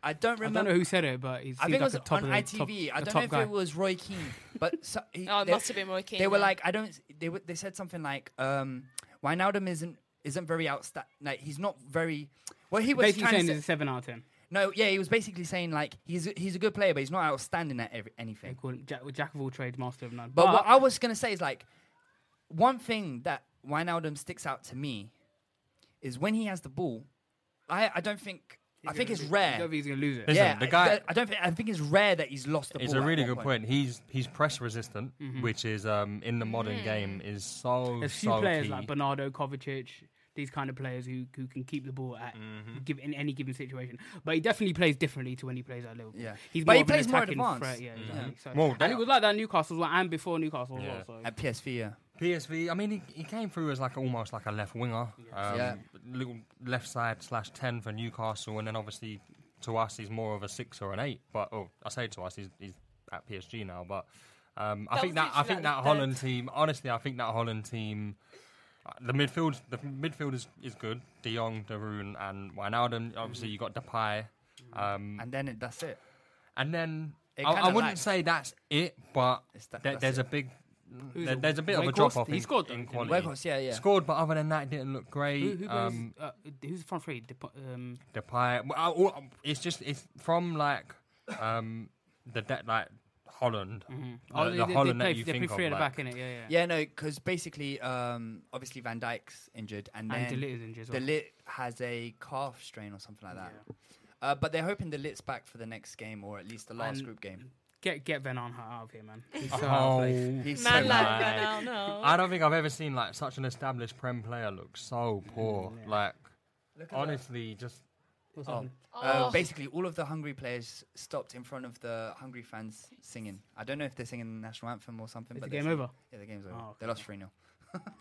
Speaker 6: I don't
Speaker 3: I
Speaker 6: remember.
Speaker 3: don't know who said it, but he
Speaker 6: I
Speaker 3: seemed
Speaker 6: think it
Speaker 3: like
Speaker 6: was
Speaker 3: a top
Speaker 6: on
Speaker 3: of the-
Speaker 6: ITV.
Speaker 3: top-
Speaker 6: I don't
Speaker 3: the
Speaker 6: know
Speaker 3: top
Speaker 6: if
Speaker 3: guy.
Speaker 6: it was Roy Keane, but so, he-
Speaker 10: Oh, it
Speaker 6: they-
Speaker 10: must have been Roy Keane,
Speaker 6: They were
Speaker 10: yeah.
Speaker 6: like, I don't. They were, they said something like, um, "Wijnaldum isn't isn't very outsta Like he's not very. Well, he was
Speaker 3: basically
Speaker 6: trying to
Speaker 3: saying
Speaker 6: say-
Speaker 3: it's a seven out of ten.
Speaker 6: no, yeah, he was basically saying like he's a- he's a good player, but he's not outstanding at every, anything.
Speaker 3: Call him Jack, Jack of all trades, master of none.
Speaker 6: But, what I was gonna say is like one thing that Wijnaldum sticks out to me is when he has the ball. I I don't think I think
Speaker 3: gonna
Speaker 6: it's
Speaker 3: lose-
Speaker 6: rare.
Speaker 3: I don't think he's gonna lose it.
Speaker 6: yeah,
Speaker 2: Listen, the
Speaker 6: I-
Speaker 2: guy-
Speaker 6: I don't. Think, I think it's rare that he's lost the
Speaker 2: It's
Speaker 6: ball.
Speaker 2: a
Speaker 6: at
Speaker 2: really
Speaker 6: one
Speaker 2: good point. He's he's press resistant,
Speaker 3: Mhm.
Speaker 2: which is um, in the modern
Speaker 10: Mm.
Speaker 2: game is so
Speaker 3: There's few
Speaker 2: so
Speaker 3: players
Speaker 2: key.
Speaker 3: like Bernardo, Kovacic, these kind of players who, who can keep the ball at
Speaker 2: Mm-hmm.
Speaker 3: give, in any given situation. But he definitely plays differently to when he plays at Liverpool.
Speaker 6: Yeah.
Speaker 3: he's
Speaker 6: But
Speaker 3: more
Speaker 6: he
Speaker 3: of an
Speaker 6: plays more
Speaker 3: attacking
Speaker 6: advanced. Mm-hmm.
Speaker 3: threat. Yeah,
Speaker 6: Yeah.
Speaker 3: exactly.
Speaker 6: Yeah.
Speaker 3: So,
Speaker 2: Well,
Speaker 3: and
Speaker 2: that-
Speaker 3: it was like that at Newcastle as well, and before Newcastle as
Speaker 2: Yeah.
Speaker 3: well. So.
Speaker 6: At PSV, yeah.
Speaker 2: PSV. I mean, he, he came through as like almost like a left winger, um,
Speaker 6: Yeah.
Speaker 2: little left side slash ten for Newcastle, and then obviously to us he's more of a six or an eight. But oh, I say to us he's, he's at PSG now, but um, I
Speaker 11: That
Speaker 2: think
Speaker 11: was
Speaker 2: that I
Speaker 11: literally
Speaker 2: think
Speaker 11: like
Speaker 2: that
Speaker 11: the
Speaker 2: Holland team. Honestly, I think that Holland team. uh, The midfield, the midfield is, is good. De Jong, Darun, and Wijnaldum. Obviously, you got Depay. Um,
Speaker 6: and then it, that's it.
Speaker 2: And then
Speaker 6: It
Speaker 2: I, I
Speaker 6: kinda
Speaker 2: wouldn't
Speaker 6: lags.
Speaker 2: say that's it, but
Speaker 6: that-
Speaker 2: there-
Speaker 6: that's
Speaker 2: there's
Speaker 6: it.
Speaker 2: a big,
Speaker 6: Who's
Speaker 2: there-
Speaker 6: it?
Speaker 2: there's a bit of a
Speaker 3: Weghorst?
Speaker 2: drop off.
Speaker 3: He scored, though,
Speaker 2: in
Speaker 3: didn't he?
Speaker 2: quality.
Speaker 3: Weghorst, yeah, yeah.
Speaker 2: Scored, but other than that, it didn't look great.
Speaker 3: Who, who plays,
Speaker 2: um,
Speaker 3: uh, who's the front three? Dep- um,
Speaker 2: Depay. well, I- all- It's just it's from like um, the de- like Holland, Uh, the,
Speaker 3: Oh,
Speaker 2: the
Speaker 3: they- they-
Speaker 2: Holland
Speaker 3: they play-
Speaker 2: that you
Speaker 3: they play
Speaker 2: think of.
Speaker 3: three at the
Speaker 2: like-
Speaker 3: back, innit? Yeah, yeah.
Speaker 6: Yeah, no, because basically, um, obviously Van Dyke's injured, and then
Speaker 3: And De Ligt is injured as
Speaker 6: De
Speaker 3: well.
Speaker 6: Ligt has a calf strain or something like that. Uh, but they're hoping De Lit's back for the next game, or at least the last
Speaker 3: And- uh,
Speaker 6: group game.
Speaker 3: Get get Van Aanholt out of here, man. He's so out of
Speaker 2: Oh,
Speaker 3: place.
Speaker 2: he's
Speaker 3: Man
Speaker 2: so
Speaker 3: like
Speaker 2: bad.
Speaker 3: that, no, no.
Speaker 2: I don't think I've ever seen like such an established Prem player look so poor. Like,
Speaker 6: Look at that.
Speaker 2: honestly, just
Speaker 3: What's
Speaker 6: Oh.
Speaker 3: happened?
Speaker 6: Uh,
Speaker 3: Oh.
Speaker 6: basically, all of the Hungary players stopped in front of the Hungary fans singing. I don't know if they're singing the national anthem or something.
Speaker 3: Is
Speaker 6: but
Speaker 3: the
Speaker 6: they're
Speaker 3: game
Speaker 6: singing-
Speaker 3: over?
Speaker 6: Yeah, the game's over.
Speaker 3: Oh,
Speaker 6: They lost 3 0.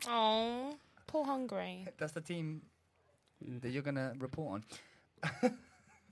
Speaker 10: Oh, poor Hungary.
Speaker 6: That's the team
Speaker 3: Mm.
Speaker 6: that you're going to report on.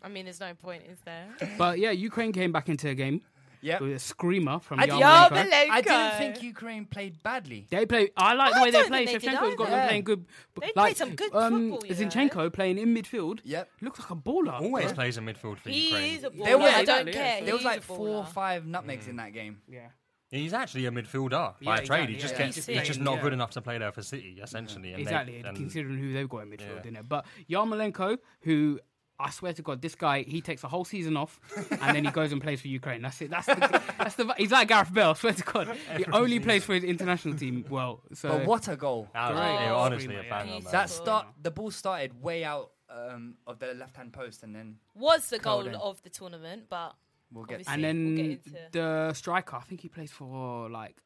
Speaker 10: I mean, there's no point, is there?
Speaker 3: But yeah, Ukraine came back into the game.
Speaker 6: Yeah,
Speaker 3: with a screamer from
Speaker 10: I didn't-
Speaker 3: Yarmolenko.
Speaker 6: I didn't think Ukraine played badly.
Speaker 3: They play. I like the
Speaker 6: Oh, I
Speaker 3: way they
Speaker 6: don't
Speaker 3: play.
Speaker 6: think they did
Speaker 3: Shevchenko's got
Speaker 6: either.
Speaker 3: them playing good.
Speaker 6: They played
Speaker 3: like,
Speaker 6: some good
Speaker 3: um,
Speaker 6: football, you know.
Speaker 3: Zinchenko playing in midfield.
Speaker 6: Yep.
Speaker 3: Looks like a baller.
Speaker 2: always plays in midfield for
Speaker 10: He
Speaker 2: Ukraine.
Speaker 10: is a
Speaker 6: There
Speaker 10: baller.
Speaker 6: was,
Speaker 10: I don't care.
Speaker 6: There was
Speaker 10: He's a
Speaker 6: like four or five nutmegs in that game.
Speaker 3: Yeah.
Speaker 2: He's actually a midfielder
Speaker 6: Yeah,
Speaker 2: by trade.
Speaker 6: exactly,
Speaker 2: He just
Speaker 6: yeah.
Speaker 2: gets,
Speaker 6: He's
Speaker 2: he's just
Speaker 6: playing,
Speaker 2: not
Speaker 6: yeah.
Speaker 2: good enough to play there for City, essentially. and they-
Speaker 3: exactly,
Speaker 2: and-
Speaker 3: considering who they've got in midfield,
Speaker 2: Yeah.
Speaker 3: innit? But Yarmolenko, who I swear to God, this guy he takes a whole season off and then he goes and plays for Ukraine. That's it. That's the, that's the. He's like Gareth Bale. I swear to God, he
Speaker 6: Every
Speaker 3: only
Speaker 6: season.
Speaker 3: plays for his international team. Well, so
Speaker 6: But what a goal!
Speaker 2: That was- yeah, Ah, honestly, a banger, man.
Speaker 6: That start, the ball started way out um, of the left-hand post, and then
Speaker 10: Was the
Speaker 6: curled
Speaker 10: goal
Speaker 6: in.
Speaker 10: of the tournament, but
Speaker 6: We'll get-
Speaker 10: obviously
Speaker 3: and then
Speaker 10: we'll get into
Speaker 3: the striker, I think he plays for like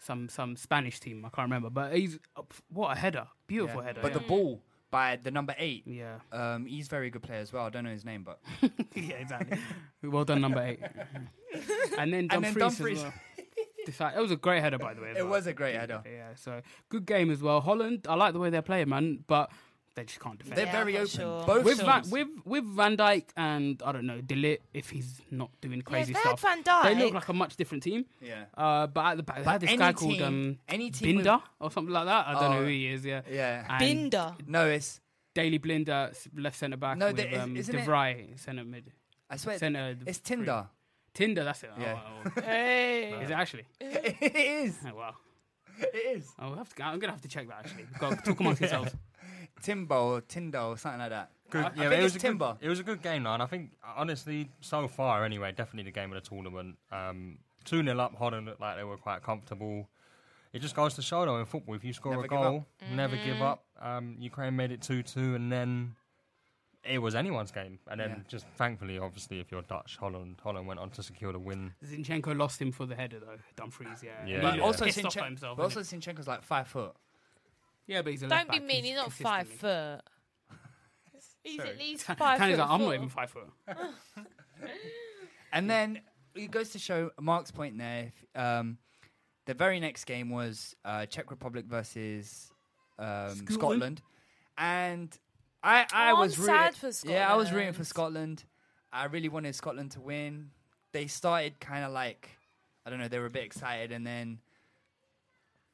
Speaker 3: some some Spanish team. I can't remember, but he's what a header, beautiful
Speaker 6: Yeah.
Speaker 3: header.
Speaker 6: But the
Speaker 3: yeah.
Speaker 6: ball by the number eight.
Speaker 3: Yeah.
Speaker 6: Um, he's a very good player as well. I don't know his name, but
Speaker 3: yeah, exactly. Well done, number eight. and then
Speaker 6: And then
Speaker 3: Dumfries.
Speaker 6: Dumfries.
Speaker 3: As well. Decide- it was a great header, by the way. as
Speaker 6: It
Speaker 3: well.
Speaker 6: was a great header.
Speaker 3: Yeah, so good game as well. Holland, I like the way they're playing, man, but they just can't defend.
Speaker 6: They're Yeah, very I'm not open. sure. Both
Speaker 3: with, Van,
Speaker 6: teams.
Speaker 3: with with Van Dijk and I don't know Delit, if he's not doing crazy
Speaker 10: without Van
Speaker 3: stuff, they look
Speaker 10: Dijk-
Speaker 3: like a much different team.
Speaker 6: Yeah.
Speaker 3: Uh, but at the back, they had this
Speaker 6: any
Speaker 3: guy called
Speaker 6: team-
Speaker 3: um,
Speaker 6: any team with-
Speaker 3: Binder or something like that. I don't
Speaker 6: Oh,
Speaker 3: know who he is. Yeah.
Speaker 6: yeah.
Speaker 3: And
Speaker 6: Binder. No, it's
Speaker 3: Daily Blinder, s- left centre back.
Speaker 6: No,
Speaker 3: with,
Speaker 6: there is-
Speaker 3: um,
Speaker 6: isn't
Speaker 3: De
Speaker 6: it-
Speaker 3: Vrij, centre mid.
Speaker 6: I swear,
Speaker 3: Centre
Speaker 6: it's
Speaker 3: three.
Speaker 6: Tinder.
Speaker 3: Tinder, that's it. Oh,
Speaker 6: Yeah.
Speaker 3: oh, oh. Hey, is it actually?
Speaker 6: it is.
Speaker 3: Oh, wow.
Speaker 6: It is.
Speaker 3: I'll have to, I'm gonna have to check that actually. Go, talk amongst
Speaker 6: Yeah.
Speaker 3: yourselves.
Speaker 6: Timbo or Tindo or something like that.
Speaker 2: Good.
Speaker 6: I,
Speaker 2: yeah,
Speaker 6: I think
Speaker 2: it was
Speaker 6: it's
Speaker 2: a
Speaker 6: Timber.
Speaker 2: Good, it was a good game, though, and I think honestly, so far anyway, definitely the game of the tournament. Um, Two 0 up, Holland looked like they were quite comfortable. It just goes to show, though, in football, if you score
Speaker 6: Never
Speaker 2: a
Speaker 6: give up.
Speaker 2: goal, never
Speaker 6: Mhm.
Speaker 2: give up. Um, Ukraine made it two two, and then it was anyone's game. And then
Speaker 3: Yeah.
Speaker 2: just thankfully, obviously, if you're Dutch, Holland Holland went on to secure the win.
Speaker 3: Zinchenko lost him for the header though. Dumfries, yeah.
Speaker 2: Yeah.
Speaker 6: But
Speaker 2: Yeah.
Speaker 6: also,
Speaker 3: Pissed off
Speaker 6: Sinchen-
Speaker 3: by himself,
Speaker 6: but also
Speaker 3: isn't
Speaker 6: Sinchenko's like five foot.
Speaker 3: Yeah, but he's a
Speaker 10: Don't
Speaker 3: left
Speaker 10: be
Speaker 3: back,
Speaker 10: mean. He's not five foot. He's at least five
Speaker 3: Tanya's
Speaker 10: foot.
Speaker 3: like, I'm not
Speaker 10: four."
Speaker 3: even five foot.
Speaker 6: And then it goes to show Mark's point there. if, um, the very next game was uh, Czech Republic versus um, Scotland. and I I
Speaker 10: Oh, I'm
Speaker 6: was rooting,
Speaker 10: sad for
Speaker 6: Yeah, I was rooting
Speaker 10: Scotland.
Speaker 6: for Scotland. I really wanted Scotland to win. They started kind of like I don't know, they were a bit excited, and then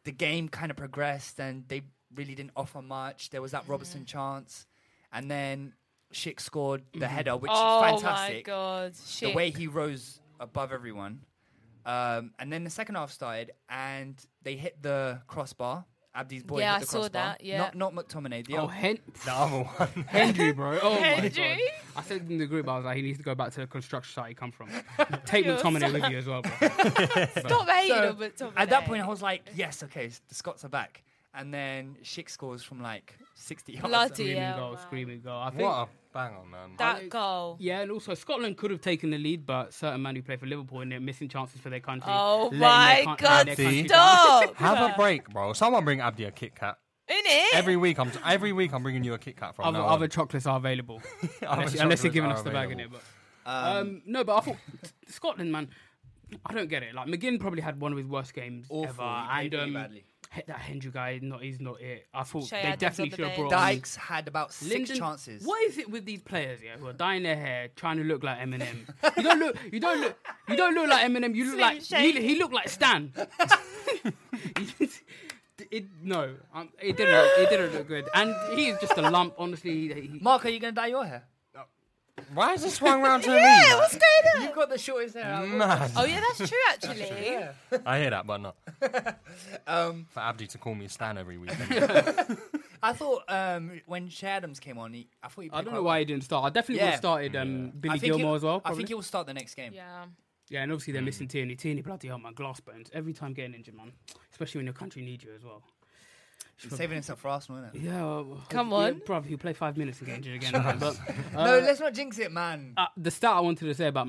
Speaker 6: the game kind of progressed, and they really didn't offer much. There was that
Speaker 10: Mm.
Speaker 6: Robertson chance, and then Schick scored the header, which
Speaker 10: Oh, my
Speaker 6: is fantastic.
Speaker 10: God,
Speaker 6: The way
Speaker 10: Schick.
Speaker 6: he rose above everyone. Um, and then the second half started, and they hit the crossbar. Abdi's boy
Speaker 10: Yeah,
Speaker 6: hit
Speaker 10: I
Speaker 6: the
Speaker 10: saw
Speaker 6: crossbar.
Speaker 10: that, yeah.
Speaker 6: Not not McTominay. The
Speaker 3: Oh,
Speaker 6: old-
Speaker 3: Hen-
Speaker 2: The other one.
Speaker 3: Hendry, bro. Oh my
Speaker 6: Hendry?
Speaker 3: god. I said in the group, I was like, he needs to go back to the construction site he come from. Take
Speaker 6: You're
Speaker 3: McTominay with
Speaker 6: so-
Speaker 3: you as well, bro.
Speaker 10: Stop hating
Speaker 6: So,
Speaker 10: on McTominay.
Speaker 6: At that point, I was like, yes, okay, s- the Scots are back. And then Schick scores from like 60 yards.
Speaker 10: Bloody
Speaker 3: screaming
Speaker 10: hell,
Speaker 3: goal, screaming goal. I
Speaker 2: What
Speaker 3: think
Speaker 2: a banger, man!
Speaker 10: that goal.
Speaker 3: Yeah, and also Scotland could have taken the lead, but certain man who play for Liverpool and they're missing chances for their country.
Speaker 10: Oh
Speaker 3: letting
Speaker 10: my
Speaker 3: their coun-
Speaker 10: God,
Speaker 3: their
Speaker 2: See?
Speaker 3: country down.
Speaker 10: Oh,
Speaker 2: Have a break, bro. Someone bring Abdi a Kit Kat.
Speaker 10: In it.
Speaker 2: Every week, I'm every week I'm bringing you a Kit Kat from
Speaker 3: Other,
Speaker 2: now
Speaker 3: other
Speaker 2: on.
Speaker 3: chocolates are available, unless,
Speaker 2: Other
Speaker 3: unless you're
Speaker 2: chocolates
Speaker 3: giving
Speaker 2: are
Speaker 3: us the bag in it.
Speaker 2: available.
Speaker 3: But um, no, but I thought Scotland, man, I don't get it. Like McGinn probably had one of his worst games
Speaker 6: Awful.
Speaker 3: ever,
Speaker 6: He
Speaker 3: and
Speaker 6: played really
Speaker 3: um,
Speaker 6: badly.
Speaker 3: he- that Hendry guy, not he's not it. I thought
Speaker 6: Shea
Speaker 3: they
Speaker 6: Adams
Speaker 3: definitely
Speaker 6: on the
Speaker 3: should have
Speaker 6: bench.
Speaker 3: brought
Speaker 6: Dykes had about six
Speaker 3: Lyndon-
Speaker 6: chances.
Speaker 3: What is it with these players, yeah, who are dyeing their hair, trying to look like Eminem? You don't look, you don't look, you don't look like Eminem. You look like
Speaker 10: Shady.
Speaker 3: he, he looked like Stan. it no, um, it didn't. Look, it didn't look good, and he is just a lump. Honestly, he, he-
Speaker 6: Mark, are you going to dye your hair?
Speaker 2: Why is it swung round to me?
Speaker 10: Yeah, what's going on?
Speaker 6: You've got the shortest hair out of all of
Speaker 2: Mad.
Speaker 6: us.
Speaker 10: Oh yeah, that's true actually.
Speaker 2: I hear that, but not
Speaker 6: Um,
Speaker 2: for Abdi to call me Stan every week.
Speaker 6: I thought um, when Shea Adams came on, he, I thought he
Speaker 3: I don't know why he didn't start. I definitely would
Speaker 6: Yeah.
Speaker 3: have started um, Billy
Speaker 6: I think
Speaker 3: Gilmore
Speaker 6: he'll-
Speaker 3: as well.
Speaker 6: I
Speaker 3: probably.
Speaker 6: think Mm. he will start the next game.
Speaker 10: Yeah.
Speaker 3: Yeah, and obviously they're missing Tierney. Tierney, bloody hell, man, glass bones every time getting injured, man. Especially when your country needs you as well.
Speaker 6: He's saving himself for Arsenal, isn't it?
Speaker 3: Yeah, well,
Speaker 10: Come
Speaker 3: yeah,
Speaker 10: on.
Speaker 3: bruv, he'll play five minutes and get injured again.
Speaker 6: Jeez.
Speaker 3: But,
Speaker 6: no,
Speaker 3: uh,
Speaker 6: let's not jinx it, man. Ah,
Speaker 3: uh, the stat I wanted to say about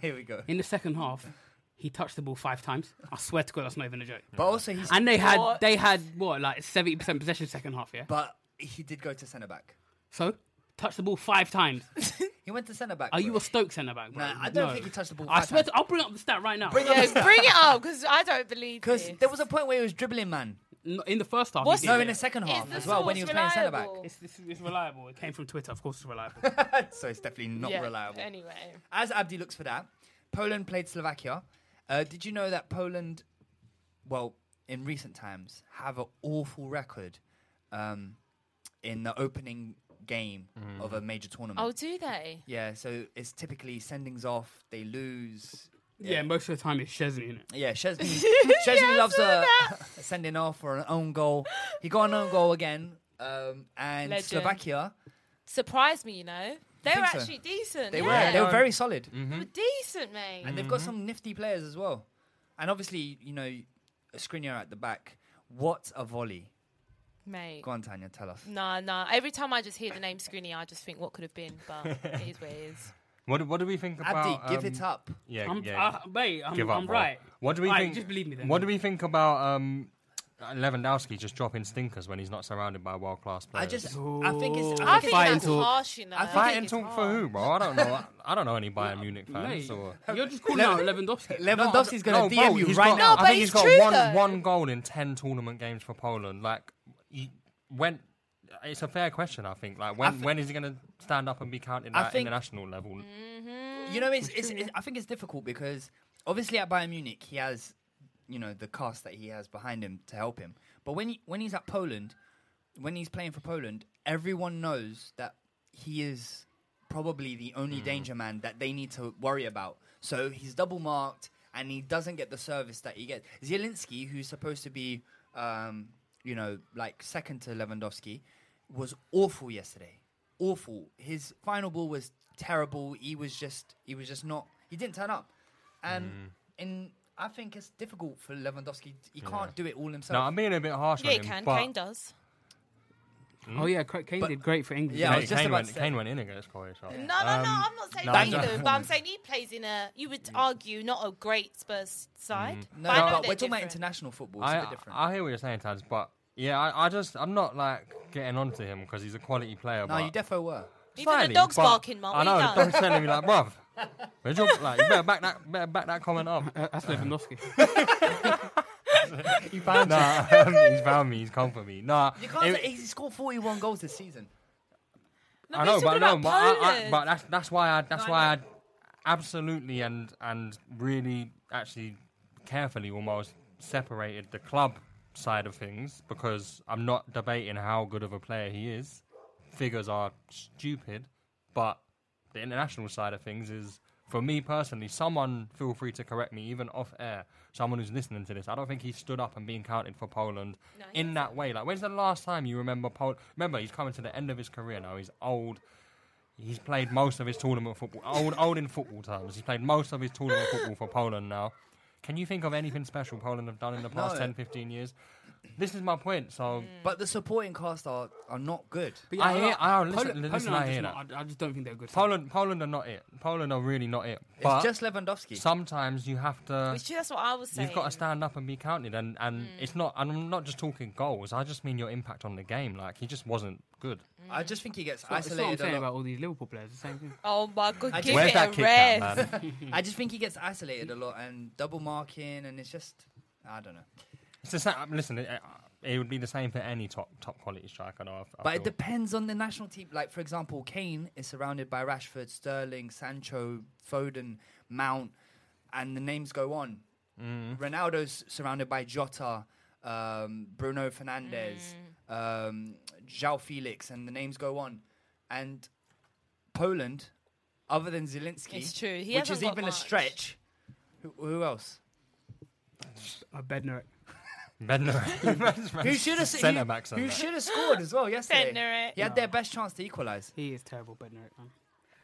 Speaker 6: Here we go.
Speaker 3: In the second half, he touched the ball five times. I swear to God, that's not even a joke.
Speaker 6: But also, he's
Speaker 3: and they had
Speaker 6: What?
Speaker 3: they had what like seventy percent possession second half, yeah.
Speaker 6: But he did go to centre back.
Speaker 3: So touched the ball five times.
Speaker 6: He went to centre back.
Speaker 3: Are
Speaker 6: bro.
Speaker 3: you a Stoke centre back? bro?
Speaker 6: Nah, I don't
Speaker 3: No.
Speaker 6: think he touched the ball.
Speaker 3: I
Speaker 6: five
Speaker 3: swear,
Speaker 6: times.
Speaker 3: to, I'll bring up the stat right now.
Speaker 6: Bring up the
Speaker 10: Yeah,
Speaker 6: stat.
Speaker 10: bring it up because I don't believe
Speaker 6: Because
Speaker 10: this.
Speaker 6: there was a point where he was dribbling, man.
Speaker 3: N- in the first half.
Speaker 10: What's
Speaker 3: he did
Speaker 6: No,
Speaker 3: it.
Speaker 6: in the second
Speaker 10: Is
Speaker 6: half
Speaker 10: the
Speaker 6: as well, when he was
Speaker 10: source
Speaker 6: playing centre back.
Speaker 10: reliable?
Speaker 3: It's, it's, it's reliable. It came from Twitter. Of course, it's reliable.
Speaker 6: so it's definitely not
Speaker 10: Yeah,
Speaker 6: reliable. Um,
Speaker 10: Anyway.
Speaker 6: As Abdi looks for that, Poland played Slovakia. Uh, did you know that Poland, well, in recent times, have an awful record um, in the opening game of
Speaker 3: Mm.
Speaker 6: a major tournament?
Speaker 10: Oh, do they?
Speaker 6: Yeah, so it's typically sendings off, they lose.
Speaker 3: yeah. most of the time it's Chesney, innit?
Speaker 6: Yeah, Chesney, Chesney loves a, a sending off for an own goal. He got an own goal again, um, and
Speaker 10: Legend.
Speaker 6: Slovakia.
Speaker 10: Surprised me, you know. They
Speaker 6: think
Speaker 10: were
Speaker 6: so.
Speaker 10: actually decent.
Speaker 6: They
Speaker 10: yeah.
Speaker 6: were they were very solid,
Speaker 2: Mm-hmm.
Speaker 10: They were decent, mate.
Speaker 6: and they've got some nifty players as well. And obviously, you know, Skriniar at the back. What a volley!
Speaker 10: mate.
Speaker 6: Go on, Tanya, tell us.
Speaker 10: Nah, nah. Every time I just hear the name Screeny, I just think what could have been, but it is what it is.
Speaker 2: What, what do we think about
Speaker 6: Abdi, give it
Speaker 2: um,
Speaker 6: up.
Speaker 2: Yeah,
Speaker 3: I'm-
Speaker 2: yeah.
Speaker 3: uh, mate, I'm-
Speaker 2: give up,
Speaker 3: I'm
Speaker 2: bro.
Speaker 3: right.
Speaker 2: What do we
Speaker 3: Right,
Speaker 2: think?
Speaker 3: just believe me then.
Speaker 2: What do we think about um, Lewandowski just dropping stinkers when he's not surrounded by world class players?
Speaker 6: I just, I think it's,
Speaker 4: I
Speaker 6: I
Speaker 4: think
Speaker 6: think it's
Speaker 4: that's harsh, you know.
Speaker 6: I think
Speaker 2: Fight and
Speaker 6: it's
Speaker 2: talk for who, bro? I don't know. I, I don't know any Bayern Munich fans.
Speaker 3: Mate,
Speaker 2: or...
Speaker 3: You're just calling out Lewandowski.
Speaker 6: Lewandowski's gonna
Speaker 2: bro,
Speaker 6: DM you
Speaker 2: he's
Speaker 6: right
Speaker 2: got-
Speaker 6: now.
Speaker 2: I think he's got one
Speaker 6: though.
Speaker 2: one goal in ten tournament games for Poland. Like, he, when it's a fair question, I think. Like, when
Speaker 6: thi-
Speaker 2: when is he going to stand up and be counted
Speaker 6: I
Speaker 2: at
Speaker 6: think- Mm.
Speaker 2: international level?
Speaker 6: You know, it's, it's, it's, I think it's difficult because obviously at Bayern Munich he has, you know, the cast that he has behind him to help him. But when he, when he's at Poland, when he's playing for Poland, everyone knows that he is probably the only danger man that they need to worry about. So he's double marked and he doesn't get the service that he gets. Zielinski, who's supposed to be, um, you know, like second to Lewandowski, was awful yesterday. Awful. His final ball was terrible. He was just, he was just not. He didn't turn up, and in. I think it's difficult for Lewandowski. He can't do it all himself.
Speaker 2: No, I'm being a bit harsh
Speaker 4: Yeah,
Speaker 2: on
Speaker 4: he
Speaker 2: him.
Speaker 4: can.
Speaker 2: but
Speaker 4: Kane does.
Speaker 3: Oh yeah, Cra- Kane did great for England.
Speaker 6: Yeah, I was just
Speaker 2: Kane,
Speaker 6: about
Speaker 2: went,
Speaker 6: to say-
Speaker 2: Kane went in against Croatia.
Speaker 4: No, no, no. I'm
Speaker 6: um,
Speaker 4: not saying that either, but I'm saying he plays in a. You would argue not a great Spurs side.
Speaker 6: Mm. No,
Speaker 4: but I know
Speaker 6: but
Speaker 4: they're
Speaker 6: we're talking about
Speaker 4: different.
Speaker 6: international football. It's a bit
Speaker 2: I,
Speaker 6: different.
Speaker 2: I hear what you're saying, Taz, but yeah, I, I just I'm not like getting onto him because he's a quality player.
Speaker 6: no,
Speaker 2: but
Speaker 6: you defo were.
Speaker 4: Even
Speaker 2: Slightly,
Speaker 4: the dog's
Speaker 2: but
Speaker 4: barking, Mark.
Speaker 2: I
Speaker 4: What
Speaker 2: know.
Speaker 4: you
Speaker 2: The
Speaker 4: done?
Speaker 2: dog's telling me like, bruv, where's your like? You better back that better back that comment up.
Speaker 3: Uh, that's Lewandowski.
Speaker 6: You found him.
Speaker 2: nah, um, he's found me. He's come for me. Nah,
Speaker 6: You can't
Speaker 2: it-
Speaker 6: say he's scored 41 goals this season.
Speaker 4: No,
Speaker 2: I
Speaker 4: but
Speaker 2: know,
Speaker 4: he's
Speaker 2: but
Speaker 4: talking
Speaker 2: no,
Speaker 4: about
Speaker 2: but, I, I,
Speaker 4: Poland.
Speaker 2: but that's that's why I
Speaker 6: No,
Speaker 2: that's
Speaker 6: I
Speaker 2: why I
Speaker 6: know.
Speaker 2: absolutely and and really actually carefully almost separated the club side of things because I'm not debating how good of a player he is. Figures are stupid, but the international side of things is for me personally. Someone feel free to correct me, even off air. Someone who's listening to this, I don't think he stood up and being counted for Poland in that way. Like, when's the last time you remember Poland? Remember, he's coming to the end of his career now. He's old. He's played most of his tournament football. Old, old in football terms. He's played most of his tournament football for Poland now. Can you think of anything special Poland have done in the past
Speaker 6: No.
Speaker 2: 10, 15 years? This is my point. So
Speaker 6: But the supporting cast are, are not good.
Speaker 3: But
Speaker 2: I hear- I- listen-
Speaker 3: Poland,
Speaker 2: listen,
Speaker 3: Poland
Speaker 2: I
Speaker 3: are just
Speaker 2: hear
Speaker 3: not- I, I just don't think they're a good. side.
Speaker 2: Poland, Poland are not it. Poland are really not it. But
Speaker 6: it's just Lewandowski.
Speaker 2: sometimes you have to.
Speaker 4: Which that's what I was saying.
Speaker 2: You've got to stand up and be counted, and, and
Speaker 4: Mm.
Speaker 2: it's not. And I'm not just talking goals. I just mean your impact on the game. Like he just wasn't good.
Speaker 6: I just think he gets
Speaker 3: That's what I'm
Speaker 6: isolated
Speaker 3: saying
Speaker 6: a lot.
Speaker 3: about all these Liverpool players. The same thing.
Speaker 4: Oh my
Speaker 6: I
Speaker 4: god,
Speaker 6: just-
Speaker 4: give
Speaker 2: Where's
Speaker 4: it
Speaker 2: that
Speaker 4: a
Speaker 2: kick, at,
Speaker 4: rest.
Speaker 2: man?
Speaker 6: I just think he gets isolated a lot and double marking, and it's just, I don't know.
Speaker 2: It's the same. Listen, it, it would be the same for any top top quality striker. though, I, I
Speaker 6: But it
Speaker 2: feel.
Speaker 6: depends on the national team. Like, for example, Kane is surrounded by Rashford, Sterling, Sancho, Foden, Mount, and the names go on.
Speaker 2: Mm.
Speaker 6: Ronaldo's surrounded by Jota, um, Bruno Fernandez,
Speaker 4: Mm.
Speaker 6: um, João Felix, and the names go on. And Poland, other than Zielinski,
Speaker 4: It's true. He
Speaker 6: which
Speaker 4: hasn't
Speaker 6: is
Speaker 4: got
Speaker 6: even a
Speaker 4: much.
Speaker 6: stretch, who, who else?
Speaker 3: Uh, Bednarik.
Speaker 2: Bednar.
Speaker 6: Who should have
Speaker 2: centre backs?
Speaker 6: Who should have scored as well yesterday?
Speaker 4: Bednarik.
Speaker 6: He had their best chance to equalise.
Speaker 3: He is terrible, Bednarik, man.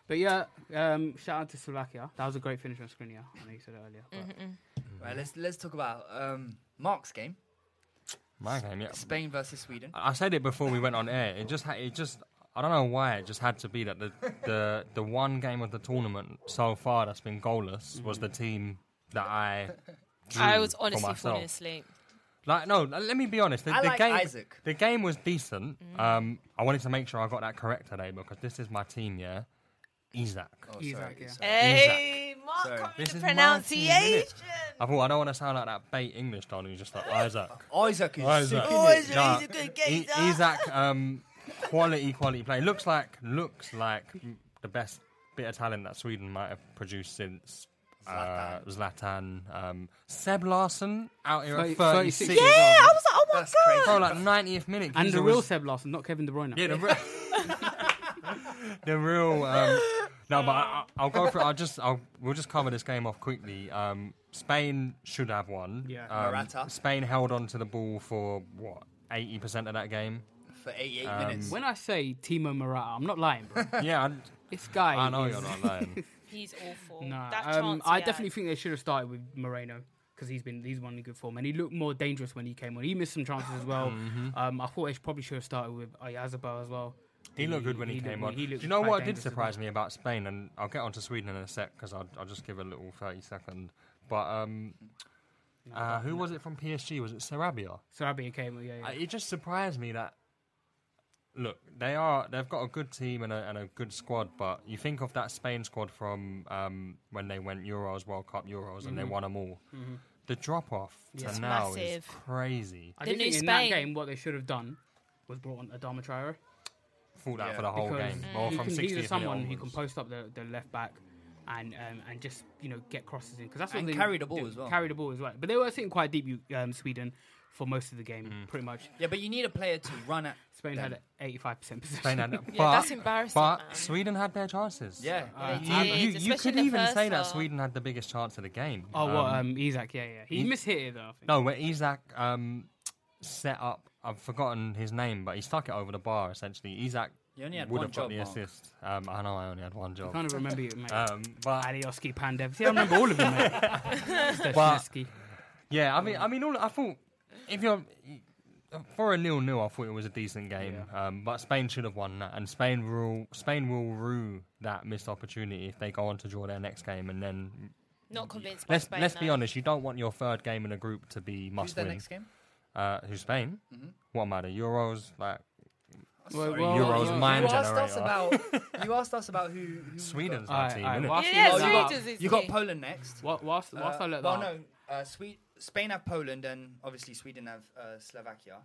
Speaker 3: But yeah, um, shout out to Slovakia. That was a great finish on Skriniar. I know you said it earlier. But
Speaker 2: Mm-hmm.
Speaker 6: Right, let's let's talk about um, Mark's game.
Speaker 2: My game, yeah.
Speaker 6: Spain versus Sweden.
Speaker 3: Uh,
Speaker 2: I said it before we went on air. It just, ha- it just, I don't know why. It just had to be that the the the one game of the tournament so far that's been goalless was the team that I. drew
Speaker 4: I was
Speaker 2: for
Speaker 4: honestly
Speaker 2: myself.
Speaker 4: falling asleep.
Speaker 2: Like no, l- let me be honest. The,
Speaker 6: I
Speaker 2: the
Speaker 6: like
Speaker 2: game,
Speaker 6: Isaac.
Speaker 2: the game was decent. Um, I wanted to make sure I got that correct today because this is my team, yeah. Isaac.
Speaker 3: he's
Speaker 6: Oh, sorry,
Speaker 3: like, yeah.
Speaker 4: Hey, Mark,
Speaker 6: Sorry.
Speaker 4: coming
Speaker 2: This
Speaker 4: to
Speaker 2: is my team,
Speaker 4: pronunciation.
Speaker 2: innit? I thought I don't want to sound like that bait English don who's just like Isaac.
Speaker 6: Isaac is
Speaker 2: Isaac.
Speaker 6: sick.
Speaker 4: Oh, he's a- he's a good
Speaker 2: Nah,
Speaker 4: geezer.
Speaker 2: I- Isaac, um, quality, quality play. Looks like, looks like the best bit of talent that Sweden might have produced since uh, Zlatan. Um, Seb Larsson out here
Speaker 3: Thirty-
Speaker 2: at
Speaker 3: 36
Speaker 2: 36.
Speaker 3: years old.
Speaker 4: I was like, oh my
Speaker 6: That's
Speaker 4: god.
Speaker 6: crazy.
Speaker 2: Bro, like 90th minute.
Speaker 3: And
Speaker 2: geezer
Speaker 3: the real
Speaker 2: was-
Speaker 3: Seb Larson, not Kevin De Bruyne.
Speaker 2: Yeah, the real. the real. Um, no, but I, I- I'll go for. I'll just. I'll. We'll just cover this game off quickly. Um, Spain should have won.
Speaker 3: Yeah.
Speaker 2: Um,
Speaker 6: Morata.
Speaker 2: Spain held on to the ball for what eighty percent of that game.
Speaker 6: for 88
Speaker 2: Um, Mm.
Speaker 6: minutes.
Speaker 3: When I say Timo Morata, I'm not lying, bro.
Speaker 2: Yeah, I,
Speaker 3: this guy.
Speaker 2: I know
Speaker 3: is-
Speaker 2: you're not lying.
Speaker 4: He's awful.
Speaker 3: Nah,
Speaker 4: that
Speaker 3: um,
Speaker 4: chance
Speaker 3: I
Speaker 4: he
Speaker 3: definitely
Speaker 4: had.
Speaker 3: think they should have started with Moreno because he's been he's won in good form and he looked more
Speaker 2: Mm-hmm.
Speaker 3: dangerous when he came on. He missed some chances uh, as well. Um, I thought they sh- probably should have started with Ayazaba as well.
Speaker 2: He looked good when he,
Speaker 3: he
Speaker 2: came
Speaker 3: looked-
Speaker 2: on.
Speaker 3: he
Speaker 2: Do
Speaker 3: looked
Speaker 2: you know
Speaker 3: quite
Speaker 2: what did
Speaker 3: dangerous as
Speaker 2: surprise me about Spain? And I'll get on to Sweden in a sec because I'll, I'll just give a little 30 second. But um, uh, who was it from PSG? Was it Sarabia?
Speaker 3: Sarabia came, yeah. yeah.
Speaker 2: Uh, It just surprised me that look, they are they've got a good team and a, and a good squad, but you think of that Spain squad from um, when they went Euros, World Cup, Euros, and they
Speaker 3: Mhm.
Speaker 2: won them all.
Speaker 3: Mhm.
Speaker 2: The drop off to
Speaker 3: It's
Speaker 2: now is
Speaker 3: massive.
Speaker 2: crazy.
Speaker 3: I
Speaker 2: do
Speaker 3: do think in that game, what they should have done was brought on Adama Traore.
Speaker 2: Thought that for the whole
Speaker 3: because
Speaker 2: game, or
Speaker 3: he
Speaker 2: from
Speaker 3: can-
Speaker 2: 60th
Speaker 3: He's
Speaker 2: minute
Speaker 3: a someone who
Speaker 2: onwards.
Speaker 3: can post up the, the left back and um, and just you know get crosses in because that's what
Speaker 6: And
Speaker 3: they
Speaker 6: carry the ball
Speaker 3: do,
Speaker 6: as well.
Speaker 3: Carry the ball as well. But they were sitting quite deep, you- um, Sweden, for most of the game,
Speaker 2: Mm.
Speaker 3: pretty much.
Speaker 6: Yeah, but you need a player to run at.
Speaker 3: Spain
Speaker 6: them.
Speaker 3: had eighty five percent possession.
Speaker 2: Spain had, but, But Sweden had their chances.
Speaker 3: Yeah, Yeah, they
Speaker 2: You-
Speaker 3: did,
Speaker 2: you, you
Speaker 3: especially
Speaker 2: could
Speaker 3: in the
Speaker 2: even
Speaker 3: first
Speaker 2: say that
Speaker 3: half.
Speaker 2: Sweden had the biggest chance of the game.
Speaker 3: Oh, well, um, Isak, yeah, yeah. He
Speaker 2: I-
Speaker 3: mishit it, though, I think.
Speaker 2: No, where Isak um, set up, I've forgotten his name, but he stuck it over the bar, essentially. Isak
Speaker 3: You only had
Speaker 2: would
Speaker 3: one
Speaker 2: have got
Speaker 3: job,
Speaker 2: the
Speaker 3: Mark.
Speaker 2: assist. Um, I know I only had one job.
Speaker 3: I kind of remember you, mate.
Speaker 2: Um, but
Speaker 3: Alioski Pandev. See, I remember all of them, mate.
Speaker 2: But-
Speaker 3: Stashnesky.
Speaker 2: yeah, I mean, I mean, all I thought if you're for a nil nil, I thought it was a decent game. Um, but Spain should have won that, and Spain will Spain will rue that missed opportunity if they go on to draw their next game, and then
Speaker 4: Not convinced by
Speaker 2: let's
Speaker 4: Spain,
Speaker 2: let's be
Speaker 4: no.
Speaker 2: honest, you don't want your third game in a group to be must
Speaker 6: their
Speaker 2: win.
Speaker 6: next game?
Speaker 2: Uh, who's Spain?
Speaker 6: Mhm.
Speaker 2: What matter? Euros like.
Speaker 6: Well,
Speaker 3: well,
Speaker 2: Euros
Speaker 3: well,
Speaker 2: mind
Speaker 6: you asked
Speaker 2: generator.
Speaker 6: us about. You asked us about who. who we've got.
Speaker 2: Sweden's our
Speaker 3: Aye,
Speaker 2: team,
Speaker 3: aye,
Speaker 2: isn't
Speaker 3: whilst
Speaker 2: it?
Speaker 3: you Yeah, look that
Speaker 6: Well,
Speaker 3: up-
Speaker 6: you got- you got Poland next.
Speaker 3: Wha- whilst- whilst
Speaker 6: Uh,
Speaker 3: I look
Speaker 6: well,
Speaker 3: that up.
Speaker 6: no. Uh, Swe- Spain have Poland, and obviously Sweden have uh, Slovakia.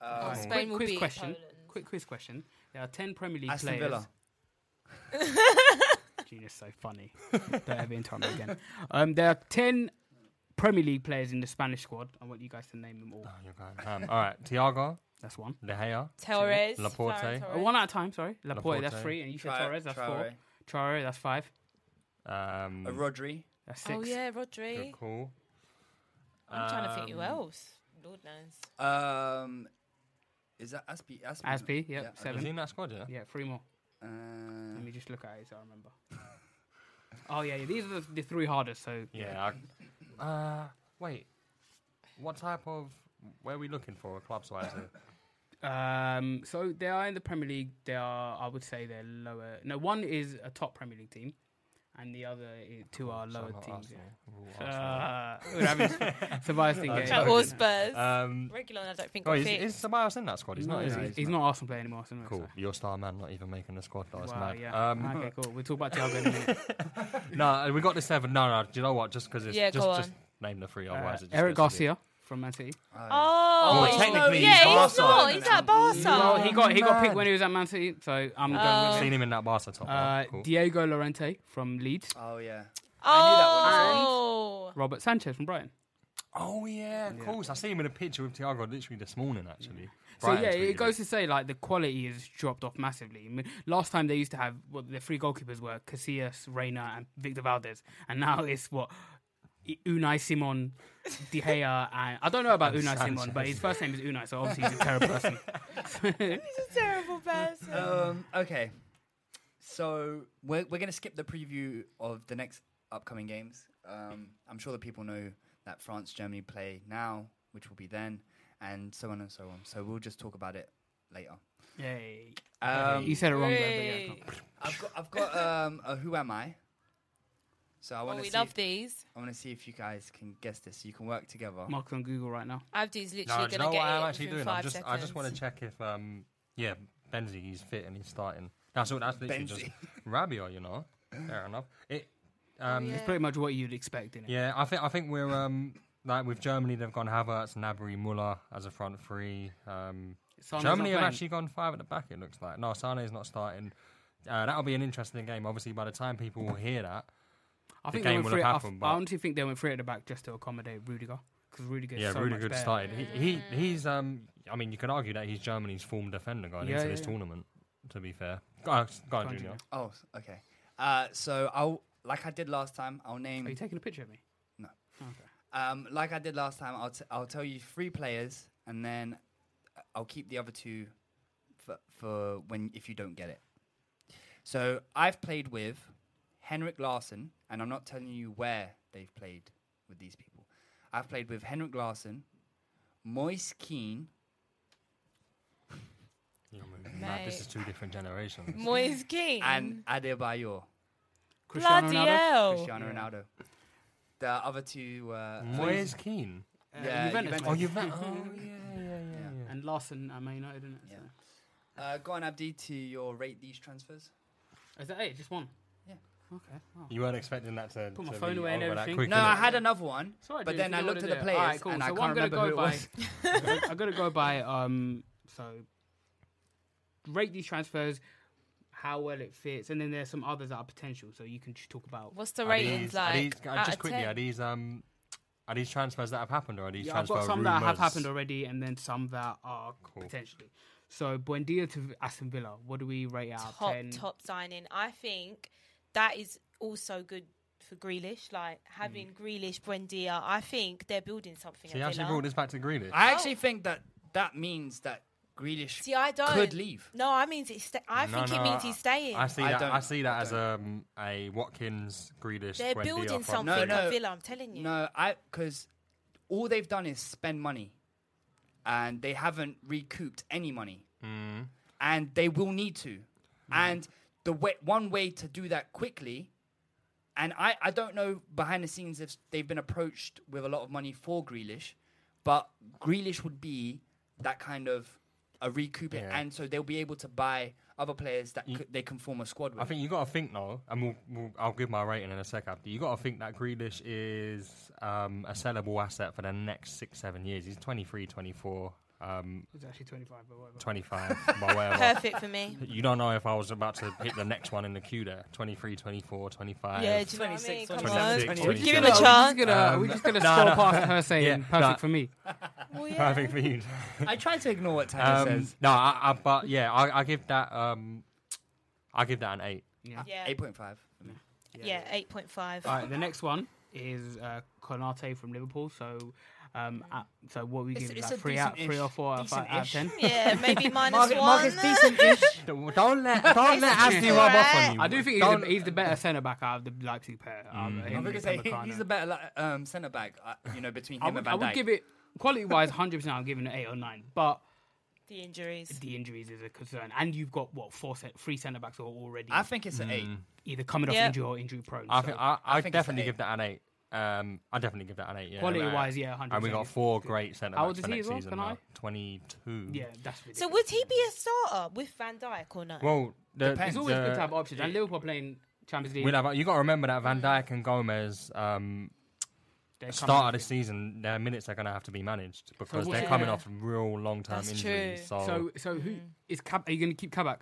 Speaker 6: Uh,
Speaker 3: Alright, quick quiz question. Quick quiz question. There are ten Premier League
Speaker 6: Aston
Speaker 3: players.
Speaker 6: Villa.
Speaker 3: Genius, so funny. Don't ever interrupt me again. Um, there are ten Premier League players in the Spanish squad. I want you guys to name them all.
Speaker 2: you're going Um, all right, Thiago.
Speaker 3: That's one.
Speaker 2: De Gea.
Speaker 3: Torres,
Speaker 2: Laporte. eh?
Speaker 3: Ferran Torres. Uh, one at a time, sorry. Laporte, that's
Speaker 2: Laporte.
Speaker 3: three, and you said
Speaker 6: Tra-
Speaker 3: Torres, that's four.
Speaker 6: Traore.
Speaker 3: Traore, that's five.
Speaker 2: Um,
Speaker 6: Uh, Rodri.
Speaker 3: That's six.
Speaker 4: Oh yeah, Rodri.
Speaker 2: Cool.
Speaker 4: I'm trying to think who
Speaker 6: Um,
Speaker 4: else. Lord knows.
Speaker 6: Um, is that Aspie? Aspie,
Speaker 3: Aspie, yeah,
Speaker 6: okay.
Speaker 3: seven. Yeah, three more.
Speaker 6: Uh, Let
Speaker 3: me just look at it so I remember. oh yeah, yeah, these are the, the three hardest. So
Speaker 2: Yeah. I, uh, wait. What type of? Where are we looking for? Club size. here?
Speaker 3: Um, so they are in the Premier League. They are, I would say, they're lower. No, one is a top Premier League team, and the other i two are
Speaker 2: So
Speaker 3: lower
Speaker 2: not
Speaker 3: teams.
Speaker 2: Arsenal. We're all
Speaker 3: yeah. Uh,
Speaker 2: Arsenal.
Speaker 3: we're having Tobias didn't
Speaker 2: I'm
Speaker 3: get
Speaker 2: joking.
Speaker 3: it.
Speaker 2: Um,
Speaker 4: Regulon, I don't think
Speaker 2: Oh,
Speaker 4: got
Speaker 2: is,
Speaker 4: picked.
Speaker 2: is Ceballos in that squad? He's
Speaker 3: No,
Speaker 2: not. Is
Speaker 3: he's-
Speaker 2: he?
Speaker 3: he's not Arsenal player anymore. Arsenal,
Speaker 2: Cool. Your star man not even making the squad. That's
Speaker 3: Wow,
Speaker 2: mad.
Speaker 3: yeah.
Speaker 2: Um,
Speaker 3: okay, cool. We'll talk about Thiago in a minute.
Speaker 2: no, we got the seven. No, no. Do you know what? Just because it's
Speaker 3: Yeah,
Speaker 2: just,
Speaker 3: go
Speaker 2: just
Speaker 3: on.
Speaker 2: name the three.
Speaker 3: Uh,
Speaker 2: Otherwise, it just
Speaker 3: Eric
Speaker 2: gets to
Speaker 3: Garcia from Man City.
Speaker 4: Oh,
Speaker 2: Well, technically,
Speaker 4: yeah,
Speaker 2: he's
Speaker 4: he's
Speaker 2: Barca.
Speaker 4: not. He's at Barca.
Speaker 3: Well, Oh, he got he got picked
Speaker 2: man. Uh, Oh,
Speaker 3: when he was at Man City, so I'm
Speaker 4: Oh.
Speaker 3: going with
Speaker 2: Seen him in that Barca top.
Speaker 3: Uh, Diego Lorente from Leeds.
Speaker 2: Uh,
Speaker 6: Oh yeah.
Speaker 4: Oh,
Speaker 3: Robert Sanchez from Brighton.
Speaker 2: Oh yeah, of course. I see him in a picture with Thiago literally this morning. Actually.
Speaker 3: So
Speaker 2: Brighton
Speaker 3: yeah,
Speaker 2: tweeted
Speaker 3: it goes to say like the quality has dropped off massively. I mean, last time they used to have what the three goalkeepers were Casillas, Reina, and Victor Valdez, and now it's what I- Unai Simon, De Gea, and I don't know about
Speaker 2: And
Speaker 3: Unai Simon,
Speaker 2: Sanchez.
Speaker 3: but his first name is Unai, so obviously he's a terrible person.
Speaker 4: he's a terrible person.
Speaker 6: Um, okay. So we're we're gonna skip the preview of the next upcoming games. Um, I'm sure that people know that France Germany play now, which will be then, and so on and so on. So we'll just talk about it later.
Speaker 3: Yay!
Speaker 6: Um,
Speaker 3: you said it wrong. There, but yeah, I
Speaker 6: Yay.
Speaker 3: can't-
Speaker 6: I've got I've got um a who am I? So I
Speaker 4: Oh,
Speaker 6: want to
Speaker 4: we
Speaker 6: see
Speaker 4: love these.
Speaker 6: I want to see if you guys can guess this. You can work together.
Speaker 3: Mark's on Google right now.
Speaker 4: Abdi's
Speaker 2: No,
Speaker 4: literally
Speaker 2: do you
Speaker 4: gonna
Speaker 2: know
Speaker 4: get
Speaker 2: what
Speaker 4: it
Speaker 2: I'm actually
Speaker 4: within
Speaker 2: doing?
Speaker 4: five
Speaker 2: I'm just,
Speaker 4: seconds.
Speaker 2: I just want to check if, um, yeah, Benzi, he's fit and he's starting. That's all. That's literally just
Speaker 3: Benzi.
Speaker 2: Rabiot, you know. Fair enough. It, um,
Speaker 3: It's pretty much what you'd expect in it.
Speaker 2: yeah. I think I think we're um like with Germany, they've gone Havertz, Nabry, Muller as a front three. Um,
Speaker 3: Sane's
Speaker 2: Germany
Speaker 3: not
Speaker 2: have
Speaker 3: playing.
Speaker 2: actually gone five at the back. It looks like. No, Sane's not starting. Uh, that'll be an interesting game. Obviously, by the time people will hear that,
Speaker 3: I
Speaker 2: the
Speaker 3: think
Speaker 2: game
Speaker 3: they went
Speaker 2: will have
Speaker 3: free, I,
Speaker 2: happened.
Speaker 3: f-
Speaker 2: but
Speaker 3: I honestly think they went free at the back just to accommodate Rudiger because Rudiger.
Speaker 2: yeah,
Speaker 3: so
Speaker 2: really
Speaker 3: much
Speaker 2: good
Speaker 3: better.
Speaker 2: started. He, he he's um. I mean, you could argue that he's Germany's form defender going
Speaker 6: Yeah,
Speaker 2: into
Speaker 6: yeah,
Speaker 2: this
Speaker 6: yeah.
Speaker 2: tournament. To be fair, go on, go on,
Speaker 3: Go on,
Speaker 2: Junior.
Speaker 6: Oh, s- okay. Uh, so I'll like I did last time. I'll name.
Speaker 3: Are you taking a picture of me?
Speaker 6: No.
Speaker 3: Okay.
Speaker 6: Um, like I did last time. I'll t- I'll tell you three players, and then uh, I'll keep the other two for, for when if you don't get it. So I've played with Henrik Larsson, and I'm not telling you where they've played with these people. I've played with Henrik Larsson, Moise Keane,
Speaker 2: You know what I mean? Nah, this
Speaker 10: Mate.
Speaker 2: is two different generations.
Speaker 10: Moise Kean.
Speaker 6: and Adebayo.
Speaker 10: Cristiano Bloody Ronaldo?
Speaker 4: Oh.
Speaker 10: hell.
Speaker 6: Cristiano
Speaker 2: Yeah.
Speaker 6: Ronaldo. The other two. Uh,
Speaker 2: Moise
Speaker 6: players-
Speaker 2: Kean? Uh,
Speaker 6: Yeah,
Speaker 3: Juventus.
Speaker 6: Juventus.
Speaker 3: Oh,
Speaker 2: Juventus.
Speaker 3: And Larson at Man United, isn't it?
Speaker 6: Yeah. Uh, go on, Abdi, to your rate these transfers.
Speaker 3: So. Is that it? Just one?
Speaker 6: Yeah.
Speaker 3: Okay. wow.
Speaker 2: You weren't expecting that to.
Speaker 3: Put my
Speaker 2: to
Speaker 3: phone
Speaker 2: be
Speaker 3: away and
Speaker 2: over that
Speaker 3: everything.
Speaker 2: quick,
Speaker 6: No, I
Speaker 2: innit?
Speaker 6: had another one,
Speaker 3: Sorry,
Speaker 6: but
Speaker 3: dude,
Speaker 6: then
Speaker 3: you
Speaker 6: I
Speaker 3: know
Speaker 6: looked
Speaker 3: what
Speaker 6: at
Speaker 3: to
Speaker 6: the
Speaker 3: do.
Speaker 6: players
Speaker 3: Alright, cool.
Speaker 6: and
Speaker 3: so
Speaker 6: I
Speaker 3: what
Speaker 6: can't
Speaker 3: I'm gonna
Speaker 6: remember who it
Speaker 3: go
Speaker 6: was.
Speaker 3: by- I'm gonna go by um. So rate these transfers, how well it fits, and then there's some others that are potential. So you can just talk about
Speaker 10: What's the ratings
Speaker 2: Are
Speaker 10: like?
Speaker 2: these,
Speaker 10: out
Speaker 2: uh,
Speaker 10: of
Speaker 2: just quickly,
Speaker 10: 10?
Speaker 2: are these um, are these transfers that have happened or are these
Speaker 3: Yeah, I've
Speaker 2: transfer
Speaker 3: got some that have
Speaker 2: rumours?
Speaker 3: happened already, and then some that are potentially. So Buendia to Aston Villa. What do we rate out? of
Speaker 4: top
Speaker 3: 10?
Speaker 4: top signing. I think that is also good for Grealish. Like having Grealish, Buendia, I think they're building something.
Speaker 2: So you
Speaker 4: at
Speaker 2: actually
Speaker 4: Villa.
Speaker 2: brought this back to Greenish.
Speaker 6: I
Speaker 3: Oh.
Speaker 6: actually think that that means that Grealish
Speaker 4: See, I don't.
Speaker 6: could leave.
Speaker 4: No, I mean, he's sta- I think it means he's staying.
Speaker 2: I see
Speaker 6: I
Speaker 2: that.
Speaker 6: don't-
Speaker 2: I see that as um, a Watkins, Greedish.
Speaker 4: They're
Speaker 2: Buendia
Speaker 4: building
Speaker 2: front
Speaker 4: something
Speaker 2: three.
Speaker 4: at Villa. I'm telling you.
Speaker 6: No, I because all they've done is spend money, and they haven't recouped any money,
Speaker 2: Mm.
Speaker 6: and they will need to. And the way, one way to do that quickly, and I, I don't know behind the scenes if they've been approached with a lot of money for Grealish, but Grealish would be that kind of a recouping,
Speaker 2: Yeah. Mm.
Speaker 6: and so they'll be able to buy other players that c- they can form a squad with.
Speaker 2: I think you got to think though, and we'll, we'll, I'll give my rating in a sec after. You got to think that Grealish is um, a sellable asset for the next six, seven years. He's 23, 24, um,
Speaker 3: It's actually 25, but whatever.
Speaker 2: 25, but whatever.
Speaker 4: Perfect for me.
Speaker 2: You don't know if I was about to hit the next one in the queue there. 23, 24, 25.
Speaker 4: Yeah, do you know what I mean? Come
Speaker 2: 26,
Speaker 4: on. Give him
Speaker 2: 27.
Speaker 4: a
Speaker 3: We're
Speaker 4: chance.
Speaker 3: just gonna- we're just gonna scroll past her saying, "Perfect for me."
Speaker 4: Well, yeah.
Speaker 2: Perfect for you.
Speaker 6: I try to ignore what Tyler
Speaker 2: Um,
Speaker 6: says.
Speaker 2: No, I, I, but yeah, I, I give that. Um, I give that an eight.
Speaker 4: Yeah.
Speaker 6: Eight point five.
Speaker 4: Yeah, eight point five.
Speaker 3: All right, the next one is uh, Konate from Liverpool. So, um, uh, so what we
Speaker 4: It's-
Speaker 3: give it
Speaker 4: it's
Speaker 3: like
Speaker 4: a
Speaker 3: three out,
Speaker 4: decent-ish-
Speaker 3: three or four out, of five, out of ten.
Speaker 4: decent-ish. Yeah, maybe minus
Speaker 6: Marcus-
Speaker 4: one.
Speaker 6: Marcus, decent-ish.
Speaker 2: Don't don't let don't let Ashley rub off on you.
Speaker 3: I do think he's,
Speaker 2: Don't- Mm.
Speaker 3: the, he's the better centre back out of the Leipzig pair. Um,
Speaker 6: I'm
Speaker 3: him
Speaker 6: going to
Speaker 3: and
Speaker 6: say he-
Speaker 3: Upamecano.
Speaker 6: he's a better li- um, centre back, uh, you know, between
Speaker 3: I
Speaker 6: him
Speaker 3: would,
Speaker 6: and
Speaker 3: I
Speaker 6: Van
Speaker 3: would
Speaker 6: Dijk.
Speaker 3: give it quality wise, hundred percent. I'll give it an eight or nine, but
Speaker 4: The injuries.
Speaker 3: the injuries is a concern. And you've got what four, cent- three centre backs who are already.
Speaker 6: I think it's an eight.
Speaker 3: Either coming off
Speaker 6: Yeah.
Speaker 3: injury or injury prone.
Speaker 2: I
Speaker 3: so-
Speaker 2: think I, I,
Speaker 3: I think it's
Speaker 2: definitely
Speaker 3: an
Speaker 2: give that an eight. Um, I definitely give that an eight. Yeah,
Speaker 3: Quality
Speaker 2: Like,
Speaker 3: wise, yeah, 100%.
Speaker 2: And we got four great centre
Speaker 3: How old
Speaker 2: backs
Speaker 3: is
Speaker 2: for
Speaker 3: he
Speaker 2: next
Speaker 3: as well?
Speaker 2: season.
Speaker 3: Can I?
Speaker 2: Twenty-two.
Speaker 3: Yeah, that's ridiculous.
Speaker 4: So would he be a starter with Van Dijk or no?
Speaker 2: Well, the,
Speaker 3: It's always
Speaker 2: the-
Speaker 3: good to have options. And Liverpool playing Champions League.
Speaker 2: We'll have, you got to remember that Van Dijk and Gomez um,
Speaker 3: They're
Speaker 2: start
Speaker 3: coming-
Speaker 2: of the season. Their minutes are going to have to be managed because
Speaker 3: what-
Speaker 2: they're
Speaker 3: Yeah.
Speaker 2: coming off real long-term
Speaker 3: That's
Speaker 2: injuries. So,
Speaker 3: so, so who
Speaker 4: Mm.
Speaker 3: is Cab? Are you going to keep Kabak?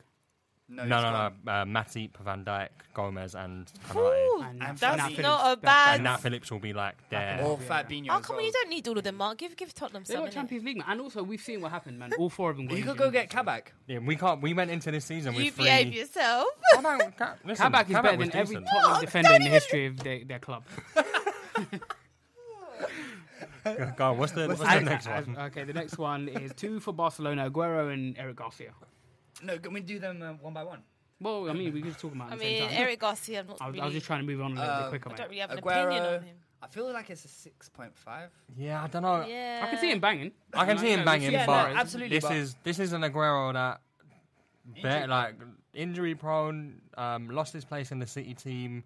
Speaker 2: no, no, no. Uh, Matip, Van Dijk, Gomez, and
Speaker 4: Ooh,
Speaker 2: Kanate.
Speaker 3: And
Speaker 4: that's
Speaker 3: Fat
Speaker 4: not
Speaker 3: Phillips.
Speaker 4: a
Speaker 3: That's
Speaker 4: bad.
Speaker 2: And Nat Phillips will be like there.
Speaker 6: Or Fat Bino
Speaker 4: Oh
Speaker 6: as
Speaker 4: come on,
Speaker 6: well.
Speaker 4: you don't need all of them, Mark. Give give Tottenham
Speaker 3: They
Speaker 4: some.
Speaker 3: got
Speaker 4: innit?
Speaker 3: Champions League, man. And also, we've seen what happened, man. All four of them. got
Speaker 6: You could
Speaker 3: injured.
Speaker 6: go get Kabak.
Speaker 2: Yeah, we can't. We went into this season
Speaker 4: You
Speaker 2: with three.
Speaker 4: behave yourself.
Speaker 2: Listen,
Speaker 3: Kabak is
Speaker 2: Kabak
Speaker 3: better
Speaker 2: was
Speaker 3: than every
Speaker 2: decent.
Speaker 3: Tottenham defender in the history of their, their club.
Speaker 2: Go on, what's the, what's the
Speaker 3: And-
Speaker 2: next one?
Speaker 3: Okay, the next one is two for Barcelona: Aguero and Eric Garcia.
Speaker 6: No, can we do them uh, one by one?
Speaker 3: Well, I mean, we could talk about. it
Speaker 4: I
Speaker 3: at the same
Speaker 4: mean,
Speaker 3: time.
Speaker 4: Eric Garcia. I'm not
Speaker 3: I was,
Speaker 4: really. Uh,
Speaker 3: I was just trying to move on a little bit
Speaker 6: Um,
Speaker 3: quicker,
Speaker 6: I
Speaker 3: mate.
Speaker 4: don't really have an opinion
Speaker 6: Aguero.
Speaker 4: on him.
Speaker 6: I feel like it's a six point five.
Speaker 2: Yeah, I don't know.
Speaker 3: I can see him banging.
Speaker 2: I can
Speaker 3: No,
Speaker 2: see him
Speaker 3: no,
Speaker 2: banging,
Speaker 3: yeah, no,
Speaker 2: but
Speaker 6: absolutely,
Speaker 2: this
Speaker 6: but-
Speaker 2: is this is an Aguero that,
Speaker 6: Injury-
Speaker 2: bet, like injury prone, um, lost his place in the City team,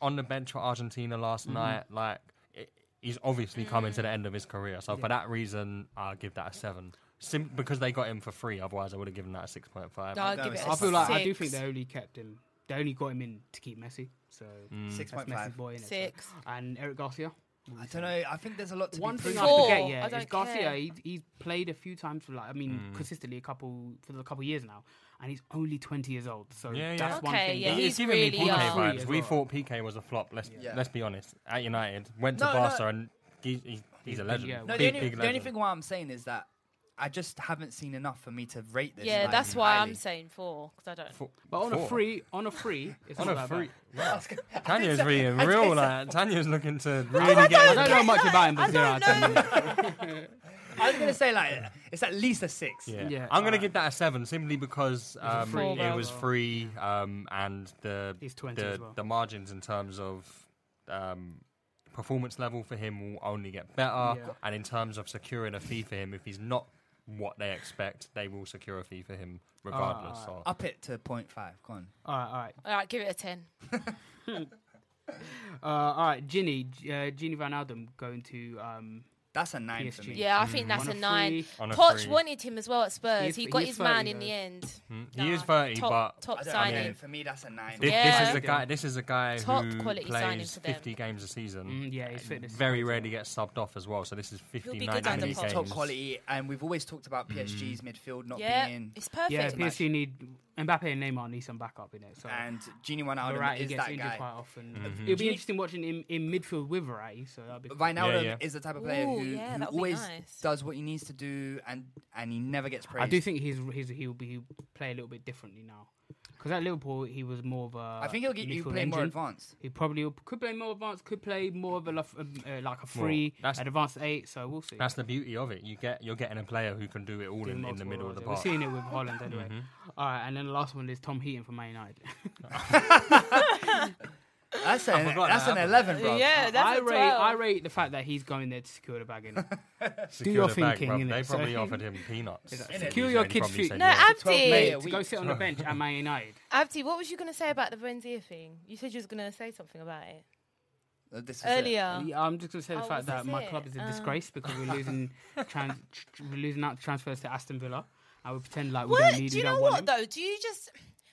Speaker 2: on the bench for Argentina last night. Like it, he's obviously coming to the end of his career, so for that reason, I'll give that a seven. Sim- because they got him for free, otherwise I would have given that a six point five.
Speaker 4: I'll give it a
Speaker 3: I feel like I do
Speaker 4: six.
Speaker 3: think they only kept him. They only got him in to keep Messi. So
Speaker 6: Six
Speaker 3: that's
Speaker 6: point five.
Speaker 3: Messi's boy, innit? So-
Speaker 4: Mm. Six.
Speaker 3: And Eric Garcia.
Speaker 6: I don't know. I think there's a lot to
Speaker 3: One
Speaker 6: be
Speaker 3: thing
Speaker 6: proven.
Speaker 3: I
Speaker 4: Four.
Speaker 3: forget, yeah,
Speaker 4: I
Speaker 3: is
Speaker 4: don't
Speaker 3: Garcia.
Speaker 4: care.
Speaker 3: He, he's played a few times for like, I mean,
Speaker 2: Mm.
Speaker 3: consistently a couple for a couple years now, and he's only twenty years old. So
Speaker 2: Yeah, yeah.
Speaker 3: that's one
Speaker 4: Okay,
Speaker 3: thing.
Speaker 4: yeah,
Speaker 3: that-
Speaker 4: he's
Speaker 2: It's giving
Speaker 4: really
Speaker 2: me PK
Speaker 4: young.
Speaker 2: vibes.
Speaker 3: Free as
Speaker 2: We
Speaker 3: well.
Speaker 2: thought PK was a flop. Let's
Speaker 6: Yeah.
Speaker 2: let's be honest. At United, went to
Speaker 6: No, no.
Speaker 2: Barca and he, he, he's a
Speaker 3: big,
Speaker 2: legend.
Speaker 3: yeah.
Speaker 6: No, the
Speaker 2: big,
Speaker 6: only,
Speaker 2: big
Speaker 6: the only
Speaker 2: legend.
Speaker 6: thing why I'm saying is that I just haven't seen enough for me to rate this.
Speaker 4: Yeah,
Speaker 6: like,
Speaker 4: that's why
Speaker 6: highly.
Speaker 4: I'm saying four because I don't.
Speaker 2: Four-
Speaker 3: But on a
Speaker 2: four.
Speaker 3: free, on a free, it's
Speaker 2: On
Speaker 3: not
Speaker 2: a
Speaker 3: that
Speaker 2: free-
Speaker 3: bad.
Speaker 2: Tanya's reading
Speaker 6: I
Speaker 2: real.
Speaker 6: did
Speaker 2: Like, Tanya's looking to really
Speaker 3: I
Speaker 2: get.
Speaker 3: don't know much about him, but zero out of ten.
Speaker 6: I was gonna say like it's at least a six.
Speaker 2: Yeah.
Speaker 3: Yeah,
Speaker 2: I'm gonna
Speaker 3: alright.
Speaker 2: give that a seven simply because um,
Speaker 3: free
Speaker 2: it
Speaker 3: as
Speaker 2: was
Speaker 3: well.
Speaker 2: free um, and the
Speaker 3: He's 20
Speaker 2: the,
Speaker 3: as well.
Speaker 2: the margins in terms of um, performance level for him will only get better,
Speaker 3: Yeah.
Speaker 2: and in terms of securing a fee for him, if he's not what they expect, they will secure a fee for him regardless. so.
Speaker 6: Up it to 0.5. Go on.
Speaker 3: All right, all right.
Speaker 4: All right, give it a 10.
Speaker 3: Uh, all right, Ginny, G- uh, Ginny Van Alden going to. Um,
Speaker 6: that's a nine
Speaker 3: PSG.
Speaker 6: for me.
Speaker 4: Yeah, I think that's
Speaker 3: On
Speaker 4: a nine.
Speaker 3: free-
Speaker 4: Poch wanted him as well at Spurs.
Speaker 3: He's-
Speaker 4: He, got
Speaker 3: he's
Speaker 4: his man
Speaker 3: 30,
Speaker 4: in the end.
Speaker 2: Mm, he is 30,
Speaker 4: top,
Speaker 2: but
Speaker 4: top
Speaker 6: I don't know, I mean,
Speaker 4: signing.
Speaker 6: for me, that's a nine.
Speaker 2: Thi- This
Speaker 4: Yeah.
Speaker 2: is a guy. This is a guy
Speaker 4: Top
Speaker 2: who
Speaker 4: quality signing
Speaker 2: plays
Speaker 4: for them.
Speaker 2: 50 games a season.
Speaker 3: Mm, yeah, his
Speaker 2: and
Speaker 3: fitness is
Speaker 2: Uh, Very rarely gets subbed off as well. So this is
Speaker 4: He'll be
Speaker 2: 59
Speaker 4: good under
Speaker 2: minute
Speaker 4: Poch.
Speaker 2: games.
Speaker 6: Top quality, and we've always talked about PSG's midfield not
Speaker 4: Yeah,
Speaker 6: being.
Speaker 4: it's perfect.
Speaker 3: yeah,
Speaker 6: Perfect.
Speaker 3: PSG need Mbappe and Neymar need some backup in it. So
Speaker 6: And Genie Wijnaldum
Speaker 3: Verratti
Speaker 6: is
Speaker 3: gets
Speaker 6: that
Speaker 3: injured
Speaker 6: guy.
Speaker 3: quite often.
Speaker 2: Mhm.
Speaker 3: It'll be
Speaker 6: Gini-
Speaker 3: interesting watching him in midfield with Verratti. So that'll be cool.
Speaker 6: Wijnaldum
Speaker 2: yeah.
Speaker 6: is the type of player
Speaker 4: Ooh,
Speaker 6: who,
Speaker 4: yeah,
Speaker 6: who
Speaker 4: that would be
Speaker 6: always
Speaker 4: nice.
Speaker 6: does what he needs to do, and and he never gets praised.
Speaker 3: I do think he's, he's he'll be he'll play a little bit differently now. Because at Liverpool, he was more of a.
Speaker 6: I think he'll get you
Speaker 3: midfield
Speaker 6: play more
Speaker 3: engine.
Speaker 6: advanced.
Speaker 3: He probably will- could play more advanced. Could play more of a lef- um, uh, like a three,
Speaker 2: that's-
Speaker 3: an advanced eight. So we'll see.
Speaker 2: That's the beauty of it. You get you're getting a player who can do it all
Speaker 3: Do
Speaker 2: in, in the
Speaker 3: multiple
Speaker 2: middle of
Speaker 3: roles.
Speaker 2: the
Speaker 3: We're
Speaker 2: park. Mm-hmm.
Speaker 3: seeing it with Holland anyway. All right, and then the last one is Tom Heaton from Man United.
Speaker 6: That's, an,
Speaker 2: forgot
Speaker 6: that's
Speaker 2: that
Speaker 6: an
Speaker 2: happened.
Speaker 6: 11, bro.
Speaker 4: Yeah, that's
Speaker 3: I
Speaker 4: a
Speaker 3: rate
Speaker 4: 12.
Speaker 3: I rate the fact that he's going there to secure the bag. innit?
Speaker 2: Secure
Speaker 3: your
Speaker 2: the bag,
Speaker 3: thinking,
Speaker 2: bruv.
Speaker 3: innit?
Speaker 2: They
Speaker 3: So-
Speaker 2: probably offered him peanuts.
Speaker 3: Exactly.
Speaker 2: He's
Speaker 3: Kill your
Speaker 2: already
Speaker 3: kids'
Speaker 2: probably
Speaker 3: feet.
Speaker 2: said
Speaker 4: No,
Speaker 2: yes.
Speaker 6: mate,
Speaker 4: Abdi.
Speaker 6: a
Speaker 3: to
Speaker 6: week.
Speaker 3: go sit on the bench at Man United.
Speaker 4: Abdi, what was you going to say about the Brenzia thing? You said you was going to say something about it
Speaker 6: Uh, This is it.
Speaker 4: earlier.
Speaker 3: Yeah, I'm just going to say the
Speaker 4: Oh,
Speaker 3: fact
Speaker 4: this
Speaker 3: that
Speaker 4: is
Speaker 3: my
Speaker 4: it.
Speaker 3: club is a
Speaker 4: Uh.
Speaker 3: disgrace because we're losing trans, tr- we're losing out transfers to Aston Villa. I would pretend like we
Speaker 4: What?
Speaker 3: don't need.
Speaker 4: do
Speaker 3: we
Speaker 4: you know
Speaker 3: don't want
Speaker 4: what
Speaker 3: him.
Speaker 4: though? Do you just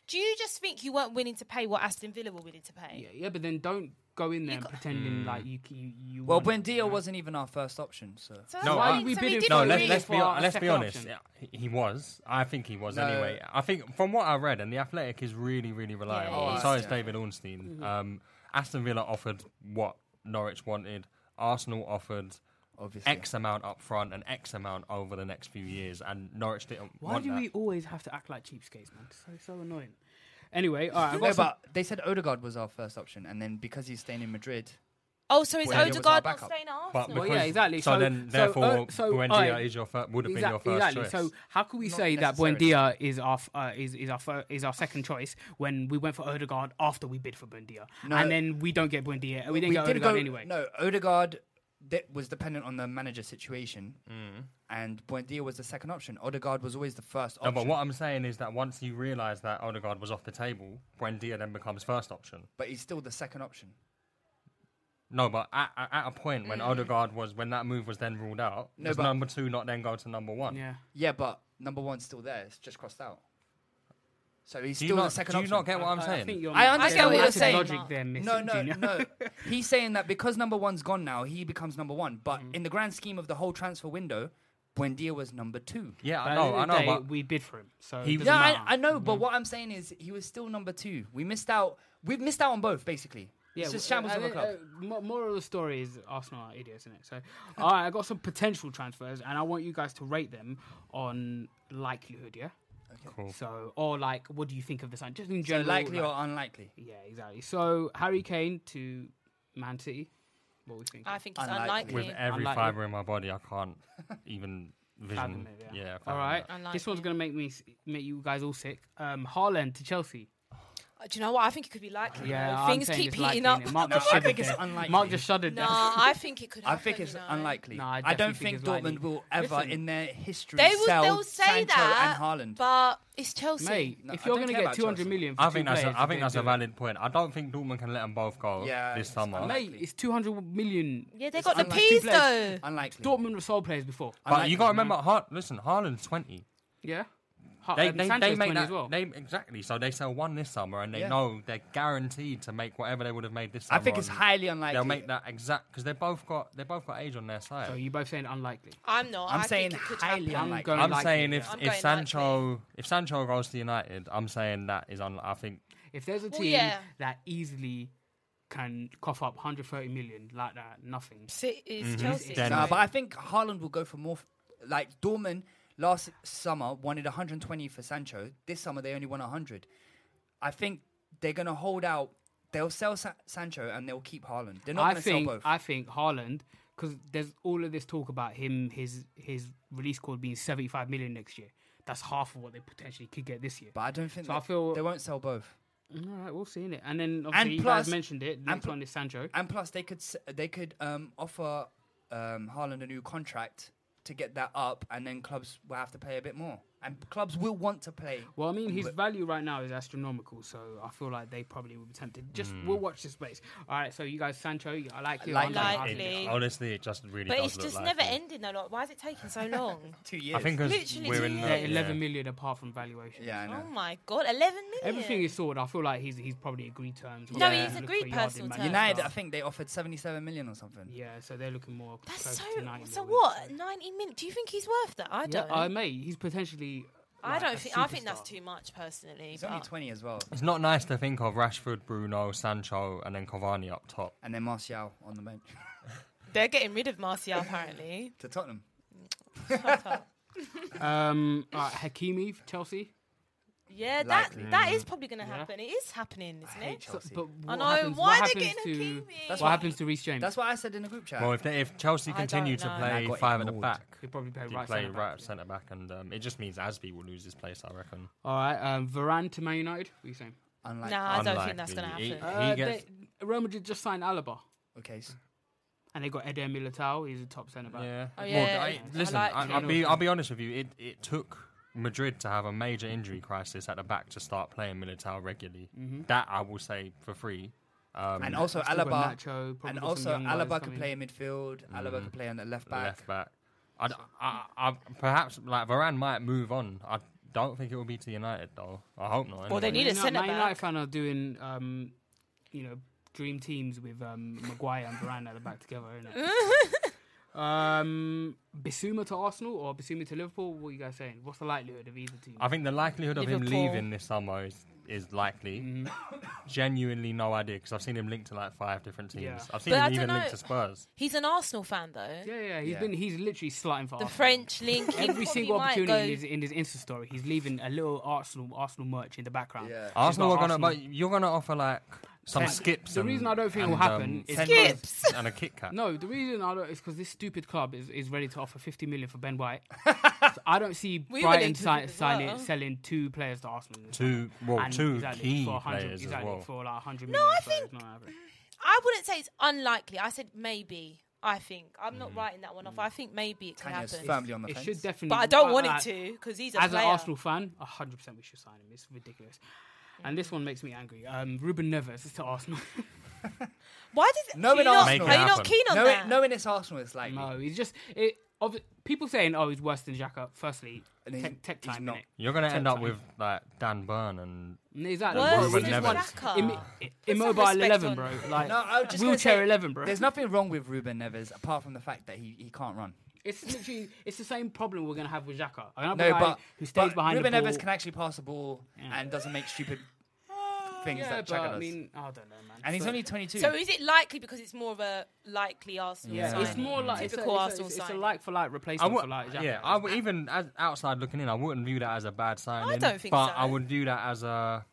Speaker 4: do you just think you weren't willing to pay what Aston Villa were willing to pay?
Speaker 3: Yeah, yeah, but then don't go in there and
Speaker 2: Mm.
Speaker 3: pretending like you c- you you.
Speaker 6: Well,
Speaker 3: want it,
Speaker 6: Buendia
Speaker 3: right?
Speaker 6: wasn't even our first option, so.
Speaker 4: So that's
Speaker 2: No,
Speaker 4: what I
Speaker 2: I-
Speaker 4: mean,
Speaker 3: we
Speaker 4: so
Speaker 3: bid him-
Speaker 4: didn't
Speaker 2: No,
Speaker 3: Didn't
Speaker 2: let's
Speaker 3: we?
Speaker 4: really-
Speaker 2: let's be
Speaker 3: For our second
Speaker 2: let's be honest.
Speaker 3: option.
Speaker 2: Yeah, he- He was. I think he was
Speaker 6: No.
Speaker 2: anyway. I think from what I read, and the Athletic is really really reliable.
Speaker 4: Yeah,
Speaker 2: and
Speaker 4: it
Speaker 2: so
Speaker 6: is.
Speaker 2: is David Ornstein. Um, Aston Villa offered what Norwich wanted. Arsenal offered.
Speaker 6: Obviously.
Speaker 2: X amount up front and X amount over the next few years, and Norwich didn't.
Speaker 3: Why
Speaker 2: want
Speaker 3: do
Speaker 2: that.
Speaker 3: we always have to act like cheapskates, man? So so annoying. Anyway, all right. I've got
Speaker 6: No,
Speaker 3: some-
Speaker 6: but they said Odegaard was our first option, and then because he's staying in Madrid,
Speaker 4: Oh, so
Speaker 6: Buendia
Speaker 4: is
Speaker 6: was our
Speaker 4: Odegaard not
Speaker 6: backup.
Speaker 4: staying at
Speaker 2: But
Speaker 4: Arsenal?
Speaker 3: Well, yeah,
Speaker 2: because-
Speaker 3: exactly.
Speaker 2: So,
Speaker 3: So-
Speaker 2: then,
Speaker 3: so,
Speaker 2: therefore,
Speaker 3: uh, so,
Speaker 2: Buendia
Speaker 3: alright.
Speaker 2: is your fir- would have been your
Speaker 3: Exactly.
Speaker 2: first
Speaker 3: exactly.
Speaker 2: choice.
Speaker 3: So how can we
Speaker 6: Not
Speaker 3: say that
Speaker 6: necessarily.
Speaker 3: Buendia is our f- uh, is is our fir- is our second choice when we went for Odegaard after we bid for Buendia,
Speaker 6: No.
Speaker 3: and then we don't get Buendia, and we didn't get
Speaker 6: did
Speaker 3: Odegaard
Speaker 6: go-
Speaker 3: anyway.
Speaker 6: No, Odegaard that was dependent on the manager situation, and Buendia was the second option. Odegaard was always the first
Speaker 2: No,
Speaker 6: option.
Speaker 2: but what I'm saying is that once you realise that Odegaard was off the table, Buendia then becomes first option.
Speaker 6: but he's still the second option.
Speaker 2: No, but at, at- at a point
Speaker 3: Mm.
Speaker 2: when Odegaard was, when that move was then ruled out,
Speaker 6: No,
Speaker 2: does
Speaker 6: but-
Speaker 2: number two not then go to number one?
Speaker 3: Yeah.
Speaker 6: Yeah, but number one's still there. It's just crossed out. So he's
Speaker 2: Do you,
Speaker 6: still the
Speaker 2: not,
Speaker 6: second
Speaker 2: do you
Speaker 6: option.
Speaker 2: not get what
Speaker 3: I-
Speaker 2: I'm
Speaker 3: I
Speaker 2: saying?
Speaker 3: think you're
Speaker 6: I understand
Speaker 3: there's
Speaker 6: what you're
Speaker 3: lots of
Speaker 6: saying,
Speaker 3: Logic
Speaker 4: Mark.
Speaker 3: there, missing,
Speaker 6: No, no,
Speaker 3: Junior.
Speaker 6: no. He's saying that because number one's gone now, he becomes number one. But
Speaker 2: Mm-hmm.
Speaker 6: in the grand scheme of the whole transfer window, Buendia was number two.
Speaker 3: But
Speaker 2: yeah,
Speaker 3: at
Speaker 2: I
Speaker 3: the
Speaker 2: know, I
Speaker 3: end of the
Speaker 2: know,
Speaker 3: day,
Speaker 2: but
Speaker 3: we bid for him, so
Speaker 2: He-
Speaker 3: it doesn't
Speaker 6: Yeah,
Speaker 3: matter.
Speaker 6: I, I know, but what I'm saying is he was still number two. We missed out. We've missed out on both, basically. Yeah, it's just
Speaker 3: well,
Speaker 6: shambles
Speaker 3: uh,
Speaker 6: of a
Speaker 3: uh,
Speaker 6: club.
Speaker 3: uh, mo- moral of the story is Arsenal are idiots, isn't it? So, all right, I got some potential transfers, and I want you guys to rate them on likelihood. Yeah.
Speaker 2: Cool.
Speaker 3: So, or like, what do you think of the sign? Just in
Speaker 6: So
Speaker 3: general,
Speaker 6: likely
Speaker 3: like-
Speaker 6: or unlikely?
Speaker 3: Yeah, exactly. So Harry Kane to Man City. What we think?
Speaker 4: I think it's
Speaker 6: Unlikely.
Speaker 4: unlikely.
Speaker 2: with every
Speaker 3: Unlikely.
Speaker 2: fibre in my body, I can't even
Speaker 3: Fathom
Speaker 2: vision.
Speaker 3: it,
Speaker 2: yeah,
Speaker 3: yeah. all
Speaker 2: fathom
Speaker 3: right.
Speaker 2: that.
Speaker 3: This one's
Speaker 4: Unlikely.
Speaker 3: gonna make me s- make you guys all sick. Um, Haaland to Chelsea.
Speaker 4: Uh, Do you know what? I think it could be likely.
Speaker 3: Yeah,
Speaker 4: though.
Speaker 3: I'm
Speaker 4: things
Speaker 3: saying
Speaker 4: keep
Speaker 3: it's
Speaker 4: heating
Speaker 3: likely,
Speaker 4: up.
Speaker 3: innit? Mark
Speaker 6: No,
Speaker 3: just
Speaker 6: I
Speaker 3: shuddered
Speaker 6: think it's
Speaker 3: there.
Speaker 6: unlikely.
Speaker 3: Mark just shuddered.
Speaker 4: no,
Speaker 3: there.
Speaker 4: I think it could.
Speaker 6: I
Speaker 4: Happen,
Speaker 6: think it's
Speaker 4: you know.
Speaker 6: unlikely.
Speaker 3: No, I
Speaker 6: I,
Speaker 3: definitely
Speaker 6: don't
Speaker 3: think
Speaker 6: think
Speaker 3: it's
Speaker 6: Dortmund
Speaker 3: likely.
Speaker 6: will ever,
Speaker 3: Listen,
Speaker 6: in their history,
Speaker 4: They will.
Speaker 6: sell
Speaker 4: They'll say
Speaker 6: Sancho
Speaker 4: that.
Speaker 6: and Haaland.
Speaker 4: But it's Chelsea.
Speaker 3: Mate,
Speaker 6: No,
Speaker 3: if
Speaker 6: I
Speaker 3: you're
Speaker 6: don't
Speaker 3: gonna
Speaker 6: care
Speaker 3: get
Speaker 6: about
Speaker 3: 200
Speaker 6: Chelsea.
Speaker 3: million, for
Speaker 2: I
Speaker 3: two
Speaker 2: think that's
Speaker 3: players,
Speaker 2: a, I think
Speaker 3: don't
Speaker 2: that's a
Speaker 3: do it.
Speaker 2: valid point. I don't think Dortmund can let them both go
Speaker 6: Yeah,
Speaker 2: this
Speaker 6: it's
Speaker 2: summer.
Speaker 6: unlikely.
Speaker 3: Mate, it's 200 million.
Speaker 4: yeah, they
Speaker 3: it's
Speaker 4: got the
Speaker 3: unlikely
Speaker 4: peas
Speaker 3: players.
Speaker 4: though.
Speaker 6: unlikely.
Speaker 3: Dortmund were sole players before.
Speaker 2: But you got to remember, Har- listen, Haaland's 20.
Speaker 3: Yeah. Ha-
Speaker 2: They,
Speaker 3: um,
Speaker 2: they,
Speaker 3: Sancho's
Speaker 2: they make
Speaker 3: 20
Speaker 2: that,
Speaker 3: as well.
Speaker 2: they, exactly. So they sell one this summer, and they
Speaker 6: Yeah.
Speaker 2: know they're guaranteed to make whatever they would have made this
Speaker 6: I
Speaker 2: summer.
Speaker 6: think it's
Speaker 2: and
Speaker 6: highly unlikely.
Speaker 2: They'll make that exact because they both got they both got age on their side.
Speaker 3: so you both saying unlikely.
Speaker 4: I'm not.
Speaker 6: I'm
Speaker 4: I
Speaker 6: saying
Speaker 4: think it could
Speaker 6: highly
Speaker 4: happen.
Speaker 6: unlikely.
Speaker 3: going
Speaker 2: I'm
Speaker 3: likely,
Speaker 2: saying if,
Speaker 3: yeah.
Speaker 4: I'm
Speaker 2: if
Speaker 4: going
Speaker 2: Sancho if Sancho goes to United, I'm saying that is on. I think
Speaker 3: If there's a
Speaker 4: Well,
Speaker 3: team
Speaker 4: yeah.
Speaker 3: that easily can cough up 130 million like that, nothing.
Speaker 4: City is
Speaker 6: Mm-hmm.
Speaker 4: Chelsea.
Speaker 2: Then-
Speaker 6: No, but I think Haaland will go for more. F- like Dortmund last summer wanted 120 for Sancho. This summer they only want 100. I think they're going to hold out. They'll sell Sa- Sancho and they'll keep Haaland. They're not
Speaker 3: I
Speaker 6: going to sell
Speaker 3: think
Speaker 6: both.
Speaker 3: I think Haaland because there's all of this talk about him his his release call being 75 million next year. That's half of what they potentially could get this year.
Speaker 6: but I don't think
Speaker 3: So I
Speaker 6: that-
Speaker 3: feel-
Speaker 6: they won't sell both.
Speaker 3: all right, we'll see in it. And then obviously you
Speaker 6: plus-
Speaker 3: guys mentioned it.
Speaker 6: and
Speaker 3: The next
Speaker 6: pl-
Speaker 3: one is Sancho.
Speaker 6: And plus, they could s- they could um, offer um, Haaland a new contract to get that up, and then clubs will have to pay a bit more, and clubs will want to play.
Speaker 3: Well, I mean, his
Speaker 6: But-
Speaker 3: value right now is astronomical, so I feel like they probably will be tempted. Just
Speaker 6: Hmm.
Speaker 2: Mm.
Speaker 3: we'll watch this space. All right, so you guys, Sancho, you- I like you. I
Speaker 4: Likely.
Speaker 3: like you.
Speaker 4: Likely.
Speaker 2: It- honestly, it just really
Speaker 4: but
Speaker 2: does
Speaker 4: it's
Speaker 2: look
Speaker 4: just
Speaker 2: like
Speaker 4: never
Speaker 2: it.
Speaker 4: ending though. Like, why is it taking so long?
Speaker 6: two
Speaker 2: years. think 'cause
Speaker 4: literally
Speaker 2: we're
Speaker 4: two
Speaker 2: in the-
Speaker 4: years.
Speaker 3: They're
Speaker 2: yeah.
Speaker 3: 11 million apart from valuation.
Speaker 6: Yeah, I
Speaker 4: Oh my god, eleven million.
Speaker 3: Everything is sorted. I feel like he's he's probably agreed terms.
Speaker 4: No,
Speaker 3: Look
Speaker 4: he's
Speaker 3: for
Speaker 4: agreed
Speaker 3: Yardin,
Speaker 4: personal
Speaker 3: Matic,
Speaker 4: terms.
Speaker 6: United,
Speaker 3: stuff.
Speaker 6: I think they offered seventy-seven million or something.
Speaker 3: Yeah, so they're looking more.
Speaker 4: That's
Speaker 3: close
Speaker 4: so.
Speaker 3: to 90
Speaker 4: So
Speaker 3: million.
Speaker 4: what? Ninety minutes? Do you think he's worth that? I
Speaker 3: Yeah,
Speaker 4: don't.
Speaker 3: uh, mate, he's potentially.
Speaker 4: I
Speaker 3: like,
Speaker 4: don't
Speaker 3: a
Speaker 4: think. I think that's
Speaker 3: superstar.
Speaker 4: too much personally.
Speaker 6: He's only
Speaker 4: but-
Speaker 6: twenty as well,
Speaker 2: It's not nice to think of Rashford, Bruno, Sancho, and then Cavani up top.
Speaker 6: and then Martial on the bench
Speaker 4: They're getting rid of Martial apparently.
Speaker 6: to Tottenham.
Speaker 3: Um, all right, Hakimi, Chelsea.
Speaker 4: Yeah, that
Speaker 3: Likely.
Speaker 4: that is probably going to
Speaker 3: Yeah.
Speaker 4: happen. It is happening, isn't it?
Speaker 3: So- but what
Speaker 4: I know.
Speaker 3: happens,
Speaker 4: why
Speaker 3: what
Speaker 4: are they
Speaker 3: happens
Speaker 4: getting
Speaker 3: to,
Speaker 4: Hakimi?
Speaker 3: What happens to Reece James?
Speaker 6: That's what I said in the group chat.
Speaker 2: Well, if, they, if Chelsea
Speaker 4: I
Speaker 2: continue
Speaker 4: don't
Speaker 2: to
Speaker 4: know.
Speaker 2: play
Speaker 6: I got
Speaker 2: five at the
Speaker 6: ignored.
Speaker 2: back,
Speaker 3: They probably play
Speaker 2: do
Speaker 3: right
Speaker 2: play
Speaker 3: centre back,
Speaker 2: right centre back, and um, it just means Asby will lose his place, I reckon.
Speaker 3: All right, um, Varane to Man United. What are you saying?
Speaker 6: Unlike
Speaker 4: Nah, I don't think
Speaker 2: Unlikely.
Speaker 4: that's going to
Speaker 2: He-
Speaker 4: happen.
Speaker 2: he
Speaker 3: Uh,
Speaker 2: gets-
Speaker 3: they- Real Madrid just signed Alaba,
Speaker 6: okay, so
Speaker 3: and they got Eder Militao. He's a top centre back.
Speaker 2: Yeah.
Speaker 4: Oh,
Speaker 2: Well,
Speaker 4: yeah,
Speaker 2: I-
Speaker 4: I
Speaker 2: listen,
Speaker 4: like
Speaker 2: I,
Speaker 4: him.
Speaker 2: will be I'll be honest with you. It it took Madrid to have a major injury crisis at the back to start playing Militao regularly. That I will say for free. Um,
Speaker 6: and also
Speaker 3: Still got
Speaker 6: Alaba,
Speaker 3: Nacho, probably got
Speaker 6: and
Speaker 3: some
Speaker 6: also
Speaker 3: young guys
Speaker 6: Alaba could
Speaker 3: coming. Mm-hmm.
Speaker 6: play in midfield. Alaba could play on the left back.
Speaker 2: left back. I, d- I- I- perhaps like Varane might move on. I don't think it will be to United though. I hope not.
Speaker 4: Well, they
Speaker 2: anyway.
Speaker 4: need a
Speaker 3: Man
Speaker 4: centre
Speaker 3: United- Man United
Speaker 4: back.
Speaker 3: fan are doing, um, you know, dream teams with um, Maguire and Varane at the back together, isn't it? um, Bissouma to Arsenal or Bissouma to Liverpool? What are you guys saying? What's the likelihood of either team?
Speaker 2: I think the likelihood of him
Speaker 4: Liverpool.
Speaker 2: leaving this summer is is likely.
Speaker 3: Mm-hmm.
Speaker 2: Genuinely, no idea because I've seen him linked to like five different teams.
Speaker 3: Yeah.
Speaker 2: I've seen
Speaker 4: But I don't
Speaker 2: him even
Speaker 4: know.
Speaker 2: linked to Spurs.
Speaker 4: He's an Arsenal fan though.
Speaker 3: yeah, yeah, he's
Speaker 6: Yeah.
Speaker 3: been he's literally slotting for
Speaker 4: The
Speaker 3: Arsenal.
Speaker 4: French link. he
Speaker 3: Every
Speaker 4: probably
Speaker 3: single
Speaker 4: might
Speaker 3: opportunity in
Speaker 4: go-
Speaker 3: his, in his Insta story, he's leaving a little Arsenal Arsenal merch in the background.
Speaker 6: Yeah.
Speaker 3: He's
Speaker 2: Arsenal are
Speaker 3: got
Speaker 2: gonna,
Speaker 3: Arsenal-
Speaker 2: but you're gonna offer like some
Speaker 3: Ten-
Speaker 2: skips.
Speaker 3: the
Speaker 2: and-
Speaker 3: reason I don't think it will
Speaker 2: and, um,
Speaker 3: happen is-
Speaker 2: ten
Speaker 4: Skips!
Speaker 2: bucks and a Kit Kat.
Speaker 3: No, the reason I don't is because this stupid club is, is ready to offer 50 million for Ben White. So I don't see
Speaker 4: We were
Speaker 3: Brighton
Speaker 4: linked to
Speaker 3: si-
Speaker 4: it as
Speaker 3: signing
Speaker 4: well.
Speaker 3: selling two players to Arsenal. this
Speaker 2: Two, well,
Speaker 3: summer. And
Speaker 2: two
Speaker 3: exactly
Speaker 2: key
Speaker 3: for 100
Speaker 2: players
Speaker 3: exactly
Speaker 2: as well.
Speaker 3: for like 100
Speaker 4: No,
Speaker 3: million.
Speaker 4: I
Speaker 3: so it's
Speaker 4: think-
Speaker 3: not happening.
Speaker 4: I wouldn't say it's unlikely. I said maybe. I think I'm
Speaker 3: Mm.
Speaker 4: not writing that one off. I think maybe it could
Speaker 6: Tanya's
Speaker 4: happen.
Speaker 6: firmly on the
Speaker 3: it
Speaker 6: fence.
Speaker 3: should definitely.
Speaker 4: But I don't want
Speaker 3: like,
Speaker 4: it to because he's a
Speaker 3: As
Speaker 4: player.
Speaker 3: an Arsenal fan, 100 percent we should sign him. It's ridiculous. And this one makes me angry. Um, Ruben Neves to Arsenal.
Speaker 4: Why does
Speaker 6: No,
Speaker 4: no, you
Speaker 6: in
Speaker 4: not, are you
Speaker 6: Arsenal.
Speaker 4: not
Speaker 2: Make it
Speaker 4: keen on
Speaker 6: knowing,
Speaker 4: that?
Speaker 6: knowing it's Arsenal, it's like
Speaker 3: no, he's just it. Of, people saying, "Oh, he's worse than Xhaka." Firstly,
Speaker 6: And he's-
Speaker 3: tech, tech
Speaker 6: he's
Speaker 3: time.
Speaker 6: not.
Speaker 3: innit?
Speaker 2: You're gonna end up
Speaker 3: Totally.
Speaker 2: with like Dan Byrne and
Speaker 3: Exactly.
Speaker 4: Worse
Speaker 3: Well,
Speaker 2: than
Speaker 3: we just want
Speaker 4: Xhaka.
Speaker 3: immi- i- immobile
Speaker 4: respect
Speaker 3: eleven,
Speaker 4: on-
Speaker 3: bro. Like
Speaker 6: No, I was just gonna
Speaker 3: wheelchair
Speaker 6: say,
Speaker 3: eleven, bro.
Speaker 6: There's nothing wrong with Ruben Neves apart from the fact that he, he can't run.
Speaker 3: It's literally it's the same problem we're gonna have with Xhaka. Another
Speaker 6: No,
Speaker 3: guy
Speaker 6: but
Speaker 3: who stays
Speaker 6: but
Speaker 3: behind
Speaker 6: Ruben
Speaker 3: the ball.
Speaker 6: Neves can actually pass the ball and doesn't make stupid things
Speaker 3: Uh, yeah,
Speaker 6: that
Speaker 3: but
Speaker 6: Chaka
Speaker 3: I
Speaker 6: does.
Speaker 3: mean, I don't know, man.
Speaker 6: and he's
Speaker 3: So-
Speaker 6: only 22.
Speaker 4: So is it likely because it's more of a likely Arsenal?
Speaker 6: Yeah.
Speaker 3: yeah,
Speaker 4: signing?
Speaker 3: it's more like it's a,
Speaker 4: typical
Speaker 3: it's a,
Speaker 4: Arsenal
Speaker 3: it's, a,
Speaker 4: signing.
Speaker 3: like for like
Speaker 2: I
Speaker 3: replacement
Speaker 2: would,
Speaker 3: for like Xhaka.
Speaker 2: yeah, I would, even as outside looking in, I wouldn't view that as a bad signing.
Speaker 4: don't think
Speaker 2: but
Speaker 4: so.
Speaker 2: I would view that as a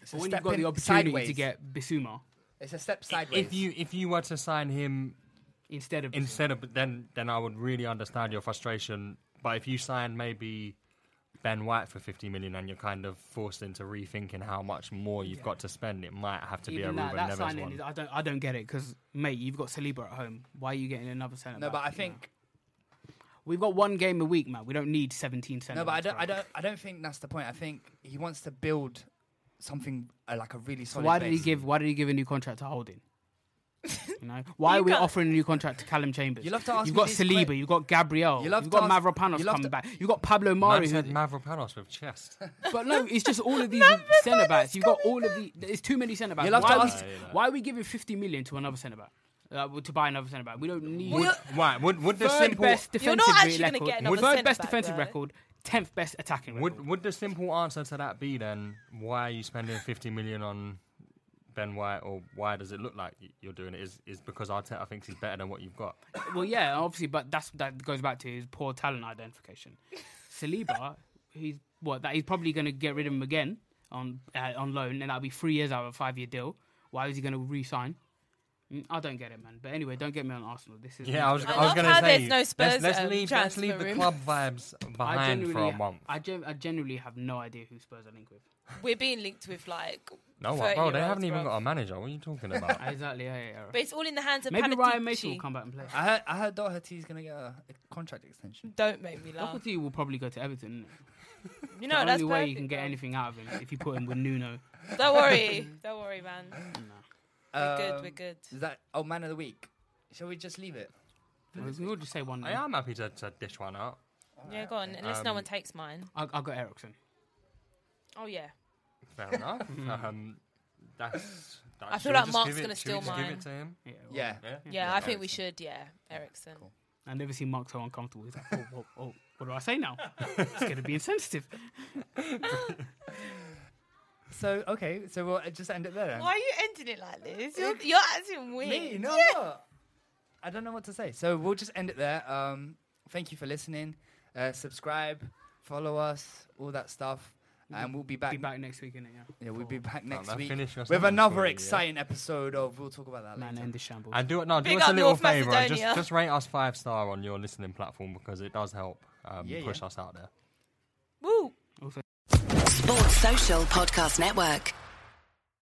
Speaker 6: It's a
Speaker 3: But when
Speaker 6: step
Speaker 3: you've got
Speaker 6: in-
Speaker 3: the opportunity
Speaker 6: sideways.
Speaker 3: to get Bissouma
Speaker 6: It's a step sideways.
Speaker 2: if you if you were to sign him
Speaker 3: instead of
Speaker 2: instead of then then I would really understand your frustration. But if you sign maybe Ben White for 50 million and you're kind of forced into rethinking how much more you've got to spend, it might have to be a
Speaker 3: even that,
Speaker 2: Ruben
Speaker 3: that
Speaker 2: Neves
Speaker 3: signing,
Speaker 2: one.
Speaker 3: is, I don't I don't get it because mate, you've got Saliba at home. Why are you getting another centre?
Speaker 6: no,
Speaker 3: back?
Speaker 6: but I
Speaker 3: You know?
Speaker 6: think
Speaker 3: we've got one game a week, man. We don't need seventeen centre.
Speaker 6: no, but I don't,
Speaker 3: backs,
Speaker 6: I
Speaker 3: bro.
Speaker 6: don't, I don't think that's the point. I think he wants to build something uh, like a really
Speaker 3: So
Speaker 6: solid.
Speaker 3: why did he
Speaker 6: base.
Speaker 3: give? Why did he give a new contract to Holding? You know, why are we
Speaker 4: can't-
Speaker 3: offering a new contract to Callum Chambers?
Speaker 6: You love to ask
Speaker 3: You've
Speaker 6: me
Speaker 3: got
Speaker 6: these
Speaker 3: Saliba,
Speaker 6: que-
Speaker 3: you've got Gabriel,
Speaker 6: You
Speaker 3: you
Speaker 6: love
Speaker 3: have
Speaker 6: to
Speaker 3: got
Speaker 6: ask-
Speaker 3: Mavropanos
Speaker 6: you love
Speaker 3: coming
Speaker 6: to-
Speaker 3: back, you've got Pablo
Speaker 2: Man
Speaker 3: Mari.
Speaker 2: said
Speaker 3: who-
Speaker 2: Mavropanos with chest.
Speaker 3: But no, it's just all of these centre backs. You've got all of the. It's too many centre backs.
Speaker 6: You love
Speaker 3: Why
Speaker 6: to
Speaker 3: are,
Speaker 6: ask-
Speaker 3: we, why are we giving fifty million to another centre back? Uh, well, to buy another centre back, we don't need.
Speaker 2: Would, why would would the
Speaker 3: third
Speaker 2: simple
Speaker 3: best
Speaker 4: You're
Speaker 3: defensive
Speaker 4: not actually gonna
Speaker 3: record.
Speaker 4: get another
Speaker 3: third
Speaker 4: centre
Speaker 3: best
Speaker 4: back,
Speaker 3: defensive
Speaker 4: though.
Speaker 3: record. Tenth best attacking record.
Speaker 2: would would the simple answer to that be then why are you spending 50 million on Ben White or why does it look like y- you're doing it is is because Arteta thinks he's better than what you've got.
Speaker 3: Well, yeah, obviously, but that's that goes back to his poor talent identification. Saliba, he's what that he's probably going to get rid of him again on uh, on loan, and that'll be three years out of a five year deal. Why is he going to re-sign? Mm, I don't get it, man. But anyway, don't get me on Arsenal. This is
Speaker 2: Yeah, I was- I I was love gonna how say, there's no let's- Spurs, let's um, leave- let's leave the transfer club room. vibes
Speaker 3: I
Speaker 2: behind for a
Speaker 3: genuinely-
Speaker 2: month.
Speaker 3: I, gen- I generally have no idea who Spurs are linked with.
Speaker 4: We're being linked with like.
Speaker 2: No, what, bro, they
Speaker 4: 30-year-olds,
Speaker 2: haven't even
Speaker 4: bro.
Speaker 2: got a manager. What are you talking about?
Speaker 3: exactly. Yeah, yeah,
Speaker 4: But it's all in the hands of
Speaker 3: Maybe Ryan
Speaker 4: Panadici.
Speaker 3: Mason will come back and play.
Speaker 6: I heard, I heard Doherty's going to get a, a contract extension.
Speaker 4: Don't make me laugh.
Speaker 3: Doherty will probably go to Everton. innit?
Speaker 4: You
Speaker 3: the
Speaker 4: know, that's
Speaker 3: only way you
Speaker 4: perfect.
Speaker 3: can get anything out of him is if you put him with Nuno.
Speaker 4: Don't worry. Don't worry, man. We're good. We're
Speaker 6: Um,
Speaker 4: good.
Speaker 6: Is that oh man of the week? Shall we just leave it?
Speaker 3: We will just say one.
Speaker 2: I am happy to, to dish one out.
Speaker 4: Yeah, go on. Unless no
Speaker 2: Um,
Speaker 4: one takes mine.
Speaker 3: I, I got Ericsson.
Speaker 4: Oh yeah.
Speaker 2: Fair enough. um, that's, that,
Speaker 4: I
Speaker 2: should
Speaker 4: feel
Speaker 2: we
Speaker 4: like
Speaker 2: just
Speaker 4: Mark's
Speaker 2: give it-
Speaker 4: gonna
Speaker 2: should we
Speaker 4: steal
Speaker 2: just
Speaker 4: mine.
Speaker 2: Give it to him.
Speaker 3: Yeah.
Speaker 6: Yeah.
Speaker 4: Yeah, I think we should. Yeah, Ericsson.
Speaker 3: I've never seen Mark so uncomfortable. He's like, oh, oh, oh, what do I say now? it's going to be insensitive.
Speaker 6: So okay, so we'll uh, just end it there. Then.
Speaker 10: Why are you ending it like this? You're, you're acting weird.
Speaker 6: Me? No, I'm not. I don't know what to say. So we'll just end it there. Um, thank you for listening. Uh, subscribe, follow us, all that stuff, and we'll be back.
Speaker 3: Be back next week, innit? Yeah.
Speaker 6: yeah, we'll be back
Speaker 2: Can't
Speaker 6: next
Speaker 2: I
Speaker 6: week
Speaker 2: finish your
Speaker 6: with
Speaker 2: sentence
Speaker 6: another
Speaker 2: for you, yeah?
Speaker 6: exciting episode of. We'll talk about that
Speaker 3: Man,
Speaker 6: later.
Speaker 3: end this shambles.
Speaker 2: And do it now. Do
Speaker 3: Big
Speaker 2: us a
Speaker 3: up
Speaker 2: little
Speaker 3: North
Speaker 2: favour. and Just,
Speaker 3: Macedonia.
Speaker 2: just rate us five star on your listening platform because it does help um,
Speaker 3: Yeah,
Speaker 2: push
Speaker 3: yeah.
Speaker 2: us out there.
Speaker 4: Woo!
Speaker 3: Also,
Speaker 11: Sports Social Podcast Network.